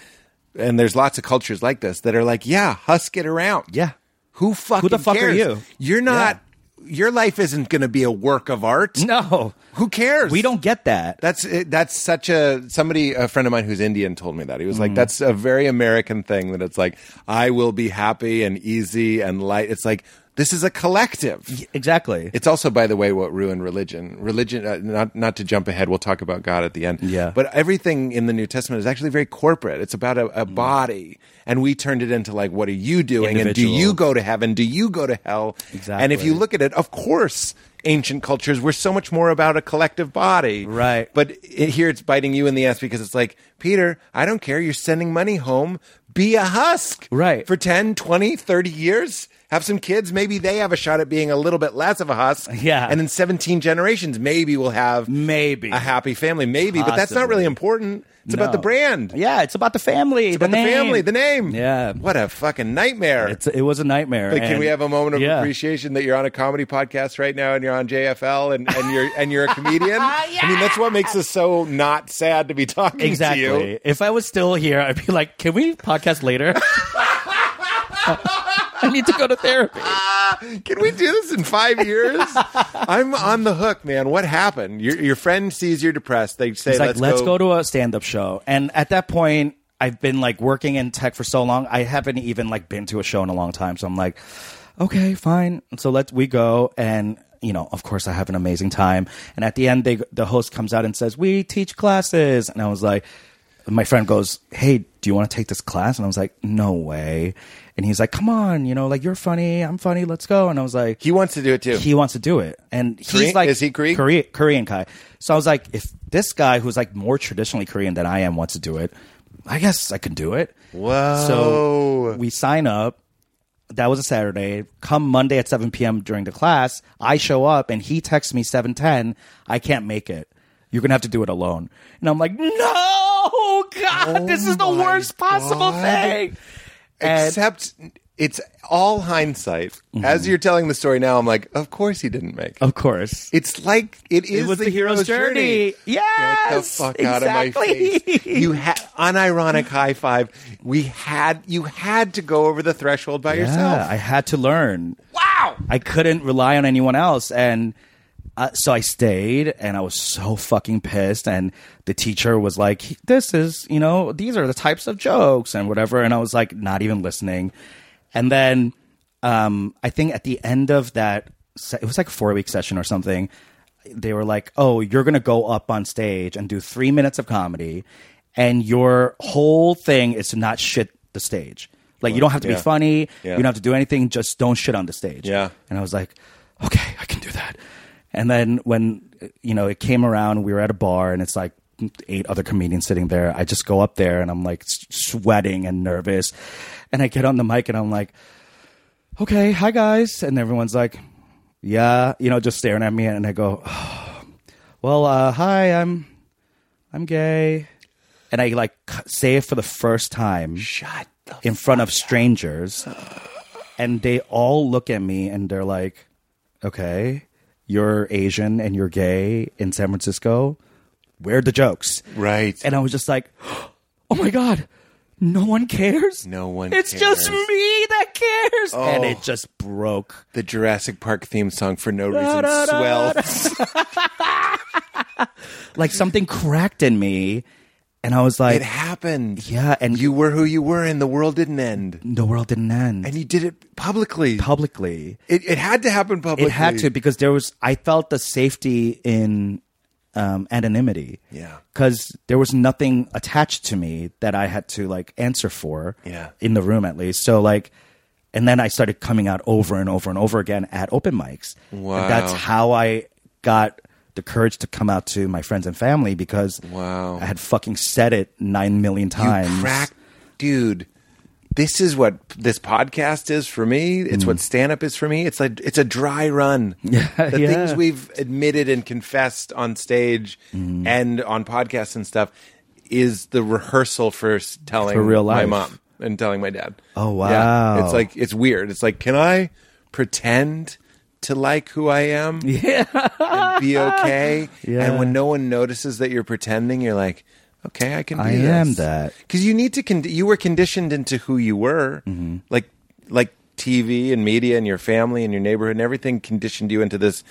Speaker 4: and there's lots of cultures like this that are like, yeah, husk it around.
Speaker 3: Yeah.
Speaker 4: who fucking
Speaker 3: the fuck are
Speaker 4: cares?
Speaker 3: you?
Speaker 4: You're not. Your life isn't going to be a work of art.
Speaker 3: no
Speaker 4: Who cares?
Speaker 3: we don't get that
Speaker 4: That's it- that's such a somebody a friend of mine who's Indian told me that he was
Speaker 3: Mm.
Speaker 4: like that's a very American thing that it's like I will be happy and easy and light. It's like this is a collective.
Speaker 3: exactly
Speaker 4: It's also, by the way, what ruined religion. Religion, uh, not not to jump ahead, we'll talk about God at the end.
Speaker 3: Yeah.
Speaker 4: But everything in the New Testament is actually very corporate. It's about a, a
Speaker 3: Mm.
Speaker 4: body, and we turned it into like, what are you doing? And do
Speaker 3: Individual.
Speaker 4: you go to heaven? Do you go to hell?
Speaker 3: Exactly.
Speaker 4: And if you look at it, of course, ancient cultures were so much more about a collective body.
Speaker 3: Right.
Speaker 4: But it, here it's biting you in the ass because it's like, Peter, I don't care. You're sending money home. Be a husk
Speaker 3: Right.
Speaker 4: for 10 20 30 years have some kids maybe they have a shot at being a little bit less of a husk
Speaker 3: Yeah.
Speaker 4: and in 17 generations maybe we'll have
Speaker 3: Maybe.
Speaker 4: a happy family maybe but that's not
Speaker 3: Possibly.
Speaker 4: really important it's about the
Speaker 3: No.
Speaker 4: brand
Speaker 3: yeah it's about the family
Speaker 4: it's about the family the name
Speaker 3: Yeah.
Speaker 4: what a fucking nightmare
Speaker 3: it's, it was a nightmare
Speaker 4: like, can
Speaker 3: and-
Speaker 4: we have a moment of
Speaker 3: yeah.
Speaker 4: appreciation that you're on a comedy podcast right now and you're on JFL and, and you're and you're a comedian? I mean, that's what makes us so not sad to be talking to you.
Speaker 3: Exactly. If I was still here, I'd be like, "Can we podcast later?" I need to go to therapy.
Speaker 4: Can we do this in five years? I'm on the hook, man. What happened? Your your friend sees you're depressed. They say,
Speaker 3: It's like,
Speaker 4: let's,
Speaker 3: let's
Speaker 4: go.
Speaker 3: go. to a stand-up show. And at that point, I've been like working in tech for so long, I haven't even like been to a show in a long time. So I'm like, okay, fine. So let's we go and you know, of course, I have an amazing time. And at the end, they the host comes out and says, "We teach classes," and I was like. My friend goes, Hey, do you want to take this class? And I was like, No way. And he's like, Come on, you know, like you're funny, I'm funny, let's go. And I was like,
Speaker 4: he wants to do it too.
Speaker 3: he wants to do it. And he's
Speaker 4: Korean-
Speaker 3: like,
Speaker 4: is he Korean?
Speaker 3: Korean, Korean guy. So I was like, if this guy who's like more traditionally Korean than I am wants to do it, I guess I can do it.
Speaker 4: Whoa.
Speaker 3: So we sign up. That was a Saturday. Come Monday at 7 p.m. during the class, I show up and he texts me 7:10. I can't make it. You're gonna have to do it alone. And I'm like, no, God, this is the
Speaker 4: Oh my
Speaker 3: worst possible
Speaker 4: God.
Speaker 3: thing. And-
Speaker 4: Except it's all hindsight. As you're telling the story now, I'm like, of course he didn't make. it.
Speaker 3: Mm-hmm. of course,
Speaker 4: It's like it is
Speaker 3: was the hero's journey.
Speaker 4: Get the
Speaker 3: Yes,
Speaker 4: fuck out of my
Speaker 3: exactly.
Speaker 4: face. You had unironic high five. We had you had to go over the threshold by yourself.
Speaker 3: Yeah, I had to learn. Wow. I couldn't rely on anyone else. And uh, so I stayed and I was so fucking pissed. And the teacher was like, this is, you know, these are the types of jokes and whatever. And I was like, not even listening. And then um, I think at the end of that, se- it was like a four week session or something. They were like, oh, you're going to go up on stage and do three minutes of comedy. And your whole thing is to not shit the stage. Like, you don't have to
Speaker 4: Yeah.
Speaker 3: be funny.
Speaker 4: Yeah.
Speaker 3: You don't have to do anything. Just don't shit on the stage.
Speaker 4: Yeah.
Speaker 3: And I was like, okay, I can do that. And then when you know it came around, we were at a bar, and it's like eight other comedians sitting there. I just go up there, and I'm like s- sweating and nervous, and I get on the mic, and I'm like, okay, hi guys, and everyone's like, yeah, you know, just staring at me, and I go, well, uh, hi, I'm, I'm gay, and I like c- say it for the first time
Speaker 4: Shut the
Speaker 3: in front of strangers and they all look at me and they're like okay you're asian and you're gay in san francisco where are the jokes
Speaker 4: right.
Speaker 3: and i was just like oh my god no one cares
Speaker 4: No one
Speaker 3: it's just me
Speaker 4: cares. Oh.
Speaker 3: that cares and it just broke
Speaker 4: the Jurassic Park theme song for no reason
Speaker 3: da, da,
Speaker 4: swells.
Speaker 3: like something cracked in me and i was like
Speaker 4: It happened.
Speaker 3: Yeah, and-
Speaker 4: you were who you were, and the world didn't end.
Speaker 3: the world didn't end
Speaker 4: And you did it publicly.
Speaker 3: publicly
Speaker 4: it, it had to happen publicly.
Speaker 3: it had to because there was i felt the safety in um, anonymity
Speaker 4: Yeah.
Speaker 3: because there was nothing attached to me that i had to like answer for
Speaker 4: Yeah.
Speaker 3: in the room at least so like and then i started coming out over and over and over again at open mics
Speaker 4: Wow.
Speaker 3: and that's how i got the courage to come out to my friends and family because
Speaker 4: Wow.
Speaker 3: i had fucking said it nine million times
Speaker 4: You crack, dude. This is what this podcast is for me. It's what stand up is for me. It's like it's a dry run. the
Speaker 3: Mm. yeah.
Speaker 4: things we've admitted and confessed on stage
Speaker 3: Mm.
Speaker 4: and on podcasts and stuff is the rehearsal for s- telling
Speaker 3: For real
Speaker 4: my
Speaker 3: life.
Speaker 4: mom. and telling my dad.
Speaker 3: Oh,
Speaker 4: Yeah.
Speaker 3: wow.
Speaker 4: It's like it's weird. It's like can I pretend to like who I am? Yeah. and be okay.
Speaker 3: Yeah.
Speaker 4: And when no one notices that you're pretending, you're like, okay, I can. Do
Speaker 3: I am that.
Speaker 4: because you need to. Con- you were conditioned into who you were,
Speaker 3: Mm-hmm.
Speaker 4: like like TV and media and your family and your neighborhood and everything conditioned you into this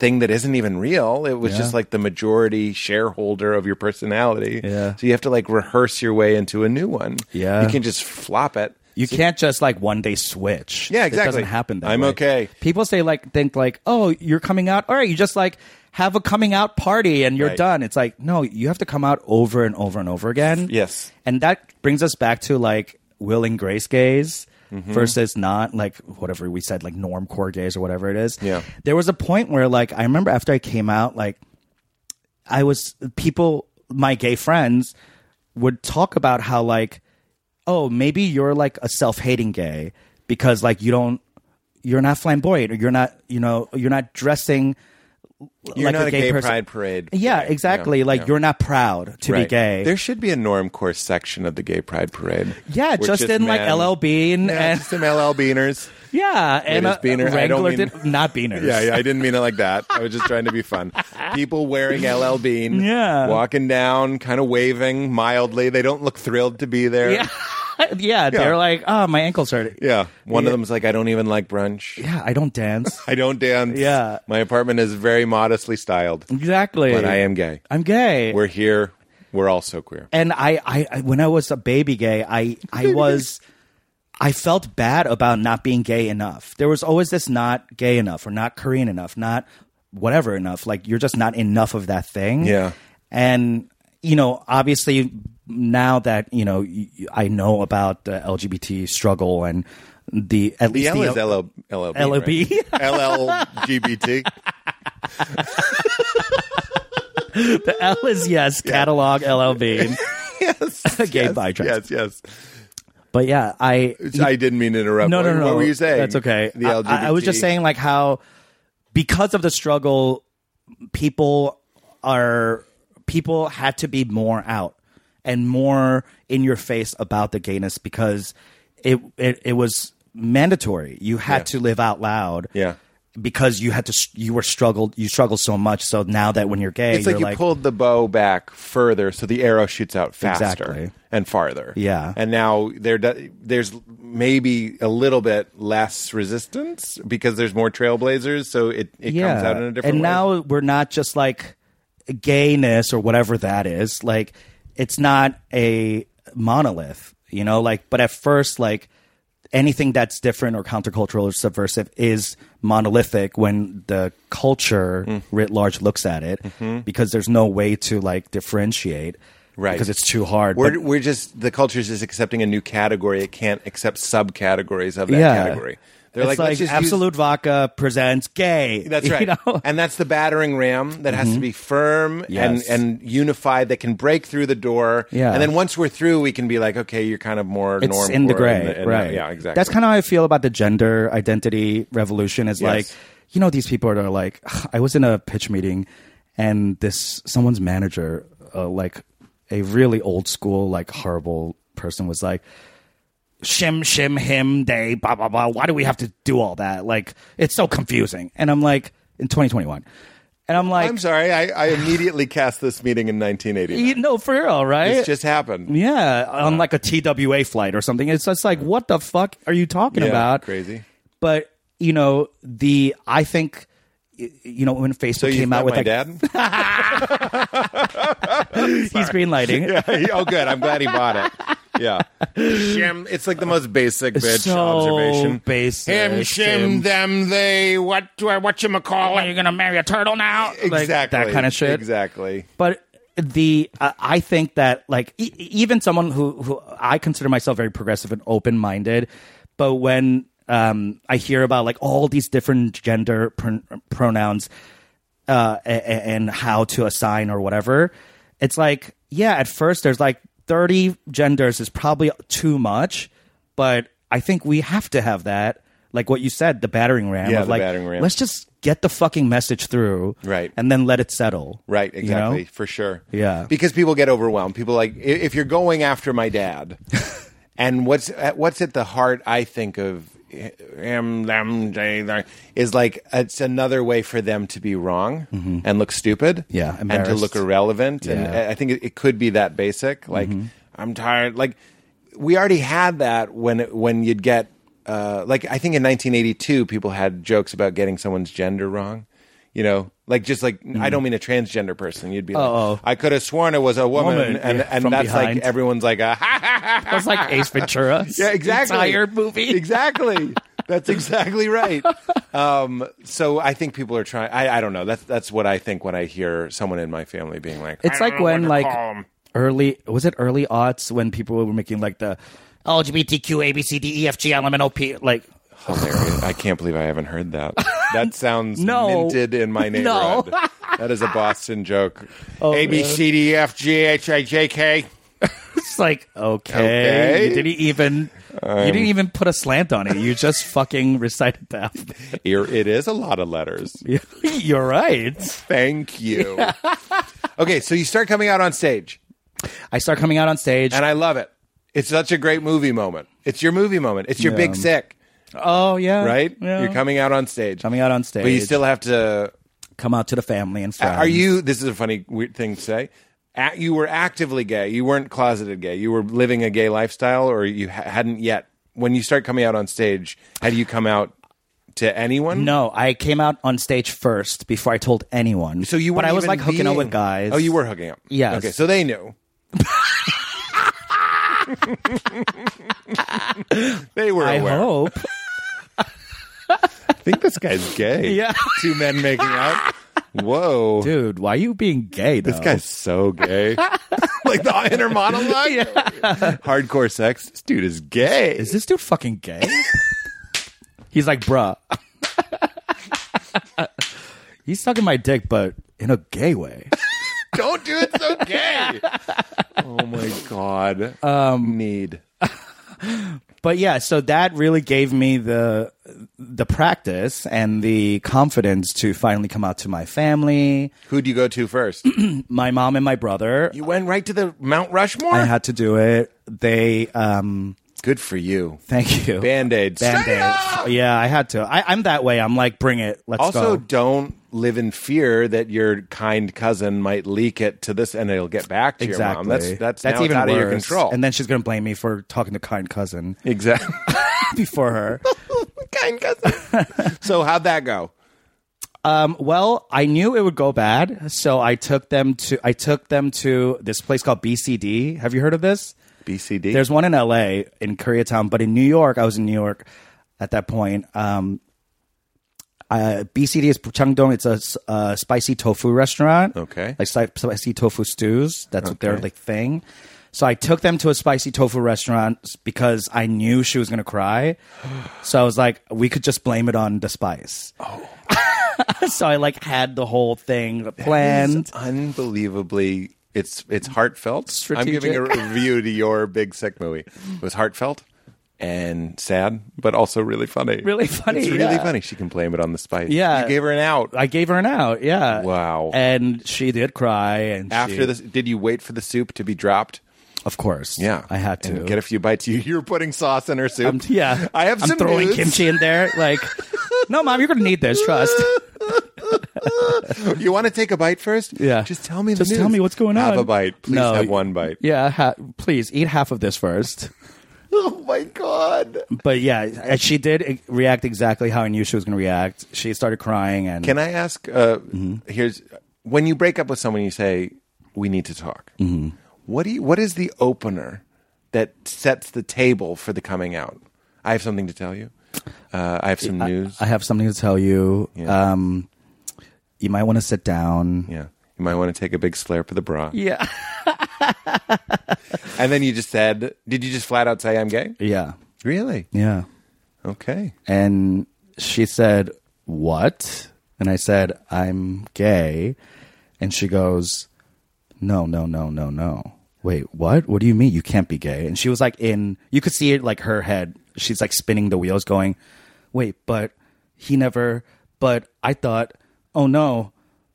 Speaker 4: thing that isn't even real. It was
Speaker 3: Yeah.
Speaker 4: just like the majority shareholder of your personality.
Speaker 3: Yeah.
Speaker 4: So you have to like rehearse your way into a new one.
Speaker 3: Yeah.
Speaker 4: You can just flop it.
Speaker 3: You can't just like one day switch.
Speaker 4: Yeah,
Speaker 3: It
Speaker 4: exactly.
Speaker 3: doesn't happen that
Speaker 4: I'm
Speaker 3: way.
Speaker 4: okay.
Speaker 3: People say like think like, "Oh, you're coming out. All right, you just like have a coming out party and you're
Speaker 4: Right.
Speaker 3: done." It's like, "No, you have to come out over and over and over again."
Speaker 4: Yes.
Speaker 3: And that brings us back to like Will and Grace gays
Speaker 4: Mm-hmm.
Speaker 3: versus not like whatever we said like normcore gays or whatever it is.
Speaker 4: Yeah.
Speaker 3: There was a point where like I remember after I came out like I was people my gay friends would talk about how like oh maybe you're like a self-hating gay because like you don't you're not flamboyant or you're not you know you're not dressing
Speaker 4: You're
Speaker 3: like
Speaker 4: not
Speaker 3: a gay, person.
Speaker 4: pride parade.
Speaker 3: yeah,
Speaker 4: gay.
Speaker 3: exactly.
Speaker 4: Yeah,
Speaker 3: like
Speaker 4: yeah.
Speaker 3: you're not proud to be
Speaker 4: Right.
Speaker 3: gay.
Speaker 4: There should be a norm course section of the gay pride parade.
Speaker 3: yeah,
Speaker 4: Where
Speaker 3: just, in like
Speaker 4: men-
Speaker 3: LL Bean
Speaker 4: Yeah,
Speaker 3: and
Speaker 4: just some LL Beaners.
Speaker 3: yeah, and
Speaker 4: is
Speaker 3: uh,
Speaker 4: Beaner- I don't
Speaker 3: Wrangler
Speaker 4: mean-
Speaker 3: did not Beaners.
Speaker 4: Yeah, yeah, I didn't mean it like that. I was just trying to be fun. People wearing LL Bean,
Speaker 3: Yeah.
Speaker 4: walking down, kind of waving mildly. They don't look thrilled to be there.
Speaker 3: yeah, yeah. They're like, oh, my ankles hurt.
Speaker 4: Yeah. One
Speaker 3: Yeah.
Speaker 4: of them's like, I don't even like brunch.
Speaker 3: yeah, I don't dance.
Speaker 4: I don't dance.
Speaker 3: Yeah.
Speaker 4: My apartment is very modestly styled,
Speaker 3: exactly.
Speaker 4: but I am gay.
Speaker 3: I'm gay.
Speaker 4: We're here. We're all so queer.
Speaker 3: and I, I, I when I was a baby gay, I, I was, I felt bad about not being gay enough. There was always this not gay enough or not Korean enough, not whatever enough. Like you're just not enough of that thing.
Speaker 4: Yeah.
Speaker 3: And you know, obviously, now that you know, y- y- I know about the LGBT struggle and the at
Speaker 4: The
Speaker 3: least
Speaker 4: L
Speaker 3: the
Speaker 4: is LL, LL Bean.
Speaker 3: LLB.
Speaker 4: Right? LLGBT.
Speaker 3: the L is yes catalog LLB,
Speaker 4: yes.
Speaker 3: gay
Speaker 4: yes,
Speaker 3: by
Speaker 4: Yes,
Speaker 3: trans.
Speaker 4: yes.
Speaker 3: But yeah, I
Speaker 4: I didn't mean to interrupt.
Speaker 3: No,
Speaker 4: what,
Speaker 3: no, no.
Speaker 4: What were you saying?
Speaker 3: That's okay.
Speaker 4: The
Speaker 3: I-
Speaker 4: LGBT.
Speaker 3: I, I was just saying like how because of the struggle, people are people had to be more out and more in your face about the gayness because it it, it was mandatory. You had to live out loud.
Speaker 4: Yeah.
Speaker 3: Because you had to, s- you were struggled, you struggled so much. So now that when you're gay,
Speaker 4: It's like
Speaker 3: you're
Speaker 4: you pulled the bow back further, so the arrow shoots out faster
Speaker 3: Exactly.
Speaker 4: and farther.
Speaker 3: Yeah.
Speaker 4: and now there do- there's maybe a little bit less resistance because there's more trailblazers, so it, it comes out in a different
Speaker 3: and
Speaker 4: way.
Speaker 3: now we're not just like gayness or whatever that is like it's not a monolith you know like but at first like anything that's different or countercultural or subversive is monolithic when the culture
Speaker 4: Mm.
Speaker 3: writ large looks at it because there's no way to like differentiate
Speaker 4: Mm-hmm. Right.
Speaker 3: because it's too hard
Speaker 4: we're
Speaker 3: But-
Speaker 4: we're just the culture's just accepting a new category. It can't accept subcategories of that
Speaker 3: Yeah.
Speaker 4: category. They're
Speaker 3: it's
Speaker 4: like,
Speaker 3: like,
Speaker 4: "Let's just use-
Speaker 3: absolute vodka presents gay
Speaker 4: That's right.
Speaker 3: you know? Mm-hmm.
Speaker 4: And that's the battering ram that has to be firm
Speaker 3: Yes.
Speaker 4: and, and unified that can break through the door.
Speaker 3: Yeah.
Speaker 4: And then once we're through, we can be like, okay, you're kind of more
Speaker 3: it's
Speaker 4: norm
Speaker 3: in the
Speaker 4: core
Speaker 3: gray,
Speaker 4: and and-
Speaker 3: right?
Speaker 4: Yeah, exactly.
Speaker 3: That's kind of how I feel about the gender identity revolution. Is like,
Speaker 4: Yes.
Speaker 3: you know, these people are like, I was in a pitch meeting, and this someone's manager, uh, like a really old school, like horrible person, was like. Shim shim him day blah blah blah. Why do we have to do all that? Like it's so confusing. And I'm like in 2021, and I'm like,
Speaker 4: I'm sorry. I, I immediately cast this meeting in 1980.
Speaker 3: you know, "E, for real, right?
Speaker 4: It's just happened.
Speaker 3: Yeah, on like a TWA flight or something. It's just like, what the fuck are you talking
Speaker 4: Yeah,
Speaker 3: about?
Speaker 4: crazy.
Speaker 3: But you know, the I think y- you know when Facebook
Speaker 4: So you
Speaker 3: came out with
Speaker 4: my
Speaker 3: like
Speaker 4: dad?
Speaker 3: he's greenlighting.
Speaker 4: oh, good. I'm glad he bought it. Yeah. Shim. It's like the most basic bitch
Speaker 3: So
Speaker 4: observation.
Speaker 3: basic.
Speaker 4: Him, shim,
Speaker 3: Him.
Speaker 4: them, they, what, what you call
Speaker 3: Are you gonna marry a turtle now? Like,
Speaker 4: Exactly.
Speaker 3: that kind of shit.
Speaker 4: Exactly.
Speaker 3: But the I I think that like e- e- even someone who who I consider myself very progressive and open minded, but when um, I hear about like all these different gender pr- pronouns uh, a- a- and how to assign or whatever, it's like yeah, at first there's like thirty genders is probably too much, but I think we have to have that. Like what you said, the battering ram.
Speaker 4: Yeah,
Speaker 3: of
Speaker 4: the
Speaker 3: like,
Speaker 4: battering ram.
Speaker 3: Let's just get the fucking message through,
Speaker 4: Right.
Speaker 3: And then let it settle,
Speaker 4: Right,
Speaker 3: you know?
Speaker 4: exactly, for sure.
Speaker 3: Yeah.
Speaker 4: because people get overwhelmed. People like i- if you're going after my dad, And what's at, what's at the heart? I think of him, them, they, they, is like it's another way for them to be wrong and look stupid,
Speaker 3: Mm-hmm. Yeah,
Speaker 4: and to look
Speaker 3: embarrassed.
Speaker 4: irrelevant. And
Speaker 3: Yeah.
Speaker 4: I- I think it, it could be that basic. Like
Speaker 3: Mm-hmm.
Speaker 4: I'm tired. Like we already had that when it, when you'd get uh, like I think in 1982 people had jokes about getting someone's gender wrong. You know, like just like
Speaker 3: Mm-hmm.
Speaker 4: I don't mean a transgender person. You'd be like,
Speaker 3: Oh.
Speaker 4: I could have sworn it was a woman,
Speaker 3: Woman,
Speaker 4: and
Speaker 3: yeah,
Speaker 4: and
Speaker 3: from
Speaker 4: that's
Speaker 3: behind.
Speaker 4: like everyone's like a ha ha ha
Speaker 3: That's like Ace Ventura.
Speaker 4: yeah, exactly.
Speaker 3: Entire movie.
Speaker 4: Exactly. That's exactly right. Um, so I think people are trying. I, I don't know. That's that's what I think when I hear someone in my family being like,
Speaker 3: It's
Speaker 4: "I
Speaker 3: like
Speaker 4: don't know what
Speaker 3: when
Speaker 4: to
Speaker 3: like
Speaker 4: call 'em."
Speaker 3: early was it early aughts when people were making like the LGBTQ A B C D E F G L M N O P like
Speaker 4: Hilarious. I can't believe I haven't heard that. That sounds
Speaker 3: No.
Speaker 4: minted in my
Speaker 3: No. Oh,
Speaker 4: neighborhood. That is a Boston joke. A B C D E F G H I J K.
Speaker 3: it's like okay,
Speaker 4: Okay.
Speaker 3: you didn't even you didn't even put a slant on it. You just fucking recited that.
Speaker 4: Here it is a lot of letters.
Speaker 3: You're right.
Speaker 4: Thank you. okay, so you start coming out on stage.
Speaker 3: I start coming out on stage.
Speaker 4: and I love it. It's such a great movie moment. It's your movie moment. It's your big sick,
Speaker 3: oh yeah,
Speaker 4: right?
Speaker 3: Yeah.
Speaker 4: You're coming out on stage.
Speaker 3: coming out on stage.
Speaker 4: but you still have to.
Speaker 3: come out to the family and friends.
Speaker 4: Are you? This is a funny weird thing to say. At, you were actively gay. You weren't closeted gay. You were living a gay lifestyle, or you ha- hadn't yet. When you start coming out on stage, had you come out to anyone?
Speaker 3: No, I came out on stage first before I told anyone.
Speaker 4: So you.
Speaker 3: but I
Speaker 4: weren't
Speaker 3: was
Speaker 4: even
Speaker 3: like hooking up
Speaker 4: being-
Speaker 3: with guys.
Speaker 4: Oh, you were hooking up.
Speaker 3: Yes.
Speaker 4: Okay, so they knew. they were
Speaker 3: I
Speaker 4: aware.
Speaker 3: hope.
Speaker 4: I think this guy's gay.
Speaker 3: Yeah.
Speaker 4: Two men making out. Whoa.
Speaker 3: Dude, why are you being gay though?
Speaker 4: This guy's so gay. like the inner monologue. Hardcore sex. This dude is gay.
Speaker 3: Is this dude fucking gay? He's like, bruh. He's sucking my dick, but in a gay way.
Speaker 4: Don't do it so gay. oh my God. Um, Need.
Speaker 3: But yeah, so that really gave me the the practice and the confidence to finally come out to my family,
Speaker 4: Who'd you go to first?
Speaker 3: my mom and my brother.
Speaker 4: you went right to the Mount Rushmore?
Speaker 3: I had to do it. They um
Speaker 4: Good for you.
Speaker 3: thank you.
Speaker 4: Band aids.
Speaker 3: Band-Aids. Oh, Yeah, I had to. I, I'm that way. I'm like, bring it. Let's
Speaker 4: Also,
Speaker 3: go.
Speaker 4: don't live in fear that your kind cousin might leak it to this, and it'll get back to your mom. That's that's, now it's out of your control.
Speaker 3: And then she's gonna blame me for talking to kind cousin
Speaker 4: exactly.
Speaker 3: before her.
Speaker 4: kind cousin. so how'd that go?
Speaker 3: Um, well, I knew it would go bad, so I took them to I took them to this place called BCD. Have you heard of this?
Speaker 4: BCD.
Speaker 3: There's one in LA in Koreatown, but in New York, I was in New York at that point. Um, uh, BCD is Puchangdong. It's a s- uh, spicy tofu restaurant.
Speaker 4: Okay.
Speaker 3: like spi- spicy tofu stews. That's what their like thing. So I took them to a spicy tofu restaurant s- because I knew she was gonna cry. So I was like, we could just blame it on the spice. Oh. so I like had the whole thing planned.
Speaker 4: It's unbelievably. It's it's heartfelt.
Speaker 3: Strategic.
Speaker 4: I'm giving a review to your big sick movie. It was heartfelt and sad, but also really funny.
Speaker 3: Really funny,
Speaker 4: It's really
Speaker 3: yeah.
Speaker 4: funny. She can blame it on the spice.
Speaker 3: Yeah. Oh,
Speaker 4: you gave her an out
Speaker 3: I gave her an out. Yeah.
Speaker 4: Wow.
Speaker 3: And she did cry. And
Speaker 4: after
Speaker 3: she-
Speaker 4: this. Did you wait for the soup to be dropped?
Speaker 3: Of course.
Speaker 4: Yeah,
Speaker 3: I had to.
Speaker 4: And get a few bites. You you were putting sauce in her soup.
Speaker 3: I'm- yeah.
Speaker 4: I have
Speaker 3: I'm
Speaker 4: some
Speaker 3: throwing
Speaker 4: news.
Speaker 3: kimchi in there. Like, no, mom, you're going to need this. Trust.
Speaker 4: You want to take a bite first?
Speaker 3: Yeah.
Speaker 4: Just tell me. The
Speaker 3: Just tell
Speaker 4: news.
Speaker 3: me what's going on.
Speaker 4: Have a bite, please.
Speaker 3: No.
Speaker 4: Have one bite.
Speaker 3: yeah. Ha- please eat half of this first.
Speaker 4: Oh my god.
Speaker 3: But yeah, and she did e, react exactly how I knew she was going to react. She started crying and
Speaker 4: Can I ask? Uh,
Speaker 3: Mm-hmm.
Speaker 4: Here's when you break up with someone, you say we need to talk.
Speaker 3: Mm-hmm.
Speaker 4: What do you? What is the opener that sets the table for the coming out? I have something to tell you. Uh, I have some news.
Speaker 3: I have something to tell you.
Speaker 4: Yeah.
Speaker 3: Um, you might want to sit down.
Speaker 4: yeah, you might want to take a big slurp of the bra.
Speaker 3: Yeah.
Speaker 4: And then you just said, "Did you just flat out say I'm gay?"
Speaker 3: Yeah.
Speaker 4: Really?
Speaker 3: Yeah.
Speaker 4: Okay.
Speaker 3: And she said, What? And I said, I'm gay. And she goes, No, no, no, no, no. Wait, what? What do you mean? You can't be gay. And she was like, In, you could see it like her head. She's like spinning the wheels, going, Wait, but he never, but I thought, Oh no,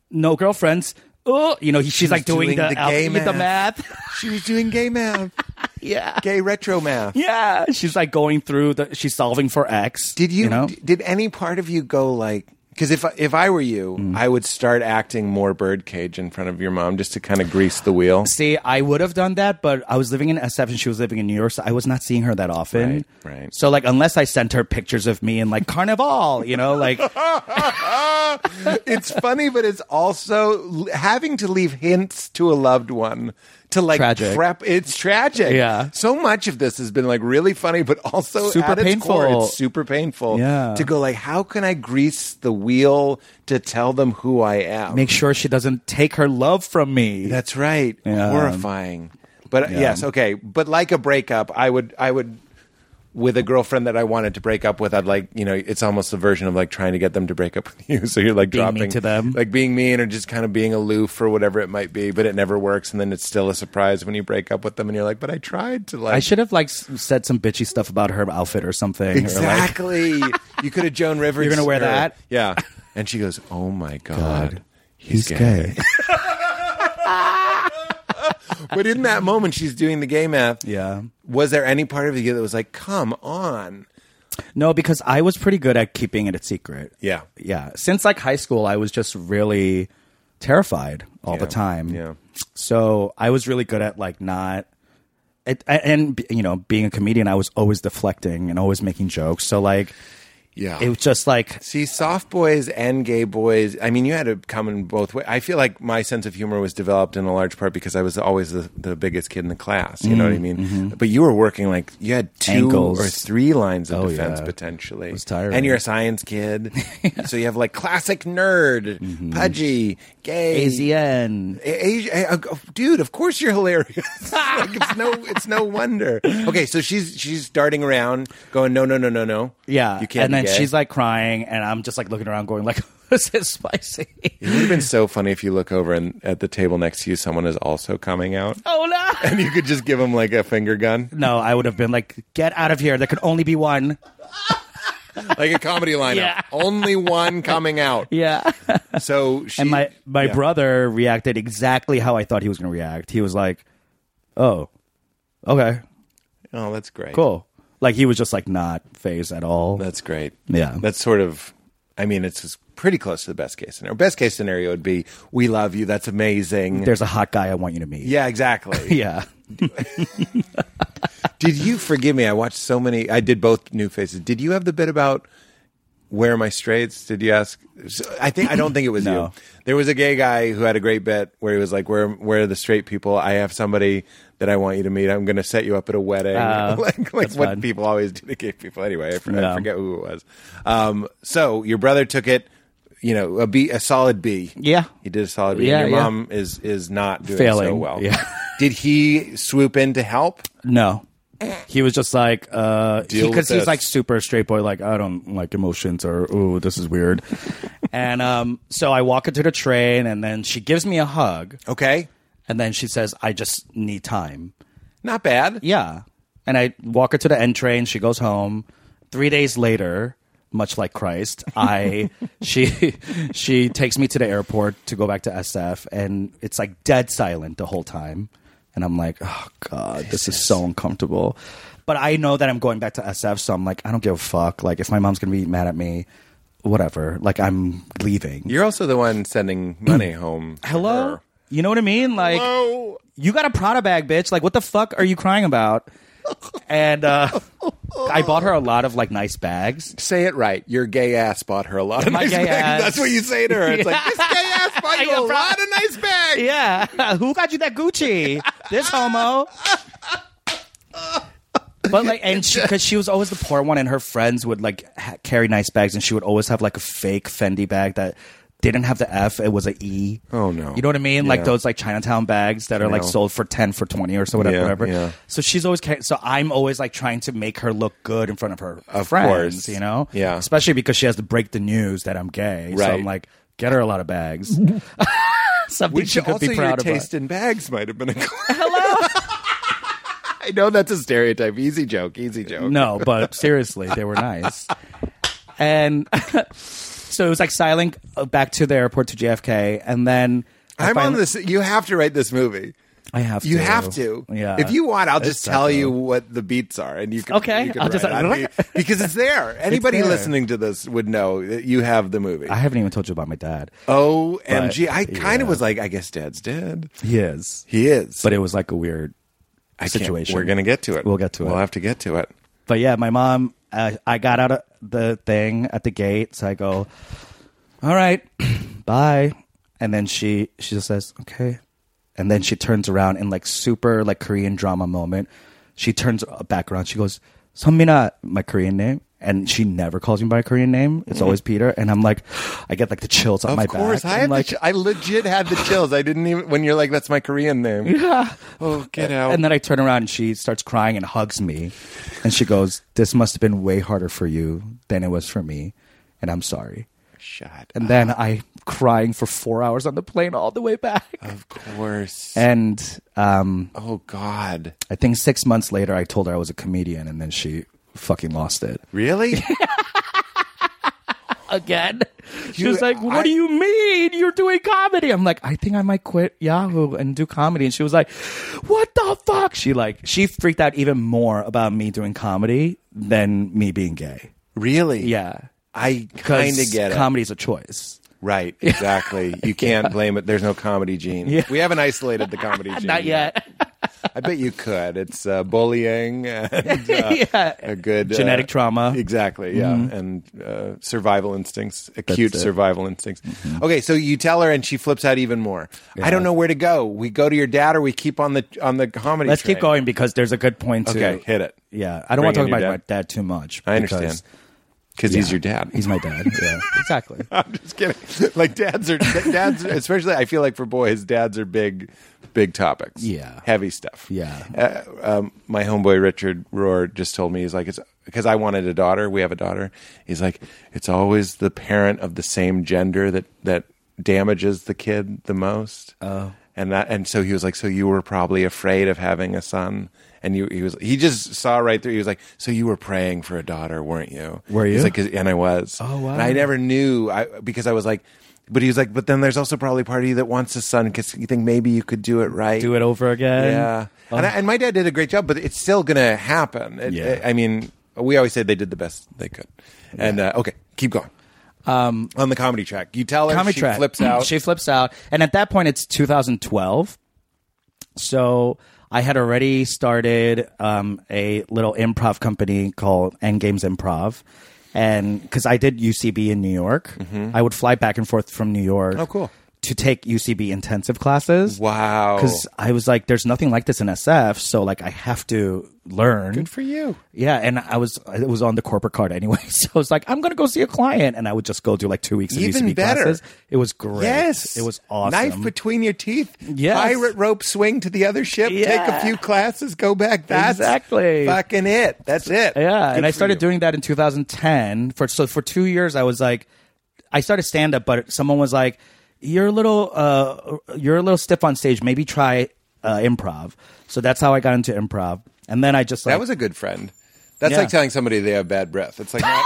Speaker 3: no girlfriends. Oh, you know, he, she's like doing, the,
Speaker 4: gay
Speaker 3: alphabet- the math.
Speaker 4: She was doing gay math.
Speaker 3: yeah.
Speaker 4: Gay retro math.
Speaker 3: Yeah. She's like going through the, she's solving for X.
Speaker 4: Did you,
Speaker 3: know?
Speaker 4: d- did any part of you go like because if if I were you, I would start acting more birdcage in front of your mom just to kind of grease the wheel.
Speaker 3: See, I would have done that, but I was living in SF and she was living in New York, so I was not seeing her that often.
Speaker 4: Right, right.
Speaker 3: So, like, unless I sent her pictures of me in like Carnival, you know, like,
Speaker 4: it's funny, but it's also l- having to leave hints to a loved one to like
Speaker 3: Tragic.
Speaker 4: prep. It's tragic.
Speaker 3: Yeah.
Speaker 4: So much of this has been like really funny, but also
Speaker 3: Super
Speaker 4: at its core,
Speaker 3: painful.
Speaker 4: it's super painful.
Speaker 3: Yeah.
Speaker 4: To go like, how can I grease the wheel to tell them who I am?
Speaker 3: make sure she doesn't take her love from me.
Speaker 4: That's right.
Speaker 3: Yeah.
Speaker 4: Horrifying. But uh, yes, okay. But like a breakup, I would I would with a girlfriend that I wanted to break up with, I'd like, you know, it's almost a version of like trying to get them to break up with you. So you're like
Speaker 3: Being mean
Speaker 4: dropping
Speaker 3: to them.
Speaker 4: Like being mean or just kind of being aloof or whatever it might be, but it never works and then it's still a surprise when you break up with them and you're like, But I tried to like
Speaker 3: I should have like s- said some bitchy stuff about her outfit or something. or, like-
Speaker 4: Exactly. you could have Joan Rivers.
Speaker 3: You're gonna wear
Speaker 4: her.
Speaker 3: that?
Speaker 4: Yeah. And she goes, Oh my God.
Speaker 3: he's gay.
Speaker 4: but in that moment, she's doing the gay math.
Speaker 3: Yeah.
Speaker 4: Was there any part of you that was like, come on?
Speaker 3: No, because I was pretty good at keeping it a secret.
Speaker 4: Yeah.
Speaker 3: Yeah. Since like high school, I was just really terrified all the
Speaker 4: Yeah.
Speaker 3: time.
Speaker 4: Yeah.
Speaker 3: So I was really good at like not. It, a- and you know, being a comedian, I was always deflecting and always making jokes. So like,
Speaker 4: Yeah.
Speaker 3: it was just like
Speaker 4: See, soft boys and gay boys, I mean, you had to come in both ways. I feel like my sense of humor was developed in a large part because I was always the, the biggest kid in the class. You know
Speaker 3: Mm,
Speaker 4: what I mean?
Speaker 3: mm-hmm.
Speaker 4: But you were working like you had two
Speaker 3: Ankles.
Speaker 4: or three lines of
Speaker 3: Oh,
Speaker 4: defense
Speaker 3: yeah.
Speaker 4: potentially. It
Speaker 3: was tiring.
Speaker 4: And you're a science kid. So you have like classic nerd,
Speaker 3: Mm-hmm.
Speaker 4: pudgy, gay.
Speaker 3: AZN.
Speaker 4: Asia, uh, uh, dude, of course you're hilarious. like it's no, it's no wonder. Okay, so she's she's darting around, going, no, no, no, no, no.
Speaker 3: Yeah.
Speaker 4: you can't.
Speaker 3: and then
Speaker 4: be gay.
Speaker 3: she's like crying, and I'm just like looking around, going like, "This is spicy."
Speaker 4: it would have been so funny if you look over and at the table next to you, someone is also coming out,
Speaker 3: oh no!
Speaker 4: and you could just give them like a finger gun,
Speaker 3: No, I would have been like, "Get out of here!" There could only be one.
Speaker 4: like a comedy lineup.
Speaker 3: Yeah.
Speaker 4: Only one coming out.
Speaker 3: Yeah.
Speaker 4: So she
Speaker 3: and my my
Speaker 4: yeah.
Speaker 3: brother reacted exactly how I thought he was going to react. He was like, "Oh, okay,
Speaker 4: Oh, that's great.
Speaker 3: cool." Like he was just like not phased at all.
Speaker 4: That's great.
Speaker 3: Yeah.
Speaker 4: That's sort of, I mean, it's just pretty close to the best case scenario. Best case scenario would be, we love you. That's amazing.
Speaker 3: There's a hot guy I want you to meet.
Speaker 4: yeah, exactly.
Speaker 3: yeah.
Speaker 4: Did you forgive me? I watched so many. I did both New Faces. Did you have the bit about where are my straights? Did you ask? so- I think I don't think it was
Speaker 3: No.
Speaker 4: you. There was a gay guy who had a great bit where he was like, "Where where are the straight people? I have somebody that I want you to meet. I'm going to set you up at a wedding."
Speaker 3: Oh,
Speaker 4: like like
Speaker 3: that's
Speaker 4: what
Speaker 3: fun.
Speaker 4: people always do to gay people. Anyway, I, for- I
Speaker 3: Yeah.
Speaker 4: forget who it was. Um, so your brother took it. You know, a B, a solid B.
Speaker 3: Yeah.
Speaker 4: he did a solid B.
Speaker 3: Yeah,
Speaker 4: and your
Speaker 3: yeah.
Speaker 4: mom is is not doing so
Speaker 3: Failing.
Speaker 4: well.
Speaker 3: Yeah.
Speaker 4: did he swoop in to help?
Speaker 3: No. He was just like, uh,
Speaker 4: Deal with
Speaker 3: because he's
Speaker 4: this.
Speaker 3: like super straight boy, like, I don't like emotions or, ooh, this is weird. and, um, so I walk into the train and then she gives me a hug
Speaker 4: Okay.
Speaker 3: and then she says, I just need time.
Speaker 4: Not bad.
Speaker 3: Yeah. And I walk her to the end train. She goes home. Three days later, much like Christ, I she she takes me to the airport to go back to SF, and it's like dead silent the whole time. And I'm like, oh god, this is so uncomfortable. But I know that I'm going back to SF, so I'm like, I don't give a fuck. Like, if my mom's gonna be mad at me, whatever. Like, I'm leaving.
Speaker 4: You're also the one sending money home. to
Speaker 3: Hello.
Speaker 4: her.
Speaker 3: You know what I mean? Like,
Speaker 4: Hello?
Speaker 3: you got a Prada bag, bitch. Like, what the fuck are you crying about? And uh, I bought her a lot of like nice bags.
Speaker 4: Say it right. Your gay ass bought her a lot of
Speaker 3: My
Speaker 4: nice
Speaker 3: gay
Speaker 4: bags.
Speaker 3: ass.
Speaker 4: That's what you say to her. It's like, this gay ass bought you
Speaker 3: got
Speaker 4: a
Speaker 3: pro-
Speaker 4: lot of nice bags.
Speaker 3: Yeah, who got you that Gucci? This homo. But like, and she because she was always the poor one, and her friends would like ha- carry nice bags, and she would always have like a fake Fendi bag that didn't have the F; it was a E.
Speaker 4: Oh, no.
Speaker 3: You know what I mean? Like
Speaker 4: Yeah.
Speaker 3: those like Chinatown bags that are like
Speaker 4: know.
Speaker 3: sold for ten for twenty or so whatever.
Speaker 4: Yeah,
Speaker 3: whatever.
Speaker 4: yeah.
Speaker 3: So she's always carrying. So I'm always like trying to make her look good in front of her
Speaker 4: Of
Speaker 3: friends.
Speaker 4: course.
Speaker 3: You know?
Speaker 4: Yeah.
Speaker 3: Especially because she has to break the news that I'm gay. So
Speaker 4: Right.
Speaker 3: I'm like, get her a lot of bags. Something
Speaker 4: Which
Speaker 3: she could
Speaker 4: also your
Speaker 3: be proud of.
Speaker 4: taste in bags might have been a Hello. I know that's a stereotype. Easy joke. Easy joke.
Speaker 3: Uh, No, but seriously, they were nice. And so it was like silent uh, back to the airport to JFK, and then I
Speaker 4: I'm on
Speaker 3: finally-
Speaker 4: this. You have to write this movie.
Speaker 3: I have
Speaker 4: You
Speaker 3: to.
Speaker 4: have to.
Speaker 3: Yeah.
Speaker 4: If you want, I'll just
Speaker 3: tough,
Speaker 4: tell
Speaker 3: though.
Speaker 4: you what the beats are, and you can.
Speaker 3: Okay,
Speaker 4: you can
Speaker 3: I'll just-
Speaker 4: write on me, because it's there. Anybody
Speaker 3: there.
Speaker 4: listening to this would know that you have the movie.
Speaker 3: I haven't even told you about my dad.
Speaker 4: Omg!
Speaker 3: But,
Speaker 4: I kind of
Speaker 3: yeah.
Speaker 4: was like, I guess Dad's dead.
Speaker 3: He is.
Speaker 4: He is.
Speaker 3: But it was like a weird
Speaker 4: I can't-
Speaker 3: situation.
Speaker 4: We're gonna get to it.
Speaker 3: We'll get to it.
Speaker 4: We'll have to get to it.
Speaker 3: But yeah, my mom, uh, I got out of the thing at the gate. So I go, all right, bye. And then she, she just says, okay. And then she turns around in like super like Korean drama moment. She turns back around. She goes, Sunmina, my Korean name. And she never calls me by a Korean name. It's always Peter. And I'm like, I get like the chills up
Speaker 4: Mm. Of
Speaker 3: my
Speaker 4: course,
Speaker 3: back.
Speaker 4: I
Speaker 3: I'm
Speaker 4: had
Speaker 3: like,
Speaker 4: the, ch- I legit had the chills. I didn't even when you're like, that's my Korean name. Yeah. Oh, get out.
Speaker 3: And then I turn around and she starts crying and hugs me. And she goes, This must have been way harder for you than it was for me. And I'm sorry.
Speaker 4: Shut.
Speaker 3: And then I crying for four hours on the plane all the way back.
Speaker 4: Of course.
Speaker 3: And um,
Speaker 4: oh God.
Speaker 3: I think six months later, I told her I was a comedian, and then she fucking lost it.
Speaker 4: Really?
Speaker 3: Again? She
Speaker 4: You-
Speaker 3: was like, What
Speaker 4: I-
Speaker 3: do you mean? You're doing comedy. I'm like, I think I might quit Yahoo and do comedy. And she was like, What the fuck? She like, she freaked out even more about me doing comedy than me being gay.
Speaker 4: really?
Speaker 3: Yeah.
Speaker 4: I kind of
Speaker 3: Because
Speaker 4: get it.
Speaker 3: comedy is a choice.
Speaker 4: right. Exactly. You can't blame it. There's no comedy gene. We haven't isolated the comedy gene.
Speaker 3: Not yet.
Speaker 4: I bet you could. It's uh, bullying and uh,
Speaker 3: yeah.
Speaker 4: a good uh,
Speaker 3: Genetic trauma. Mm-hmm.
Speaker 4: Exactly. Yeah. And uh, survival instincts, acute
Speaker 3: That's it. Mm-hmm.
Speaker 4: survival instincts. Okay. So you tell her, and she flips out even more. I don't know where to go. We go to your dad, or we keep on the on the comedy.
Speaker 3: Let's
Speaker 4: train.
Speaker 3: keep going because there's a good point to
Speaker 4: Okay. Hit it.
Speaker 3: Yeah, I don't want to
Speaker 4: Bring
Speaker 3: talk
Speaker 4: in your
Speaker 3: about my
Speaker 4: dad.
Speaker 3: dad too much.
Speaker 4: I
Speaker 3: because-
Speaker 4: understand. Because he's your dad.
Speaker 3: He's my dad. Yeah, exactly.
Speaker 4: I'm just kidding. Like dads are dads, especially I feel like for boys, dads are big, big topics.
Speaker 3: Yeah.
Speaker 4: heavy stuff.
Speaker 3: Yeah.
Speaker 4: Uh, um, my homeboy Richard Rohr just told me he's like it's because I wanted a daughter. We have a daughter. He's like it's always the parent of the same gender that that damages the kid the most. Oh. And that and so he was like so you were probably afraid of having a son. And you, he was, he just saw right through. He was like, "So you were praying for a daughter, weren't you?"
Speaker 3: Were
Speaker 4: He's
Speaker 3: you?
Speaker 4: like, and I was.
Speaker 3: Oh, wow.
Speaker 4: And I never knew I, because I was like, but he was like, but then there's also probably part of you that wants a son because you think maybe you could do it right.
Speaker 3: Do it over again.
Speaker 4: Yeah. And, I, and my dad did a great job, but it's still going to happen. It-
Speaker 3: Yeah.
Speaker 4: I mean, we always say they did the best they could. And uh, okay, keep going. Um, on the comedy track, you tell her
Speaker 3: Comic
Speaker 4: she
Speaker 3: track.
Speaker 4: flips out.
Speaker 3: she flips out, and at that point, it's 2012. So I had already started um, a little improv company called Endgames Improv. And because I did UCB in New York, I would fly back and forth from New York.
Speaker 4: Mm-hmm. Oh, cool.
Speaker 3: To take UCB intensive classes.
Speaker 4: wow.
Speaker 3: because I was like, there's nothing like this in SF, so like I have to learn.
Speaker 4: Good for you.
Speaker 3: yeah, and I was it was on the corporate card anyway, so I was like, I'm gonna go see a client, and I would just go do like two weeks of
Speaker 4: Even
Speaker 3: UCB
Speaker 4: better.
Speaker 3: classes. It was great.
Speaker 4: Yes.
Speaker 3: it was awesome.
Speaker 4: Knife between your teeth.
Speaker 3: Yes.
Speaker 4: Pirate rope swing to the other ship. Take a
Speaker 3: Yeah.
Speaker 4: few classes. Go back. That's
Speaker 3: Exactly.
Speaker 4: fucking it. That's it.
Speaker 3: yeah,
Speaker 4: Good
Speaker 3: and I
Speaker 4: for
Speaker 3: started
Speaker 4: you.
Speaker 3: doing that in 2010. For so for two years, I was like, I started stand up, but someone was like, "You're a little, uh, you're a little stiff on stage. Maybe try uh, improv." So that's how I got into improv, and then I just like,
Speaker 4: That was a good friend. That's
Speaker 3: Yeah.
Speaker 4: like telling somebody they have bad breath. It's like not,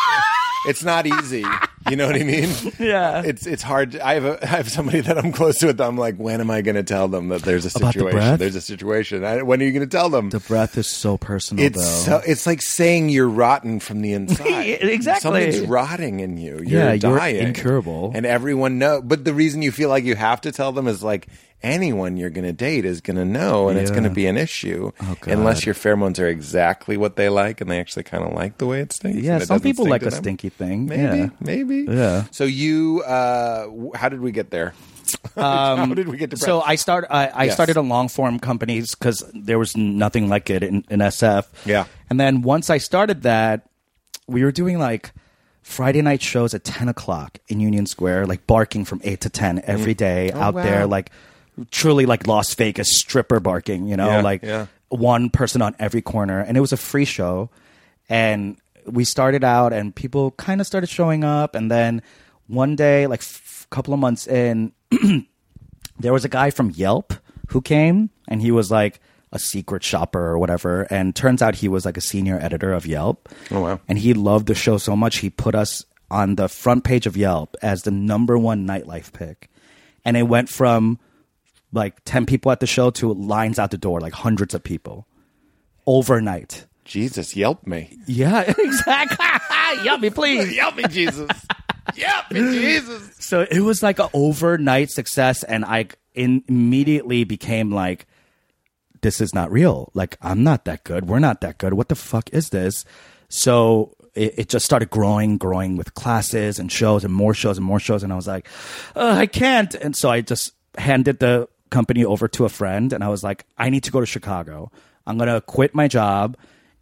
Speaker 4: it's not easy. You know what I mean?
Speaker 3: Yeah.
Speaker 4: It's it's hard. to- I have a, I have somebody that I'm close to. That I'm like, when am I going to tell them that there's a
Speaker 3: About the
Speaker 4: situation?
Speaker 3: breath?
Speaker 4: there's a situation. I, when are you going to tell them?
Speaker 3: the breath is so personal.
Speaker 4: it's
Speaker 3: though.
Speaker 4: so, it's like saying you're rotten from the inside.
Speaker 3: Exactly.
Speaker 4: something's rotting in you. You're
Speaker 3: Yeah, you're
Speaker 4: dying.
Speaker 3: incurable.
Speaker 4: and everyone know. But the reason you feel like you have to tell them is like anyone you're going to date is going to know, and it's
Speaker 3: Yeah. Oh,
Speaker 4: going to be an issue
Speaker 3: God.
Speaker 4: unless your pheromones are exactly what they like, and they actually kind of like the way it stinks.
Speaker 3: Yeah,
Speaker 4: and it
Speaker 3: some
Speaker 4: doesn't
Speaker 3: people
Speaker 4: stink
Speaker 3: like
Speaker 4: to
Speaker 3: a
Speaker 4: them.
Speaker 3: stinky thing.
Speaker 4: Maybe,
Speaker 3: Yeah.
Speaker 4: maybe.
Speaker 3: Yeah.
Speaker 4: So you, uh, w- how did we get there? how did we get to?
Speaker 3: Um, So
Speaker 4: breath?
Speaker 3: I start. I, I
Speaker 4: Yes.
Speaker 3: started a long form companies because there was nothing like it in, in SF.
Speaker 4: Yeah.
Speaker 3: And then once I started that, we were doing like Friday night shows at ten o'clock in Union Square, like barking from eight to ten every
Speaker 4: Mm.
Speaker 3: day out
Speaker 4: wow.
Speaker 3: there, like truly like Las Vegas stripper barking. You know,
Speaker 4: Yeah,
Speaker 3: like
Speaker 4: yeah.
Speaker 3: one person on every corner, and it was a free show. And we started out, and people kind of started showing up, and then one day, like a f- couple of months in, there was a guy from Yelp who came and he was like a secret shopper or whatever. And turns out he was like a senior editor of Yelp.
Speaker 4: Oh, wow.
Speaker 3: And he loved the show so much, he put us on the front page of Yelp as the number one nightlife pick. And it went from like 10 people at the show to lines out the door, like hundreds of people overnight.
Speaker 4: Jesus, yelp me.
Speaker 3: Yeah, exactly. Yummy, please.
Speaker 4: Yelp me, Jesus. yelp me, Jesus.
Speaker 3: So it was like an overnight success, and I in, immediately became like, "This is not real. Like I'm not that good. We're not that good. What the fuck is this?" So it, it just started growing, growing with classes and shows and more shows and more shows, and I was like, Ugh, "I can't." And so I just handed the company over to a friend, and I was like, "I need to go to Chicago. I'm gonna quit my job."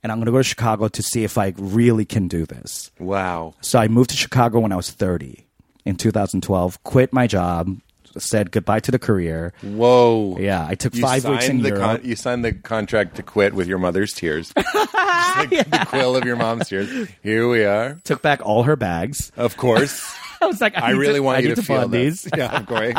Speaker 3: And I'm gonna go to Chicago to see if I really can do this.
Speaker 4: Wow.
Speaker 3: So I moved to Chicago when I was 30 in 2012, quit my job, said goodbye to the career.
Speaker 4: Whoa.
Speaker 3: Yeah, I took
Speaker 4: You
Speaker 3: five weeks in
Speaker 4: signed the
Speaker 3: Europe.
Speaker 4: con- you signed the contract to quit with your mother's tears. Just like The quill of your mom's tears. Here we are.
Speaker 3: took back all her bags.
Speaker 4: Of course.
Speaker 3: I was like, I,
Speaker 4: I
Speaker 3: need
Speaker 4: really
Speaker 3: to,
Speaker 4: want
Speaker 3: I
Speaker 4: you
Speaker 3: need
Speaker 4: to, feel
Speaker 3: fund
Speaker 4: this.
Speaker 3: these.
Speaker 4: Yeah, of course.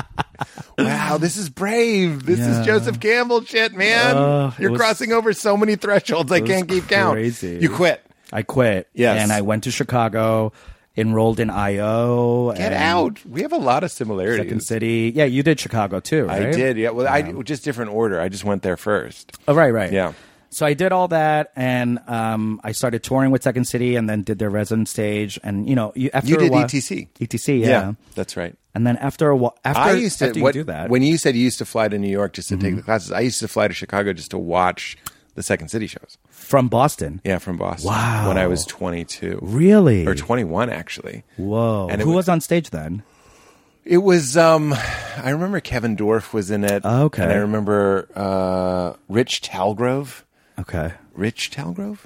Speaker 4: wow, this is brave. This
Speaker 3: Yeah.
Speaker 4: is Joseph Campbell shit, man.
Speaker 3: Uh, it
Speaker 4: You're
Speaker 3: was-
Speaker 4: crossing over so many thresholds. I
Speaker 3: was
Speaker 4: can't keep count.
Speaker 3: crazy.
Speaker 4: You quit.
Speaker 3: I quit.
Speaker 4: Yes.
Speaker 3: And I went to Chicago, enrolled in IO.
Speaker 4: Get
Speaker 3: and
Speaker 4: out. We have a lot of similarities.
Speaker 3: Second City. Yeah, you did Chicago too,
Speaker 4: I
Speaker 3: right?
Speaker 4: did. Yeah. Well, I just different order. I just went there first.
Speaker 3: Oh, right, right.
Speaker 4: Yeah.
Speaker 3: So I did all that, and um, I started touring with Second City, and then did their resident stage, and you know, you, after
Speaker 4: You
Speaker 3: a
Speaker 4: did E
Speaker 3: while-
Speaker 4: ETC.
Speaker 3: ETC, yeah.
Speaker 4: that's right.
Speaker 3: And then after a while, after
Speaker 4: I used to
Speaker 3: after you
Speaker 4: what-
Speaker 3: do that, Mm-hmm.
Speaker 4: when you said you used to fly to New York just to take the classes. I used to fly to Chicago just to watch the Second City shows.
Speaker 3: from Boston.
Speaker 4: Yeah, from Boston.
Speaker 3: Wow.
Speaker 4: When I was 22.
Speaker 3: Really?
Speaker 4: Or 21 actually.
Speaker 3: Whoa.
Speaker 4: And it
Speaker 3: Who was,
Speaker 4: was-
Speaker 3: on stage then?
Speaker 4: It was. Um, I remember Kevin Dorff was in it.
Speaker 3: Oh, okay.
Speaker 4: And I remember uh, Rich Talgrove.
Speaker 3: Okay.
Speaker 4: Rich Talgrove.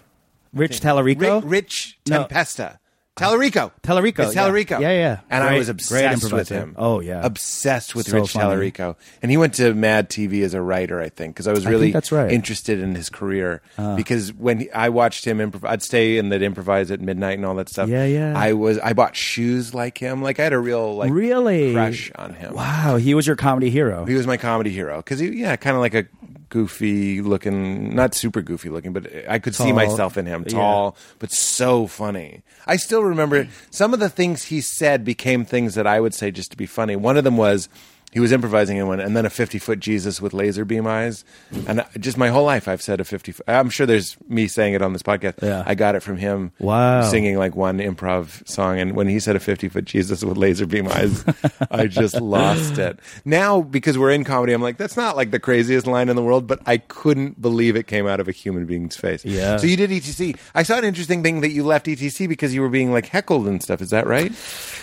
Speaker 3: Rich Tallarico?
Speaker 4: Ri- Rich
Speaker 3: No.
Speaker 4: Tempesta. Tallarico.
Speaker 3: Tallarico,
Speaker 4: It's
Speaker 3: yeah.
Speaker 4: Tallarico.
Speaker 3: Yeah, yeah.
Speaker 4: And I
Speaker 3: Great-
Speaker 4: was
Speaker 3: great
Speaker 4: obsessed with
Speaker 3: improviser.
Speaker 4: him.
Speaker 3: Oh, yeah.
Speaker 4: Obsessed with
Speaker 3: So
Speaker 4: Rich
Speaker 3: funny.
Speaker 4: Tallarico. And he went to Mad TV as a writer, I think, because I was
Speaker 3: think
Speaker 4: really
Speaker 3: that's right. Ah.
Speaker 4: interested in his career. because when he, I watched him improv, I'd stay and they'd improvise at midnight and all that stuff.
Speaker 3: Yeah, yeah.
Speaker 4: I was. I bought shoes like him. Like I had a real like
Speaker 3: Really?
Speaker 4: crush on him.
Speaker 3: Wow, he was your comedy hero.
Speaker 4: He was my comedy hero because he, yeah, kind of like a goofy looking, not super goofy looking, but I could see
Speaker 3: Tall.
Speaker 4: myself in him, tall, but so funny. I still remember some of the things he said became things that I would say just to be funny. One of them was he was improvising in one, and then a fifty foot Jesus with laser beam eyes, and I- just my whole life I've said a fifty. foot- I'm sure there's me saying it on this podcast.
Speaker 3: Yeah.
Speaker 4: I got it from him.
Speaker 3: Wow.
Speaker 4: singing like one improv song, and when he said a fifty foot Jesus with laser beam eyes, I just lost it. Now because we're in comedy, I'm like, that's not like the craziest line in the world, but I couldn't believe it came out of a human being's face.
Speaker 3: Yeah.
Speaker 4: So you did ETC. I saw an interesting thing that you left ETC because you were being like heckled and stuff. Is that right?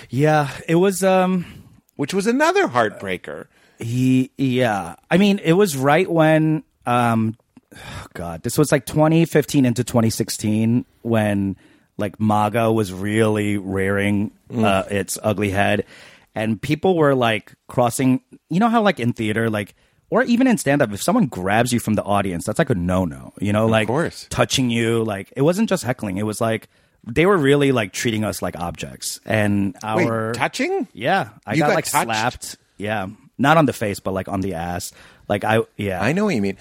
Speaker 3: Yeah, it was um
Speaker 4: Which was another heartbreaker.
Speaker 3: he yeah. I mean, it was right when um god, this was like 2015 into 2016 when like MAGA was really rearing
Speaker 4: Mm.
Speaker 3: uh, its ugly head and people were like crossing, you know how like in theater like or even in stand up if someone grabs you from the audience, that's like a no-no, you know, like
Speaker 4: course.
Speaker 3: touching you, like it wasn't just heckling, it was like they were really like treating us like objects and
Speaker 4: Wait,
Speaker 3: our
Speaker 4: touching?
Speaker 3: yeah, I
Speaker 4: You
Speaker 3: got,
Speaker 4: got
Speaker 3: like
Speaker 4: touched?
Speaker 3: slapped. Yeah, not on the face, but like on the ass. Like I, yeah,
Speaker 4: I know what you mean.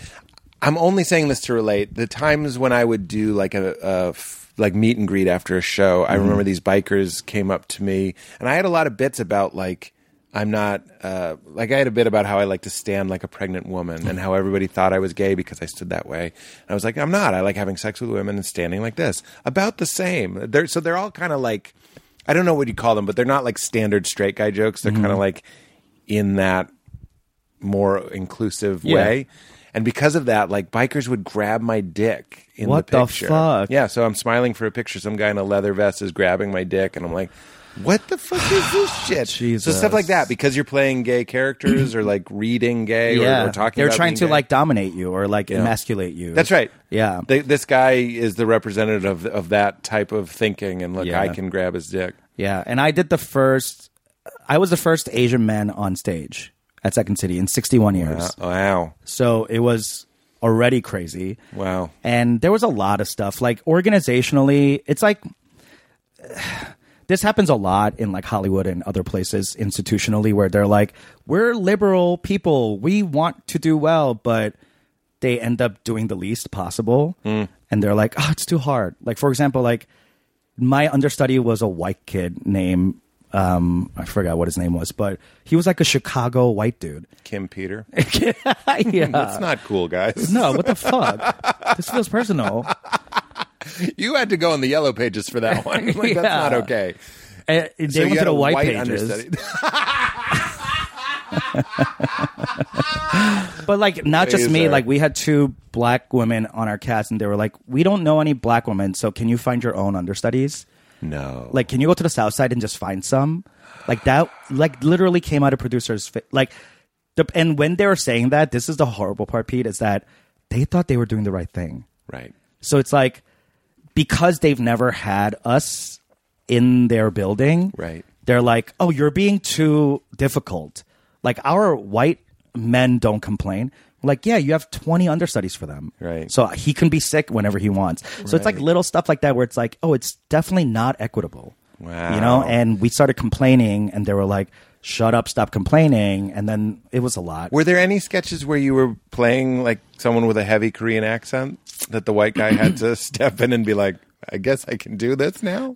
Speaker 4: I'm only saying this to relate the times when I would do like a, a f- like meet and greet after a show. I remember these bikers came up to me, and I had a lot of bits about like I'm not uh, like I had a bit about how I like to stand like a pregnant woman, and how everybody thought I was gay because I stood that way. And I was like, I'm not. I like having sex with women and standing like this. About the same. They're, so they're all kind of like I don't know what you call them, but they're not like standard straight guy jokes. They're kind of like in that more inclusive
Speaker 3: Yeah.
Speaker 4: way. And because of that, like bikers would grab my dick in
Speaker 3: What
Speaker 4: the
Speaker 3: the
Speaker 4: picture.
Speaker 3: fuck?
Speaker 4: Yeah, so I'm smiling for a picture. Some guy in a leather vest is grabbing my dick, and I'm like, "What the fuck is this shit?" So stuff like that, because you're playing gay characters or like reading gay
Speaker 3: yeah.
Speaker 4: or, or talking.
Speaker 3: They were
Speaker 4: about
Speaker 3: trying
Speaker 4: being
Speaker 3: to
Speaker 4: gay.
Speaker 3: like dominate you or like emasculate you.
Speaker 4: That's right.
Speaker 3: Yeah.
Speaker 4: They, this guy is the representative of, of that type of thinking, and look,
Speaker 3: Yeah.
Speaker 4: I can grab his dick.
Speaker 3: Yeah, and I did the first. I was the first Asian man on stage at Second City in 61 years.
Speaker 4: Wow.
Speaker 3: So it was already crazy.
Speaker 4: Wow.
Speaker 3: And there was a lot of stuff. Like organizationally, it's like this happens a lot in like Hollywood and other places institutionally where they're like, we're liberal people. We want to do well, but they end up doing the least possible. And they're like, oh, it's too hard. Like, for example, like my understudy was a white kid named Um, I forgot what his name was, but he was like a Chicago white dude.
Speaker 4: Kim Peter.
Speaker 3: yeah.
Speaker 4: That's not cool, guys.
Speaker 3: No, what the fuck? this feels personal.
Speaker 4: You had to go on the yellow pages for that one. Like,
Speaker 3: Yeah.
Speaker 4: That's not okay.
Speaker 3: And
Speaker 4: you
Speaker 3: they went to
Speaker 4: had
Speaker 3: the
Speaker 4: a
Speaker 3: white, pages,
Speaker 4: understudy.
Speaker 3: but like not just me.
Speaker 4: Amazing.
Speaker 3: Like we had two black women on our cast, and they were like, "We don't know any black women, so can you find your own understudies?
Speaker 4: no.
Speaker 3: Like, can you go to the South Side and just find some? Like that? Like literally came out of producers' fa- like." The, and when they were saying that, this is the horrible part, Pete, is that they thought they were doing the right thing.
Speaker 4: right.
Speaker 3: So it's like because they've never had us in their building,
Speaker 4: Right.
Speaker 3: They're like, "Oh, you're being too difficult." Like our white men don't complain. Like, yeah, you have 20 understudies for them.
Speaker 4: Right.
Speaker 3: So he can be sick whenever he wants. So it's like little stuff like that where it's like, "Oh, it's definitely not equitable."
Speaker 4: Wow.
Speaker 3: You know, and we started complaining and they were like, "Shut up, stop complaining." And then it was a lot.
Speaker 4: Were there any sketches where you were playing like someone with a heavy Korean accent that the white guy had to step in and be like, I guess I can do this now?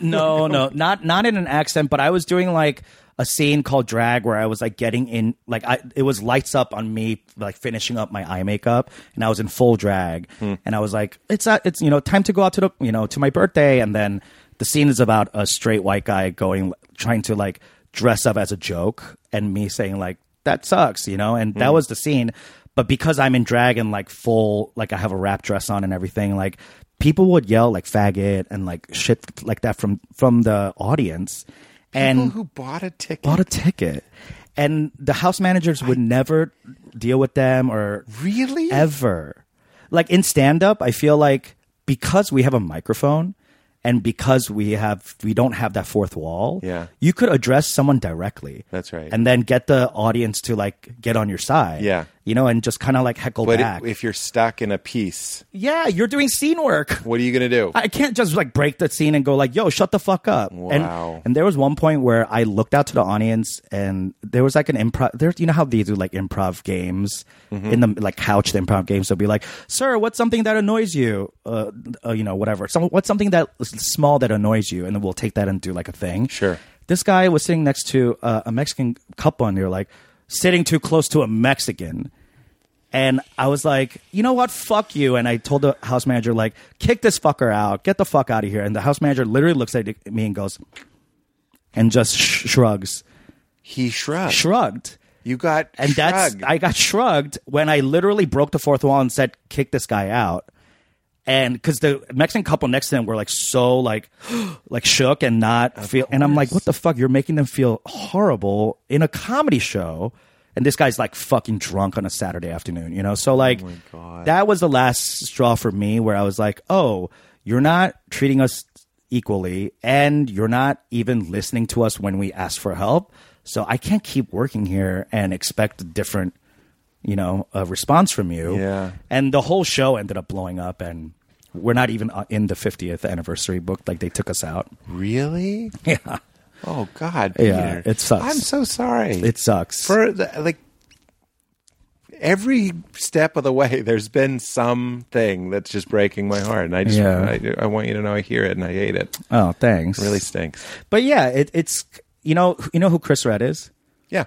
Speaker 3: no, no, not not in an accent, but I was doing like a scene called drag where I was like getting in like I it was lights up on me like finishing up my eye makeup and I was in full drag and I was like it's uh, it's you know time to go out to the you know to my birthday and then the scene is about a straight white guy going trying to like dress up as a joke and me saying like that sucks you know and that was the scene but because I'm in drag and like full like I have a wrap dress on and everything like people would yell like faggot and like shit like that from from the audience and
Speaker 4: Who bought a ticket?
Speaker 3: bought a ticket and the house managers would never deal with them or
Speaker 4: Really?
Speaker 3: ever like in stand up i feel like because we have a microphone and because we have we don't have that fourth wall
Speaker 4: Yeah.
Speaker 3: you could address someone directly
Speaker 4: That's right.
Speaker 3: and then get the audience to like get on your side
Speaker 4: Yeah.
Speaker 3: you know and just kind of like heckle
Speaker 4: but
Speaker 3: back
Speaker 4: i- if you're stuck in a piece,
Speaker 3: yeah you're doing scene work
Speaker 4: what are you going to do?
Speaker 3: I can't just like break the scene and go like, "Yo, shut the fuck up."
Speaker 4: Wow.
Speaker 3: And and there was one point where I looked out to the audience, and there was like an improv. There's you know how they do like improv games in the like couched improv games. They'll be like, "Sir, what's something that annoys you? Uh, uh you know, whatever. Some what's something that small that annoys you?" And then we'll take that and do like a thing.
Speaker 4: Sure.
Speaker 3: This guy was sitting next to uh, a Mexican couple, and they were like, "Sitting too close to a Mexican." And I was like, you know what? Fuck you. And I told the house manager, like, kick this fucker out. Get the fuck out of here. And the house manager literally looks at me and goes, and just sh- shrugs.
Speaker 4: he shrugged.
Speaker 3: Shrugged.
Speaker 4: you got
Speaker 3: And that's,
Speaker 4: shrugged.
Speaker 3: I got shrugged when I literally broke the fourth wall and said, kick this guy out. And because the Mexican couple next to them were like so like, like shook and not feel. And I'm like, what the fuck? You're making them feel horrible in a comedy show. And this guy's like fucking drunk on a Saturday afternoon, you know? So like, that was the last straw for me where I was like, oh, you're not treating us equally and you're not even listening to us when we ask for help. So I can't keep working here and expect a different, you know, a response from you.
Speaker 4: Yeah.
Speaker 3: And the whole show ended up blowing up and we're not even uh, in the 50th anniversary book like they took us out.
Speaker 4: really?
Speaker 3: Yeah.
Speaker 4: Oh, God.
Speaker 3: Yeah,
Speaker 4: Peter.
Speaker 3: it sucks.
Speaker 4: I'm so sorry.
Speaker 3: It sucks.
Speaker 4: for the, like every step of the way there's been something that's just breaking my heart and i just
Speaker 3: Yeah.
Speaker 4: I, I want you to know i hear it and i hate it
Speaker 3: oh, thanks.
Speaker 4: really stinks
Speaker 3: But yeah, it, it's you know, you know who Chris Red is?
Speaker 4: yeah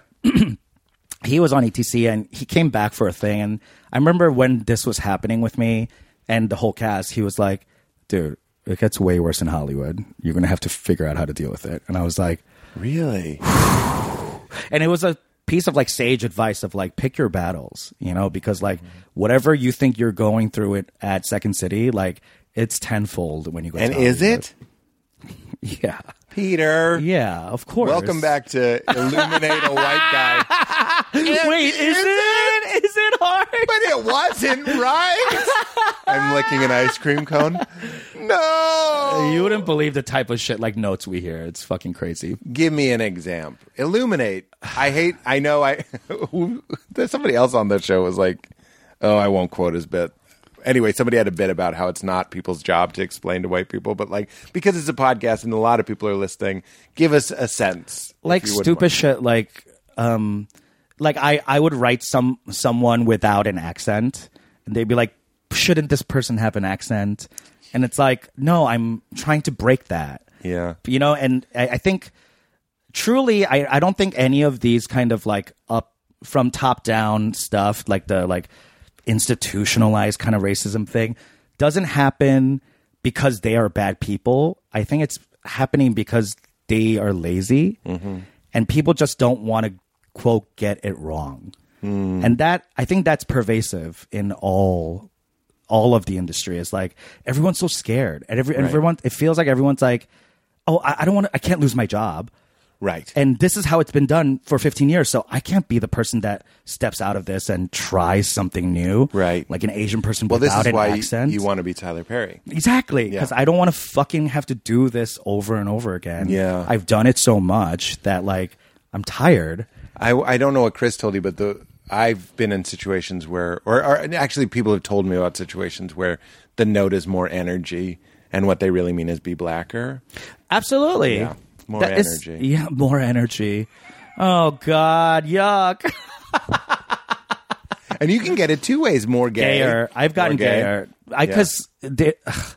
Speaker 3: he was on ETC and he came back for a thing. And I remember when this was happening with me and the whole cast, he was like, dude, it gets way worse in Hollywood. You're going to have to figure out how to deal with it. And I was like,
Speaker 4: really
Speaker 3: and it was a piece of like sage advice of like pick your battles, you know, because like whatever you think you're going through it at Second City, like it's tenfold when you go.
Speaker 4: and
Speaker 3: to
Speaker 4: is
Speaker 3: Hollywood.
Speaker 4: it
Speaker 3: Yeah,
Speaker 4: peter
Speaker 3: yeah, of course.
Speaker 4: welcome back to illuminate a white guy
Speaker 3: Wait, is, it? Is it hard?
Speaker 4: but it wasn't right i'm licking an ice cream cone no
Speaker 3: You wouldn't believe the type of shit like notes we hear. It's fucking crazy.
Speaker 4: give me an example. Illuminate. I hate. I know. I there's somebody else on that show was like, oh, I won't quote his bit. Anyway, somebody had a bit about how it's not people's job to explain to white people, but like because it's a podcast and a lot of people are listening, give us a sense. if
Speaker 3: like
Speaker 4: you wouldn't
Speaker 3: stupid
Speaker 4: mind.
Speaker 3: shit like um like I I would write some someone without an accent and they'd be like shouldn't this person have an accent and it's like no I'm trying to break that
Speaker 4: Yeah.
Speaker 3: you know and I, I think truly I, I don't think any of these kind of like up from top down stuff like the like institutionalized kind of racism thing doesn't happen because they are bad people i think it's happening because they are lazy
Speaker 4: Mm-hmm.
Speaker 3: and people just don't want to quote get it wrong
Speaker 4: Hmm.
Speaker 3: and that i think that's pervasive in all all of the industry is like everyone's so scared and every, everyone it feels like everyone's like oh i, I don't want to i can't lose my job
Speaker 4: Right.
Speaker 3: and this is how it's been done for 15 years so i can't be the person that steps out of this and tries something new
Speaker 4: Right.
Speaker 3: like an asian person
Speaker 4: well, this
Speaker 3: without
Speaker 4: is
Speaker 3: an
Speaker 4: why you-
Speaker 3: accent
Speaker 4: you want to be Tyler Perry.
Speaker 3: exactly because i don't want to fucking have to do this over and over again
Speaker 4: Yeah.
Speaker 3: i've done it so much that like i'm tired
Speaker 4: I, I don't know what Chris told you, but the I've been in situations where, or, or and actually, people have told me about situations where the note is more energy, and what they really mean is be blacker.
Speaker 3: absolutely
Speaker 4: Yeah. More
Speaker 3: That is-
Speaker 4: energy.
Speaker 3: yeah more energy oh god yuck
Speaker 4: And you can get it two ways: more gay.
Speaker 3: gayer. I've gotten
Speaker 4: more gay.
Speaker 3: gayer. I
Speaker 4: Yeah.
Speaker 3: because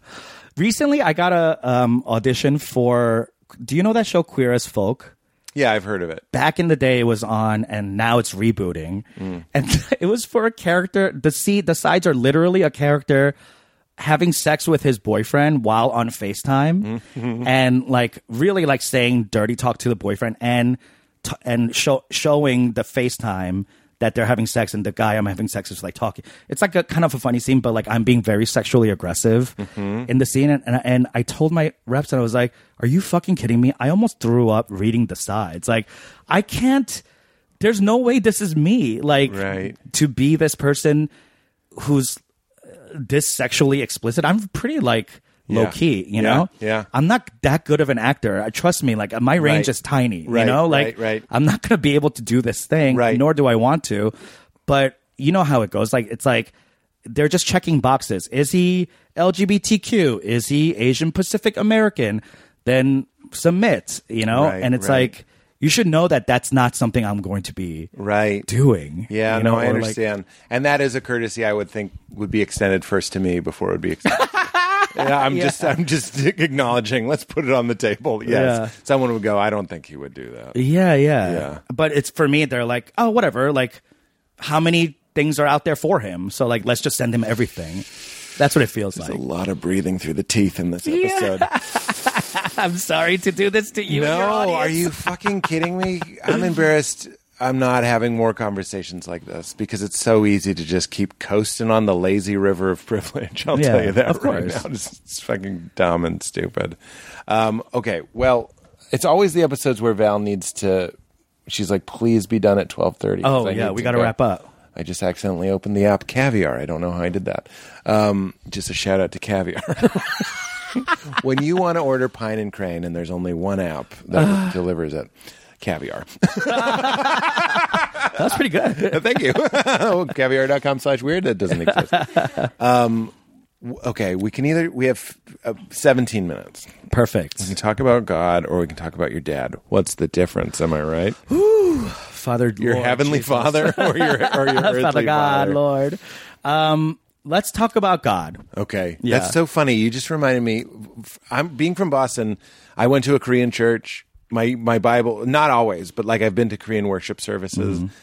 Speaker 3: recently I got a um, audition for. Do you know that show Queer as Folk?
Speaker 4: Yeah, I've heard of it.
Speaker 3: Back in the day, it was on, and now it's rebooting. And it was for a character. The see the sides are literally a character having sex with his boyfriend while on FaceTime, and like really like saying dirty talk to the boyfriend, and t- and show, showing the FaceTime that they're having sex, and the guy I'm having sex is like talking. It's like a kind of a funny scene, but like I'm being very sexually aggressive
Speaker 4: Mm-hmm.
Speaker 3: in the scene, and, and and I told my reps, and I was like, "Are you fucking kidding me? I almost threw up reading the sides. Like I can't." There's no way this is me. Like
Speaker 4: Right.
Speaker 3: to be this person who's uh, this sexually explicit. I'm pretty like low
Speaker 4: Yeah.
Speaker 3: key,
Speaker 4: Yeah.
Speaker 3: you know?
Speaker 4: Yeah.
Speaker 3: I'm not that good of an actor. I trust me, like my range
Speaker 4: Right.
Speaker 3: is tiny.
Speaker 4: Right.
Speaker 3: You know, like
Speaker 4: Right. Right.
Speaker 3: I'm not gonna be able to do this thing,
Speaker 4: Right.
Speaker 3: nor do I want to. But you know how it goes. Like it's like they're just checking boxes. Is he LGBTQ? Is he Asian Pacific American? Then submit, you know?
Speaker 4: Right,
Speaker 3: and it's
Speaker 4: right.
Speaker 3: like you should know that that's not something I'm going to be
Speaker 4: Right.
Speaker 3: doing.
Speaker 4: Yeah,
Speaker 3: you
Speaker 4: no,
Speaker 3: know,
Speaker 4: I
Speaker 3: or, like-
Speaker 4: understand. and that is a courtesy I would think would be extended first to me before it would be extended. yeah, I'm just I'm just acknowledging. Let's put it on the table. Yes.
Speaker 3: Yeah.
Speaker 4: Someone would go, I don't think he would do that.
Speaker 3: Yeah, yeah.
Speaker 4: Yeah.
Speaker 3: But it's for me, they're like, oh, whatever. Like, how many things are out there for him? So, like, let's just send him everything. That's what it feels
Speaker 4: A
Speaker 3: like.
Speaker 4: lot of breathing through the teeth in this episode.
Speaker 3: I'm sorry to do this to you. and your
Speaker 4: No, are
Speaker 3: audience.
Speaker 4: you fucking kidding me? I'm embarrassed. I'm not having more conversations like this because it's so easy to just keep coasting on the lazy river of privilege. I'll
Speaker 3: Yeah,
Speaker 4: tell you that
Speaker 3: of
Speaker 4: right
Speaker 3: course.
Speaker 4: now. It's, it's fucking dumb and stupid. Um, okay, well, it's always the episodes where Val needs to. She's like, "Please be done at 12:30." 'cause
Speaker 3: Oh,
Speaker 4: I
Speaker 3: yeah,
Speaker 4: need
Speaker 3: we gotta
Speaker 4: go."
Speaker 3: wrap up.
Speaker 4: I just accidentally opened the app Caviar. I don't know how I did that. Um, just a shout out to Caviar. when you want to order Pine and Crane and there's only one app
Speaker 3: Ah.
Speaker 4: that delivers it, Caviar.
Speaker 3: That's pretty good.
Speaker 4: Thank you. Caviar.com slash weird. That doesn't exist. Um, w- okay, we can either, we have uh, 17 minutes. We
Speaker 3: Perfect.
Speaker 4: can talk about God or we can talk about your dad. What's the difference? Am I right?
Speaker 3: Father,
Speaker 4: Your
Speaker 3: Lord,
Speaker 4: heavenly
Speaker 3: Jesus.
Speaker 4: father or your, or your earthly
Speaker 3: Father God,
Speaker 4: father?
Speaker 3: Lord. Um, let's talk about God.
Speaker 4: Okay.
Speaker 3: Yeah.
Speaker 4: That's so funny. You just reminded me f- I'm being from Boston. I went to a Korean church. My my Bible, not always, but like I've been to Korean worship services
Speaker 3: Mm-hmm.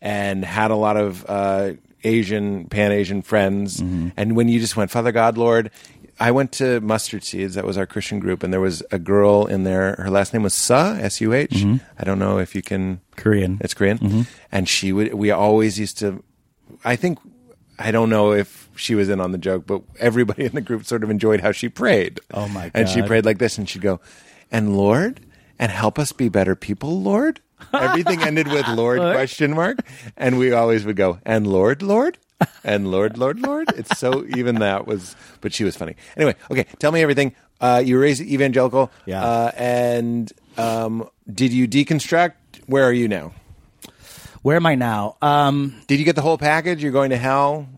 Speaker 4: and had a lot of uh, Asian, Pan Asian friends.
Speaker 3: Mm-hmm.
Speaker 4: And when you just went, Father God, Lord, I went to Mustard Seeds. That was our Christian group, and there was a girl in there. Her last name was Sa S U H. I don't know if you can
Speaker 3: Mm-hmm. Korean.
Speaker 4: It's Korean,
Speaker 3: Mm-hmm.
Speaker 4: and she would. We always used to. I think I don't know if she was in on the joke, but everybody in the group sort of enjoyed how she prayed.
Speaker 3: Oh, my
Speaker 4: And she
Speaker 3: God.
Speaker 4: prayed like this, and she'd go, "And Lord, and help us be better people, Lord." Everything ended with Lord, question mark, and we always would go, "And Lord, Lord." and Lord, Lord, Lord. It's so even that was, but she was funny. Anyway, okay, tell me everything. Uh, you were raised evangelical,
Speaker 3: Yeah.
Speaker 4: Uh, and um, did you deconstruct? Where are you now?
Speaker 3: Where am I now? Um,
Speaker 4: Did you get the whole package? You're going to hell?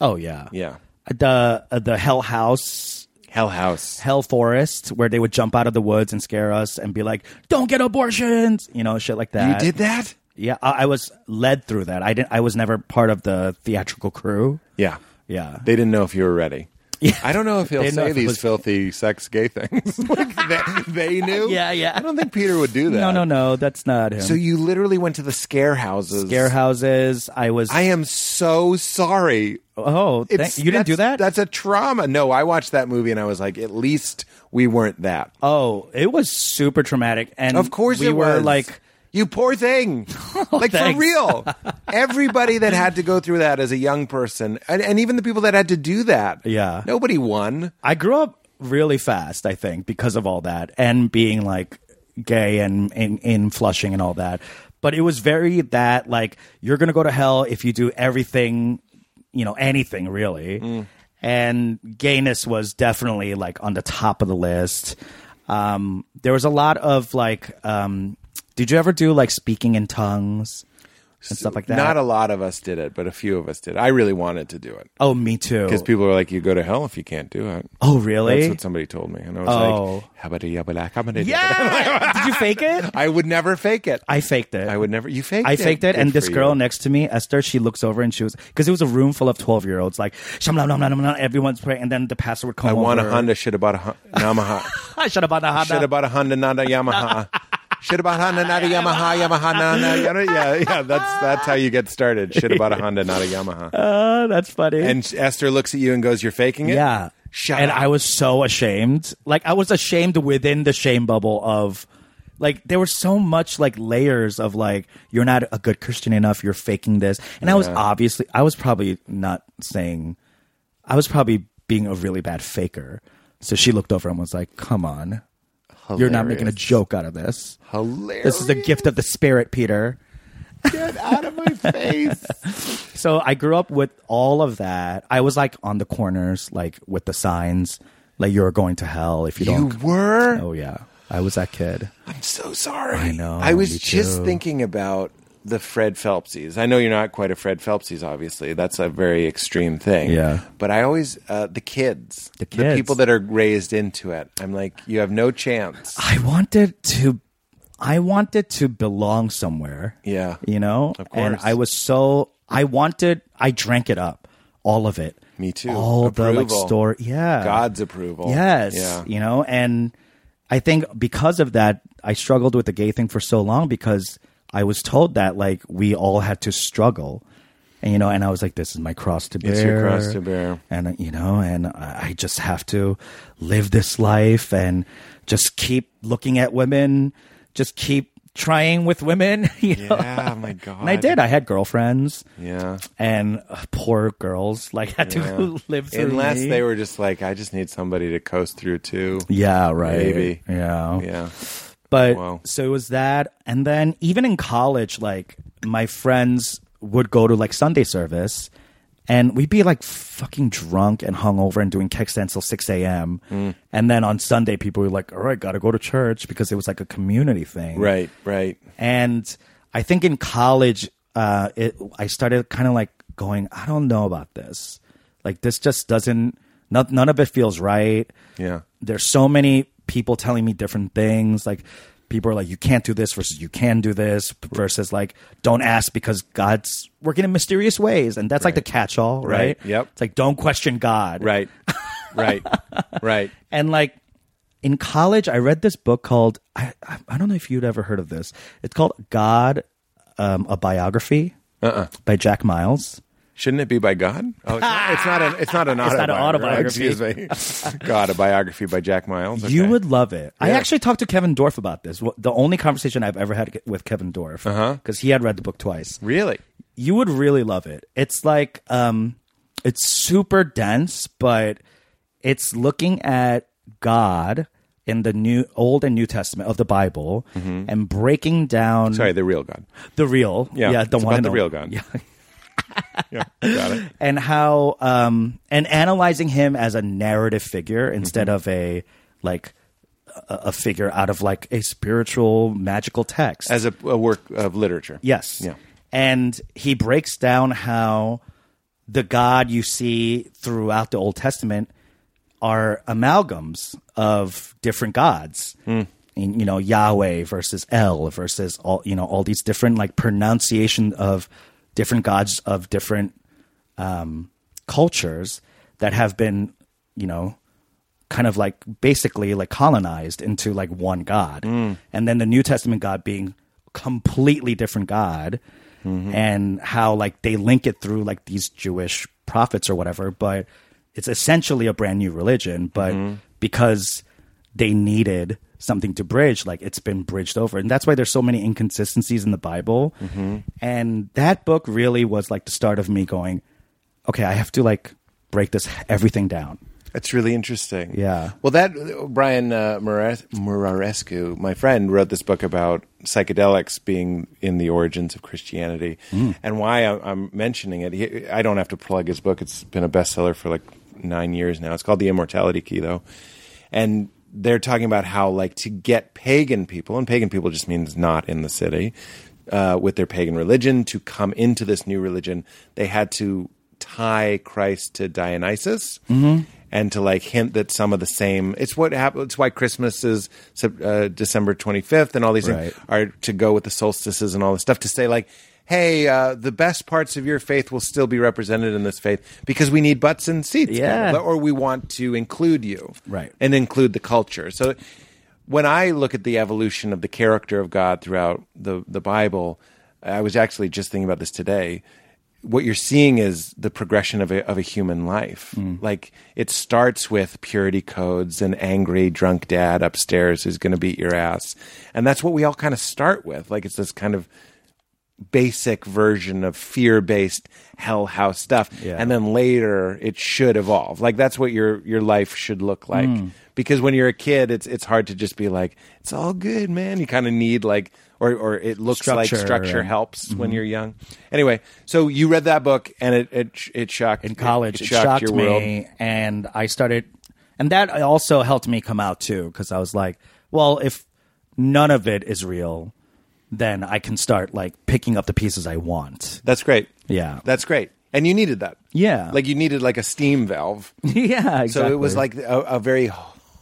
Speaker 3: oh, yeah.
Speaker 4: Yeah.
Speaker 3: The, uh, the Hell House
Speaker 4: Hell house.
Speaker 3: hell forest where they would jump out of the woods and scare us and be like, "Don't get abortions," you know, shit like
Speaker 4: You
Speaker 3: that.
Speaker 4: did that?
Speaker 3: Yeah, I, I was led through that. I didn't. I was never part of the theatrical crew.
Speaker 4: Yeah.
Speaker 3: Yeah.
Speaker 4: They didn't know if you were ready. I don't know if he'll
Speaker 3: They
Speaker 4: say
Speaker 3: know if it
Speaker 4: these
Speaker 3: was-
Speaker 4: filthy sex gay things. like they, they knew.
Speaker 3: Yeah, yeah.
Speaker 4: I don't think Peter would do that.
Speaker 3: No, no, no. That's not him.
Speaker 4: So you literally went to the scare houses.
Speaker 3: scare houses. I was.
Speaker 4: I am so sorry.
Speaker 3: oh, thank-
Speaker 4: It's-
Speaker 3: you didn't do
Speaker 4: that's-
Speaker 3: that.
Speaker 4: That's a trauma. No, I watched that movie and I was like, at least we weren't that.
Speaker 3: oh, it was super traumatic. And
Speaker 4: Of course,
Speaker 3: we
Speaker 4: it
Speaker 3: were
Speaker 4: was.
Speaker 3: like. Oh,
Speaker 4: you poor thing. like for
Speaker 3: thanks.
Speaker 4: real, everybody that had to go through that as a young person, and, and even the people that had to do that.
Speaker 3: Yeah.
Speaker 4: nobody won.
Speaker 3: I grew up really fast, I think, because of all that and being like gay and in in flushing and all that. But it was very that like you're gonna go to hell if you do everything, you know, anything really.
Speaker 4: Mm.
Speaker 3: And gayness was definitely like on the top of the list. Um, there was a lot of like, um, did you ever do like speaking in tongues and stuff like that?
Speaker 4: Not a lot of us did it, but a few of us did. I really wanted to do it
Speaker 3: oh, me too.
Speaker 4: because people were like, "You go to hell if you can't do it."
Speaker 3: Oh, really?
Speaker 4: That's what somebody told me, and I was
Speaker 3: Oh.
Speaker 4: like, "Habada yabada, habada yabada."
Speaker 3: yeah. did you fake it?
Speaker 4: I would never fake it.
Speaker 3: I faked it.
Speaker 4: I would never. You faked.
Speaker 3: I faked it,
Speaker 4: Good
Speaker 3: and this
Speaker 4: for
Speaker 3: girl
Speaker 4: you.
Speaker 3: next to me, Esther, she looks over and she was because it was a room full of twelve year olds, like sham lam lam lam lam. Everyone's praying, and then the pastor would come.
Speaker 4: I
Speaker 3: over.
Speaker 4: want a Honda. Should have bought a Hon- Yamaha.
Speaker 3: I should have bought a Honda.
Speaker 4: Should have bought a Honda, not a Yamaha. Should have bought Honda, not a Yamaha. Yamaha, not a Yamaha. Yeah, yeah. That's that's how you get started. Should have bought a Honda, not a Yamaha.
Speaker 3: Uh, that's funny.
Speaker 4: And Esther looks at you and goes, "You're faking it."
Speaker 3: yeah,
Speaker 4: Shut
Speaker 3: and
Speaker 4: up.
Speaker 3: I was so ashamed. Like I was ashamed within the shame bubble of. Like there were so much like layers of like you're not a good Christian enough, you're faking this, and I was obviously I was probably not saying, I was probably being a really bad faker. So she looked over and was like, "Come on, You're not making a joke out of this.
Speaker 4: Hilarious.
Speaker 3: This is a gift of the spirit, Peter.
Speaker 4: Get out of my face.
Speaker 3: So I grew up with all of that. I was like on the corners, like with the signs, like you're going to hell if you,
Speaker 4: you
Speaker 3: don't.
Speaker 4: were.
Speaker 3: Oh yeah, I was that kid.
Speaker 4: I'm so sorry. I
Speaker 3: know,
Speaker 4: I was
Speaker 3: me
Speaker 4: just
Speaker 3: too.
Speaker 4: thinking about the Fred Phelpsies. I know you're not quite a Fred Phelpsies, obviously. That's a very extreme thing.
Speaker 3: Yeah.
Speaker 4: But I always uh, the kids, the
Speaker 3: kids.
Speaker 4: people that are raised into it. I'm like, you have no chance.
Speaker 3: I wanted to, I wanted to belong somewhere.
Speaker 4: Yeah.
Speaker 3: you know.
Speaker 4: Of
Speaker 3: And
Speaker 4: course.
Speaker 3: I was so I wanted. I drank it up, all of it.
Speaker 4: Me too.
Speaker 3: All the like
Speaker 4: Approval.
Speaker 3: story. Yeah,
Speaker 4: God's approval.
Speaker 3: Yes.
Speaker 4: Yeah.
Speaker 3: You know, and I think because of that, I struggled with the gay thing for so long because I was told that like we all had to struggle. And you know, and I was like, "This is my cross to bear."
Speaker 4: It's your cross to bear.
Speaker 3: and uh, you know, and I I just have to live this life and just keep looking at women, just keep trying with women. You know,
Speaker 4: Yeah, my God.
Speaker 3: and I did. I had girlfriends,
Speaker 4: Yeah.
Speaker 3: and uh, poor girls like had to live through
Speaker 4: Unless
Speaker 3: me.
Speaker 4: they were just like, I just need somebody to coast through too.
Speaker 3: yeah, right,
Speaker 4: Maybe.
Speaker 3: yeah,
Speaker 4: Yeah.
Speaker 3: But
Speaker 4: Wow.
Speaker 3: so it was that. And then even in college, like my friends would go to like Sunday service and we'd be like fucking drunk and hungover and doing keg stands till 6 a.m.
Speaker 4: Mm.
Speaker 3: And then on Sunday, people were like, all right, gotta go to church because it was like a community thing.
Speaker 4: Right, right.
Speaker 3: And I think in college, uh, it, I started kind of like going, I don't know about this. Like this just doesn't, not, none of it feels right
Speaker 4: Yeah.
Speaker 3: there's so many people telling me different things like people are like you can't do this versus you can do this versus like don't ask because god's working in mysterious ways and that's like the catch-all right,
Speaker 4: Right. Yep.
Speaker 3: it's like don't question god
Speaker 4: Right. right. Right.
Speaker 3: and like in college i read this book called i, I, I don't know if you'd ever heard of this it's called god um, a biography
Speaker 4: Uh-uh.
Speaker 3: by jack miles
Speaker 4: Shouldn't it be by God? Oh, it's not, it's not an it's not an
Speaker 3: not an
Speaker 4: autobiography. Excuse me. God, a biography by Jack Miles. Okay.
Speaker 3: You would love it. I
Speaker 4: Yeah.
Speaker 3: actually talked to Kevin Dorff about this. Wh- The only conversation I've ever had with Kevin Dorff, because
Speaker 4: Uh-huh.
Speaker 3: he had read the book twice.
Speaker 4: really?
Speaker 3: you would really love it. It's like um it's super dense, but it's looking at God in the new old and new testament of the Bible and breaking down
Speaker 4: Mm-hmm. Sorry, the real God.
Speaker 3: the real
Speaker 4: Yeah,
Speaker 3: yeah the
Speaker 4: it's
Speaker 3: one
Speaker 4: about
Speaker 3: and
Speaker 4: the
Speaker 3: only-
Speaker 4: real God.
Speaker 3: yeah,
Speaker 4: Yeah, got it.
Speaker 3: and how um and analyzing him as a narrative figure
Speaker 4: Mm-hmm.
Speaker 3: instead of a like a, a figure out of like a spiritual magical text
Speaker 4: As a, a work of literature.
Speaker 3: Yes.
Speaker 4: Yeah.
Speaker 3: And he breaks down how the God you see throughout the Old Testament are amalgams of different gods. And, you know, Yahweh versus El versus all, you know, all these different like pronunciation of different gods of different um, cultures that have been you know, kind of like basically like colonized into like one God. And then the New Testament God being completely different God and how like they link it through like these Jewish prophets or whatever, but it's essentially a brand new religion, but because they needed something to bridge like it's been bridged over and that's why there's so many inconsistencies in the bible and that book really was like the start of me going okay i have to like break this everything down
Speaker 4: That's really interesting.
Speaker 3: Yeah.
Speaker 4: Well, that Brian uh, Murares- Murarescu, my friend, wrote this book about psychedelics being in the origins of Christianity, and why I, I'm mentioning it. He, I don't have to plug his book; it's been a bestseller for like nine years now. It's called The Immortality Key, though, and they're talking about how like to get pagan people, and pagan people just means not in the city, uh, with their pagan religion to come into this new religion, they had to tie Christ to Dionysus and to like hint that some of the same. It's what happened. It's why Christmas is Sep- uh, December 25th and all these
Speaker 3: Right.
Speaker 4: things are to go with the solstices and all this stuff to say like, hey, uh, the best parts of your faith will still be represented in this faith because we need butts and seats, kind
Speaker 3: Yeah.
Speaker 4: of, or we want to include you,
Speaker 3: Right.
Speaker 4: and include the culture. So when I look at the evolution of the character of God throughout the, the Bible, I was actually just thinking about this today. What you're seeing is the progression of a, of a human life. Like it starts with purity codes and angry drunk dad upstairs who's going to beat your ass. And that's what we all kind of start with. Like it's this kind of basic version of fear-based hell house stuff and then later it should evolve like that's what your your life should look like
Speaker 3: Hmm.
Speaker 4: because when you're a kid it's it's hard to just be like it's all good man you kind of need like or or it looks like
Speaker 3: Structure
Speaker 4: structure
Speaker 3: and- Mm-hmm.
Speaker 4: helps when you're young anyway so you read that book and it it, sh- it shocked
Speaker 3: in college. It, shocked,
Speaker 4: your
Speaker 3: me,
Speaker 4: world
Speaker 3: and I started, and that also helped me come out too, because I was like, well, if none of it is real, then I can start like picking up the pieces I want.
Speaker 4: that's great
Speaker 3: Yeah.
Speaker 4: that's great and you needed that
Speaker 3: Yeah.
Speaker 4: like you needed like a steam valve
Speaker 3: yeah, exactly.
Speaker 4: So it was like a, a very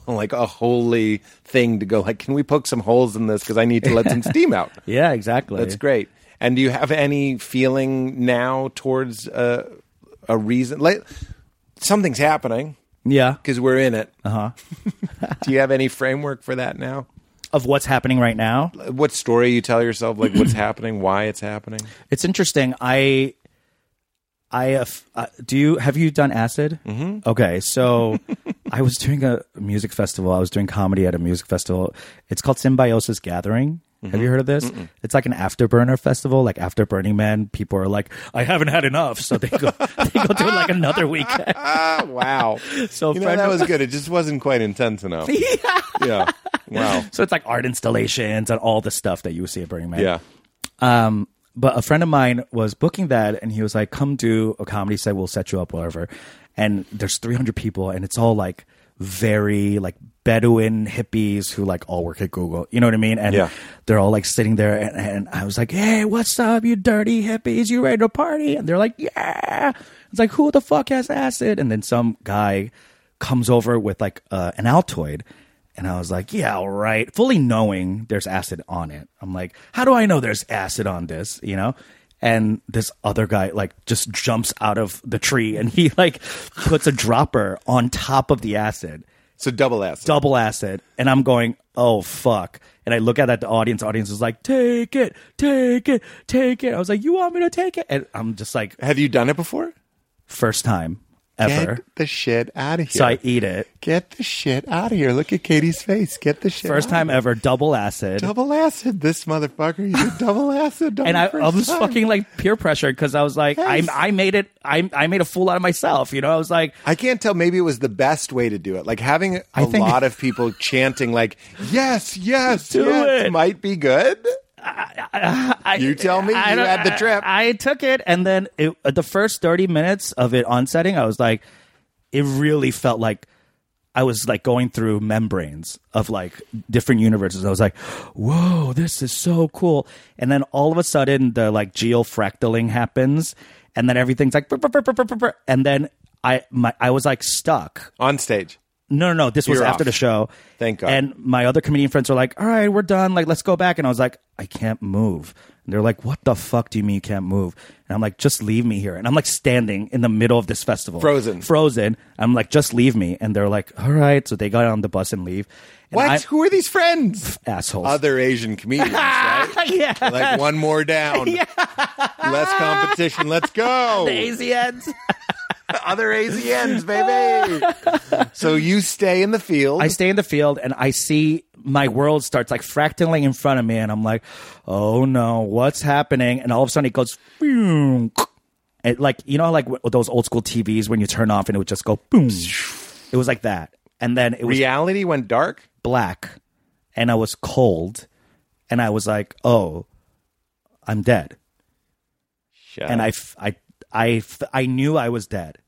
Speaker 4: like a holy thing to go like, can we poke some holes in this because I need to let some steam out.
Speaker 3: yeah, exactly.
Speaker 4: That's great. And do you have any feeling now towards uh, a reason? Like something's happening
Speaker 3: Yeah,
Speaker 4: because we're in it.
Speaker 3: Uh-huh.
Speaker 4: Uh huh. do you have any framework for that now?
Speaker 3: of what's happening right now.
Speaker 4: What story you tell yourself? Like what's happening? Why it's happening?
Speaker 3: It's interesting. I, I uh, f- uh, do you have you done acid? Mm-hmm. Okay, so I was doing a music festival. I was doing comedy at a music festival. It's called Symbiosis Gathering. Have you heard of this? It's like an afterburner festival. Like after Burning Man, people are like, "I haven't had enough," so they go they go do like another weekend.
Speaker 4: Ah, wow.
Speaker 3: So
Speaker 4: you know,
Speaker 3: friend-
Speaker 4: that was good. It just wasn't quite intense enough. yeah. Yeah. Wow.
Speaker 3: So it's like art installations and all the stuff that you would see at Burning Man.
Speaker 4: Yeah.
Speaker 3: Um, but a friend of mine was booking that, and he was like, "Come do a comedy set. We'll set you up, whatever." And there's 300 people, and it's all like very like Bedouin hippies who like all work at Google. You know what I mean? And
Speaker 4: Yeah.
Speaker 3: they're all like sitting there, and, and I was like, "Hey, what's up, you dirty hippies? You ready to party?" And they're like, "Yeah." It's like, "Who the fuck has acid?" And then some guy comes over with like uh, an Altoid. And I was like, yeah, all right. Fully knowing there's acid on it. I'm like, how do I know there's acid on this? You know? And this other guy like just jumps out of the tree and he like puts a dropper on top of the acid,
Speaker 4: So double S.
Speaker 3: double acid. And I'm going, oh fuck. And I look out at the audience. Audience is like, take it, take it, take it. I was like, you want me to take it? And I'm just like,
Speaker 4: Have you done it before?
Speaker 3: first time ever.
Speaker 4: Get the shit out of here.
Speaker 3: So I eat it.
Speaker 4: Get the shit out of here. Look at Katie's face. Get the shit.
Speaker 3: First
Speaker 4: outta
Speaker 3: time ever, double acid.
Speaker 4: here. Double acid. This motherfucker. He's a double acid.
Speaker 3: and I, I was
Speaker 4: just
Speaker 3: fucking like peer pressured because I was like,
Speaker 4: Yes.
Speaker 3: I, I made it, I, I made a fool out of myself. You know, I was like,
Speaker 4: I can't tell. Maybe it was the best way to do it. Like having a
Speaker 3: I think-
Speaker 4: lot of people chanting, like "Yes, yes,
Speaker 3: Do
Speaker 4: yes,"
Speaker 3: it.
Speaker 4: might be good.
Speaker 3: I,
Speaker 4: You tell me. You
Speaker 3: don't-
Speaker 4: had the trip.
Speaker 3: I, I took it, and then it, the first thirty minutes of it on setting, I was like, it really felt like I was like going through membranes of like different universes. I was like, whoa, this is so cool. And then all of a sudden, the like geofractaling happens, and then everything's like, brr, brr, brr, brr, brr, brr, brr. and then. I my I was like stuck
Speaker 4: On stage,
Speaker 3: No, no, no. This was
Speaker 4: You're
Speaker 3: after
Speaker 4: off.
Speaker 3: the show.
Speaker 4: Thank God.
Speaker 3: And my other comedian friends were like, "All right, we're done. Like, let's go back." And I was like, "I can't move. And they're like, "What the fuck do you mean you can't move?" And I'm like, "Just leave me here." And I'm like standing in the middle of this festival,
Speaker 4: Frozen.
Speaker 3: frozen. I'm like, "Just leave me." And they're like, "All right." So they got on the bus and leave. And
Speaker 4: What?
Speaker 3: I-
Speaker 4: Who are these friends?
Speaker 3: assholes?
Speaker 4: Other Asian comedians, right?
Speaker 3: yeah,
Speaker 4: Like one more down. Less competition. Let's go.
Speaker 3: the Asians.
Speaker 4: Other AZNs, baby. so you stay in the field.
Speaker 3: I stay in the field and I see my world starts like fractaling in front of me, and I'm like, oh no, what's happening? And all of a sudden it goes, boom. It like you know like with those old school TVs when you turn off and it would just go boom. It was like that, and then it was
Speaker 4: Reality went dark.
Speaker 3: black, and I was cold, and I was like, oh, I'm dead,
Speaker 4: Shut
Speaker 3: and I f- I I f- I knew I was dead.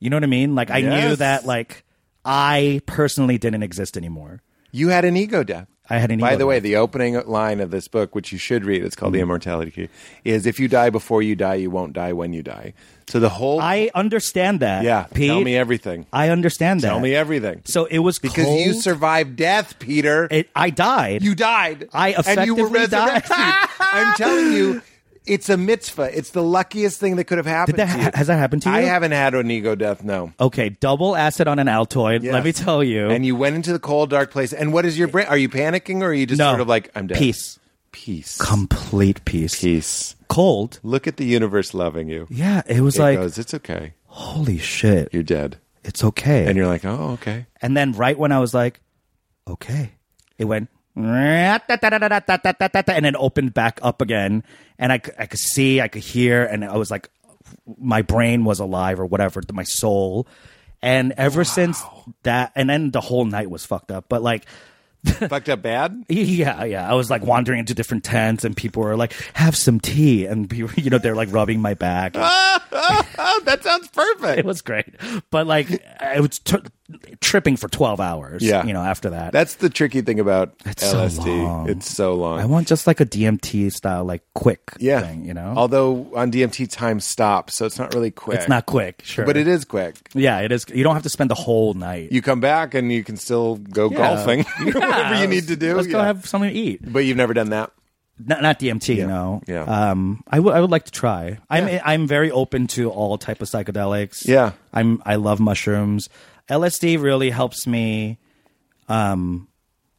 Speaker 3: You know what I mean? Like I knew
Speaker 4: Yes.
Speaker 3: that like I personally didn't exist anymore.
Speaker 4: You had an ego death.
Speaker 3: I had an
Speaker 4: By
Speaker 3: ego
Speaker 4: the way,
Speaker 3: death.
Speaker 4: the opening line of this book, which you should read, it's called
Speaker 3: Mm-hmm.
Speaker 4: The Immortality Key, is if you die before you die, you won't die when you die. So the whole
Speaker 3: I understand that.
Speaker 4: Yeah,
Speaker 3: Pete.
Speaker 4: tell me everything.
Speaker 3: I understand that.
Speaker 4: Tell me everything.
Speaker 3: So it was
Speaker 4: because
Speaker 3: cold.
Speaker 4: you survived death, Peter.
Speaker 3: It, I died.
Speaker 4: you died.
Speaker 3: I
Speaker 4: and you were
Speaker 3: effectively died.
Speaker 4: resurrected. I'm telling you, it's a mitzvah. It's the luckiest thing that could have happened.
Speaker 3: that
Speaker 4: to
Speaker 3: ha-
Speaker 4: you.
Speaker 3: has that happened to you? Oh.
Speaker 4: I haven't had an ego death. No.
Speaker 3: okay, double acid on an Altoid.
Speaker 4: Yes.
Speaker 3: Let me tell you.
Speaker 4: And you went into the cold, dark place. And what is your brain? Are you panicking or are you just
Speaker 3: no,
Speaker 4: sort of like, I'm dead?
Speaker 3: Peace.
Speaker 4: Peace.
Speaker 3: Complete peace.
Speaker 4: Peace.
Speaker 3: Cold.
Speaker 4: Look at the universe loving you.
Speaker 3: Yeah, it was
Speaker 4: It
Speaker 3: like,
Speaker 4: goes, it's okay.
Speaker 3: holy shit,
Speaker 4: You're dead.
Speaker 3: it's okay.
Speaker 4: And you're like, oh, okay.
Speaker 3: And then right when I was like, okay, it went and then opened back up again. And I, c- I could see, I could hear, and I was like, my brain was alive or whatever, my soul. And ever since that, and then the whole night was fucked up. But like,
Speaker 4: Fucked up bad?
Speaker 3: yeah, yeah. I was like wandering into different tents, and people were like, "Have some tea," and people, you know, they're like rubbing my back.
Speaker 4: Oh, that sounds perfect.
Speaker 3: It was great, but like, I was t- tripping for twelve hours.
Speaker 4: Yeah.
Speaker 3: you know, after that,
Speaker 4: That's the tricky thing about
Speaker 3: so
Speaker 4: LSD.
Speaker 3: long.
Speaker 4: It's so long.
Speaker 3: I want just like a DMT style, like quick
Speaker 4: Oh. yeah.
Speaker 3: thing, you know?
Speaker 4: Although on DMT, time stops. So it's not really quick.
Speaker 3: it's not quick, sure.
Speaker 4: But it is quick.
Speaker 3: Yeah, it is. You don't have to spend the whole night.
Speaker 4: You come back and you can still go golfing. Whatever you need to do.
Speaker 3: Let's go
Speaker 4: yeah.
Speaker 3: have something to eat.
Speaker 4: but you've never done that.
Speaker 3: Not, not DMT, no.
Speaker 4: Yeah.
Speaker 3: Um, I would I would like to try. I'm I'm very open to all type of psychedelics.
Speaker 4: Yeah.
Speaker 3: I'm I love mushrooms. LSD really helps me. Um,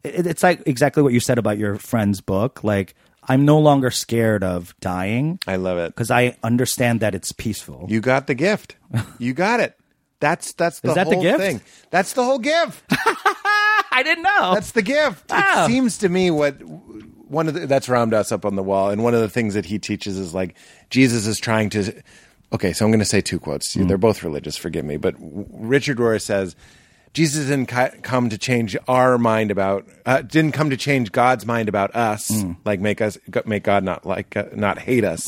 Speaker 3: it, it's like exactly what you said about your friend's book. Like I'm no longer scared of dying
Speaker 4: I love it.
Speaker 3: because I understand that it's peaceful.
Speaker 4: You got the gift. You got it. That's that's the
Speaker 3: Is that the
Speaker 4: whole
Speaker 3: gift?
Speaker 4: thing. That's the whole gift.
Speaker 3: I didn't know.
Speaker 4: That's the gift. It seems to me what one of the, that's Ram Dass up on the wall, and one of the things that he teaches is like Jesus is trying to. Okay, so I'm going to say two quotes. to you. They're both religious. Forgive me, but w- Richard Rohr says Jesus didn't ki- come to change our mind about uh, didn't come to change God's mind about us, like make us g- make God not like uh, not hate us.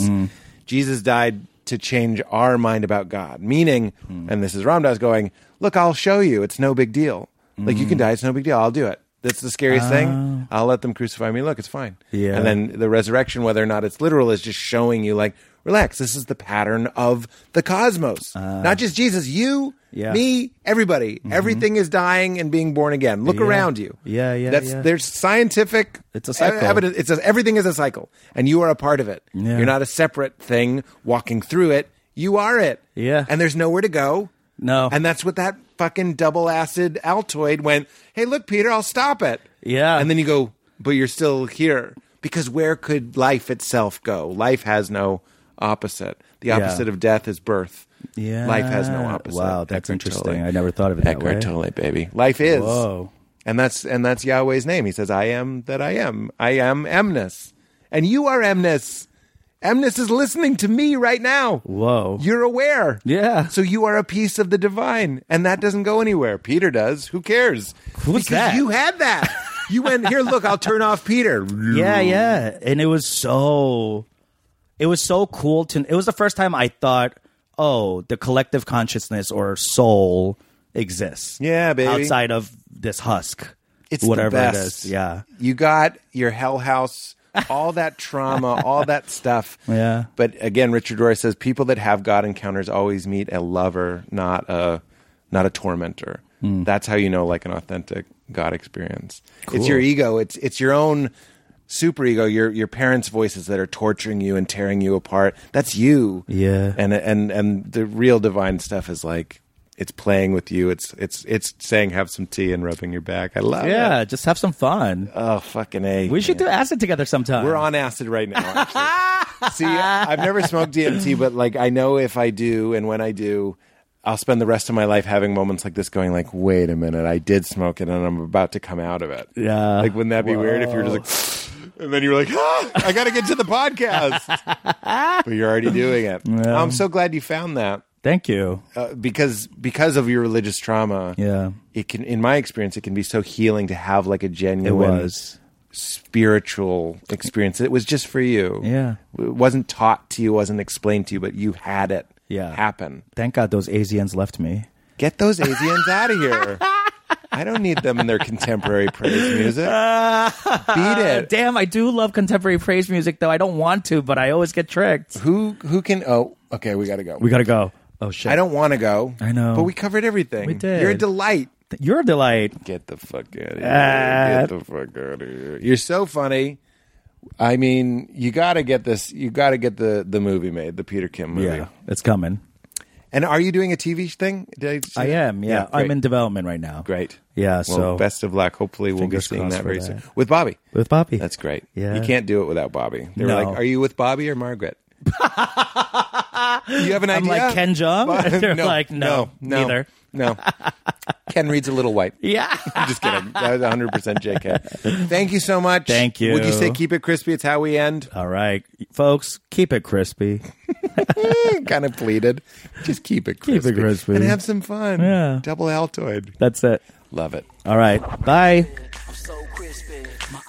Speaker 4: Jesus died to change our mind about God, meaning, and this is Ram Dass going, look, I'll show you. It's no big deal. Like you can die, it's no big deal. I'll do it. That's the scariest thing. I'll let them crucify me. Look, it's fine.
Speaker 3: Ah. Yeah.
Speaker 4: And then the resurrection, whether or not it's literal, is just showing you like, relax. This is the pattern of the cosmos. Not just Jesus, you,
Speaker 3: Ah. Yeah. Mm-hmm.
Speaker 4: me, everybody. Everything is dying and being born again. Look around you.
Speaker 3: Yeah, yeah,
Speaker 4: That's
Speaker 3: yeah.
Speaker 4: there's scientific.
Speaker 3: It's a cycle.
Speaker 4: e- Evidence. It's a, everything is a cycle, and you are a part of it.
Speaker 3: Yeah.
Speaker 4: You're not a separate thing walking through it. You are it.
Speaker 3: Yeah.
Speaker 4: And there's nowhere to go.
Speaker 3: No.
Speaker 4: And that's what that fucking double acid Altoid went, hey, look, Peter, I'll stop it.
Speaker 3: Yeah.
Speaker 4: And then you go, but you're still here. Because where could life itself go? Life has no opposite. The
Speaker 3: Yeah.
Speaker 4: opposite of death is birth.
Speaker 3: Yeah.
Speaker 4: Life has no opposite.
Speaker 3: Wow, that's
Speaker 4: Eckhart Tolle.
Speaker 3: interesting. I never thought of it that way.
Speaker 4: Eckhart Tolle, baby. Life is.
Speaker 3: Whoa.
Speaker 4: And that's and that's Yahweh's name. He says, I am that I am. I am Emnus. And you are Emnus. Emnus is listening to me right now.
Speaker 3: Whoa.
Speaker 4: You're aware.
Speaker 3: Yeah.
Speaker 4: So you are a piece of the divine, and that doesn't go anywhere. Peter does. Who cares? Because
Speaker 3: Who's that?
Speaker 4: You had that. You went here. Look, I'll turn off Peter.
Speaker 3: yeah, yeah. And it was so it was so cool to it was the first time I thought, "Oh, the collective consciousness or soul exists."
Speaker 4: Yeah, baby.
Speaker 3: Outside of this husk.
Speaker 4: It's
Speaker 3: whatever
Speaker 4: the best.
Speaker 3: it is. Yeah.
Speaker 4: You got your hell house, all that trauma, all that stuff.
Speaker 3: Yeah.
Speaker 4: But again, Richard Rohr says people that have God encounters always meet a lover, not a not a tormentor.
Speaker 3: Hmm.
Speaker 4: That's how you know like an authentic God experience. It's your ego. It's it's your own superego, your your parents' voices that are torturing you and tearing you apart. That's you.
Speaker 5: Yeah.
Speaker 4: And and and the real divine stuff is like it's playing with you. It's it's it's saying have some tea and rubbing your back. I love it.
Speaker 3: Yeah, just have some fun.
Speaker 4: Oh fucking a.
Speaker 3: We should do acid together sometime.
Speaker 4: We're on acid right now. actually. See, I've never smoked DMT, but like I know if I do and when I do, I'll spend the rest of my life having moments like this, going like, "Wait a minute, I did smoke it, and I'm about to come out of it."
Speaker 3: Yeah.
Speaker 4: like wouldn't that be weird if you were just like, and then you were like, ah, "I got to get to the podcast," but you're already doing it. I'm so glad you found that
Speaker 3: Thank you.
Speaker 4: uh, because because of your religious trauma.
Speaker 3: Yeah.
Speaker 4: It can, in my experience, it can be so healing to have like a genuine
Speaker 3: It was.
Speaker 4: spiritual experience. It was just for you.
Speaker 3: Yeah.
Speaker 4: It wasn't taught to you, wasn't explained to you, but you had it
Speaker 3: Yeah.
Speaker 4: happen.
Speaker 3: Thank God those Asians left me.
Speaker 4: Get those Asians out of here. I don't need them in their contemporary praise music. Beat it.
Speaker 3: Damn, I do love contemporary praise music though. I don't want to, but I always get tricked.
Speaker 4: Who who can oh okay, we gotta go.
Speaker 3: We gotta go. Oh shit!
Speaker 4: I don't want to go.
Speaker 3: I know.
Speaker 4: But we covered everything.
Speaker 3: We did.
Speaker 4: You're a delight.
Speaker 3: You're a delight.
Speaker 4: Get the fuck out of here.
Speaker 3: Ah.
Speaker 4: get the fuck out of here. You're so funny. I mean, you gotta get this you gotta get the the movie made, the Peter Kim movie.
Speaker 3: Yeah, it's coming.
Speaker 4: And are you doing a TV thing? Did see
Speaker 3: I
Speaker 4: that?
Speaker 3: am. Yeah,
Speaker 4: great.
Speaker 3: I'm in development right now.
Speaker 4: Great.
Speaker 3: Yeah,
Speaker 4: Well,
Speaker 3: so-
Speaker 4: best of luck. Hopefully, we'll be
Speaker 3: Fingers
Speaker 4: seeing
Speaker 3: crossed
Speaker 4: that
Speaker 3: for
Speaker 4: very
Speaker 3: that.
Speaker 4: soon with Bobby.
Speaker 3: with Bobby.
Speaker 4: That's great.
Speaker 3: Yeah.
Speaker 4: you can't do it without Bobby. They were
Speaker 3: No.
Speaker 4: like, "Are you with Bobby or Margaret?" you have an
Speaker 3: I'm
Speaker 4: idea?
Speaker 3: like Ken Jong. And they're
Speaker 4: no,
Speaker 3: like, no,
Speaker 4: no,
Speaker 3: neither.
Speaker 4: No. Ken reads a little white.
Speaker 3: Yeah.
Speaker 4: I'm just kidding. That was 100 percent JK. Thank you so much.
Speaker 3: Thank you.
Speaker 4: Would you say keep it crispy? It's how we end.
Speaker 3: All right, folks, keep it crispy.
Speaker 4: Eh, kind of pleaded. Just keep it
Speaker 3: Keep it
Speaker 4: crispy.
Speaker 3: crispy.
Speaker 4: and have some fun.
Speaker 3: Yeah.
Speaker 4: Double Altoid.
Speaker 3: That's it.
Speaker 4: Love it.
Speaker 3: All right, bye.
Speaker 6: I'm so crispy. My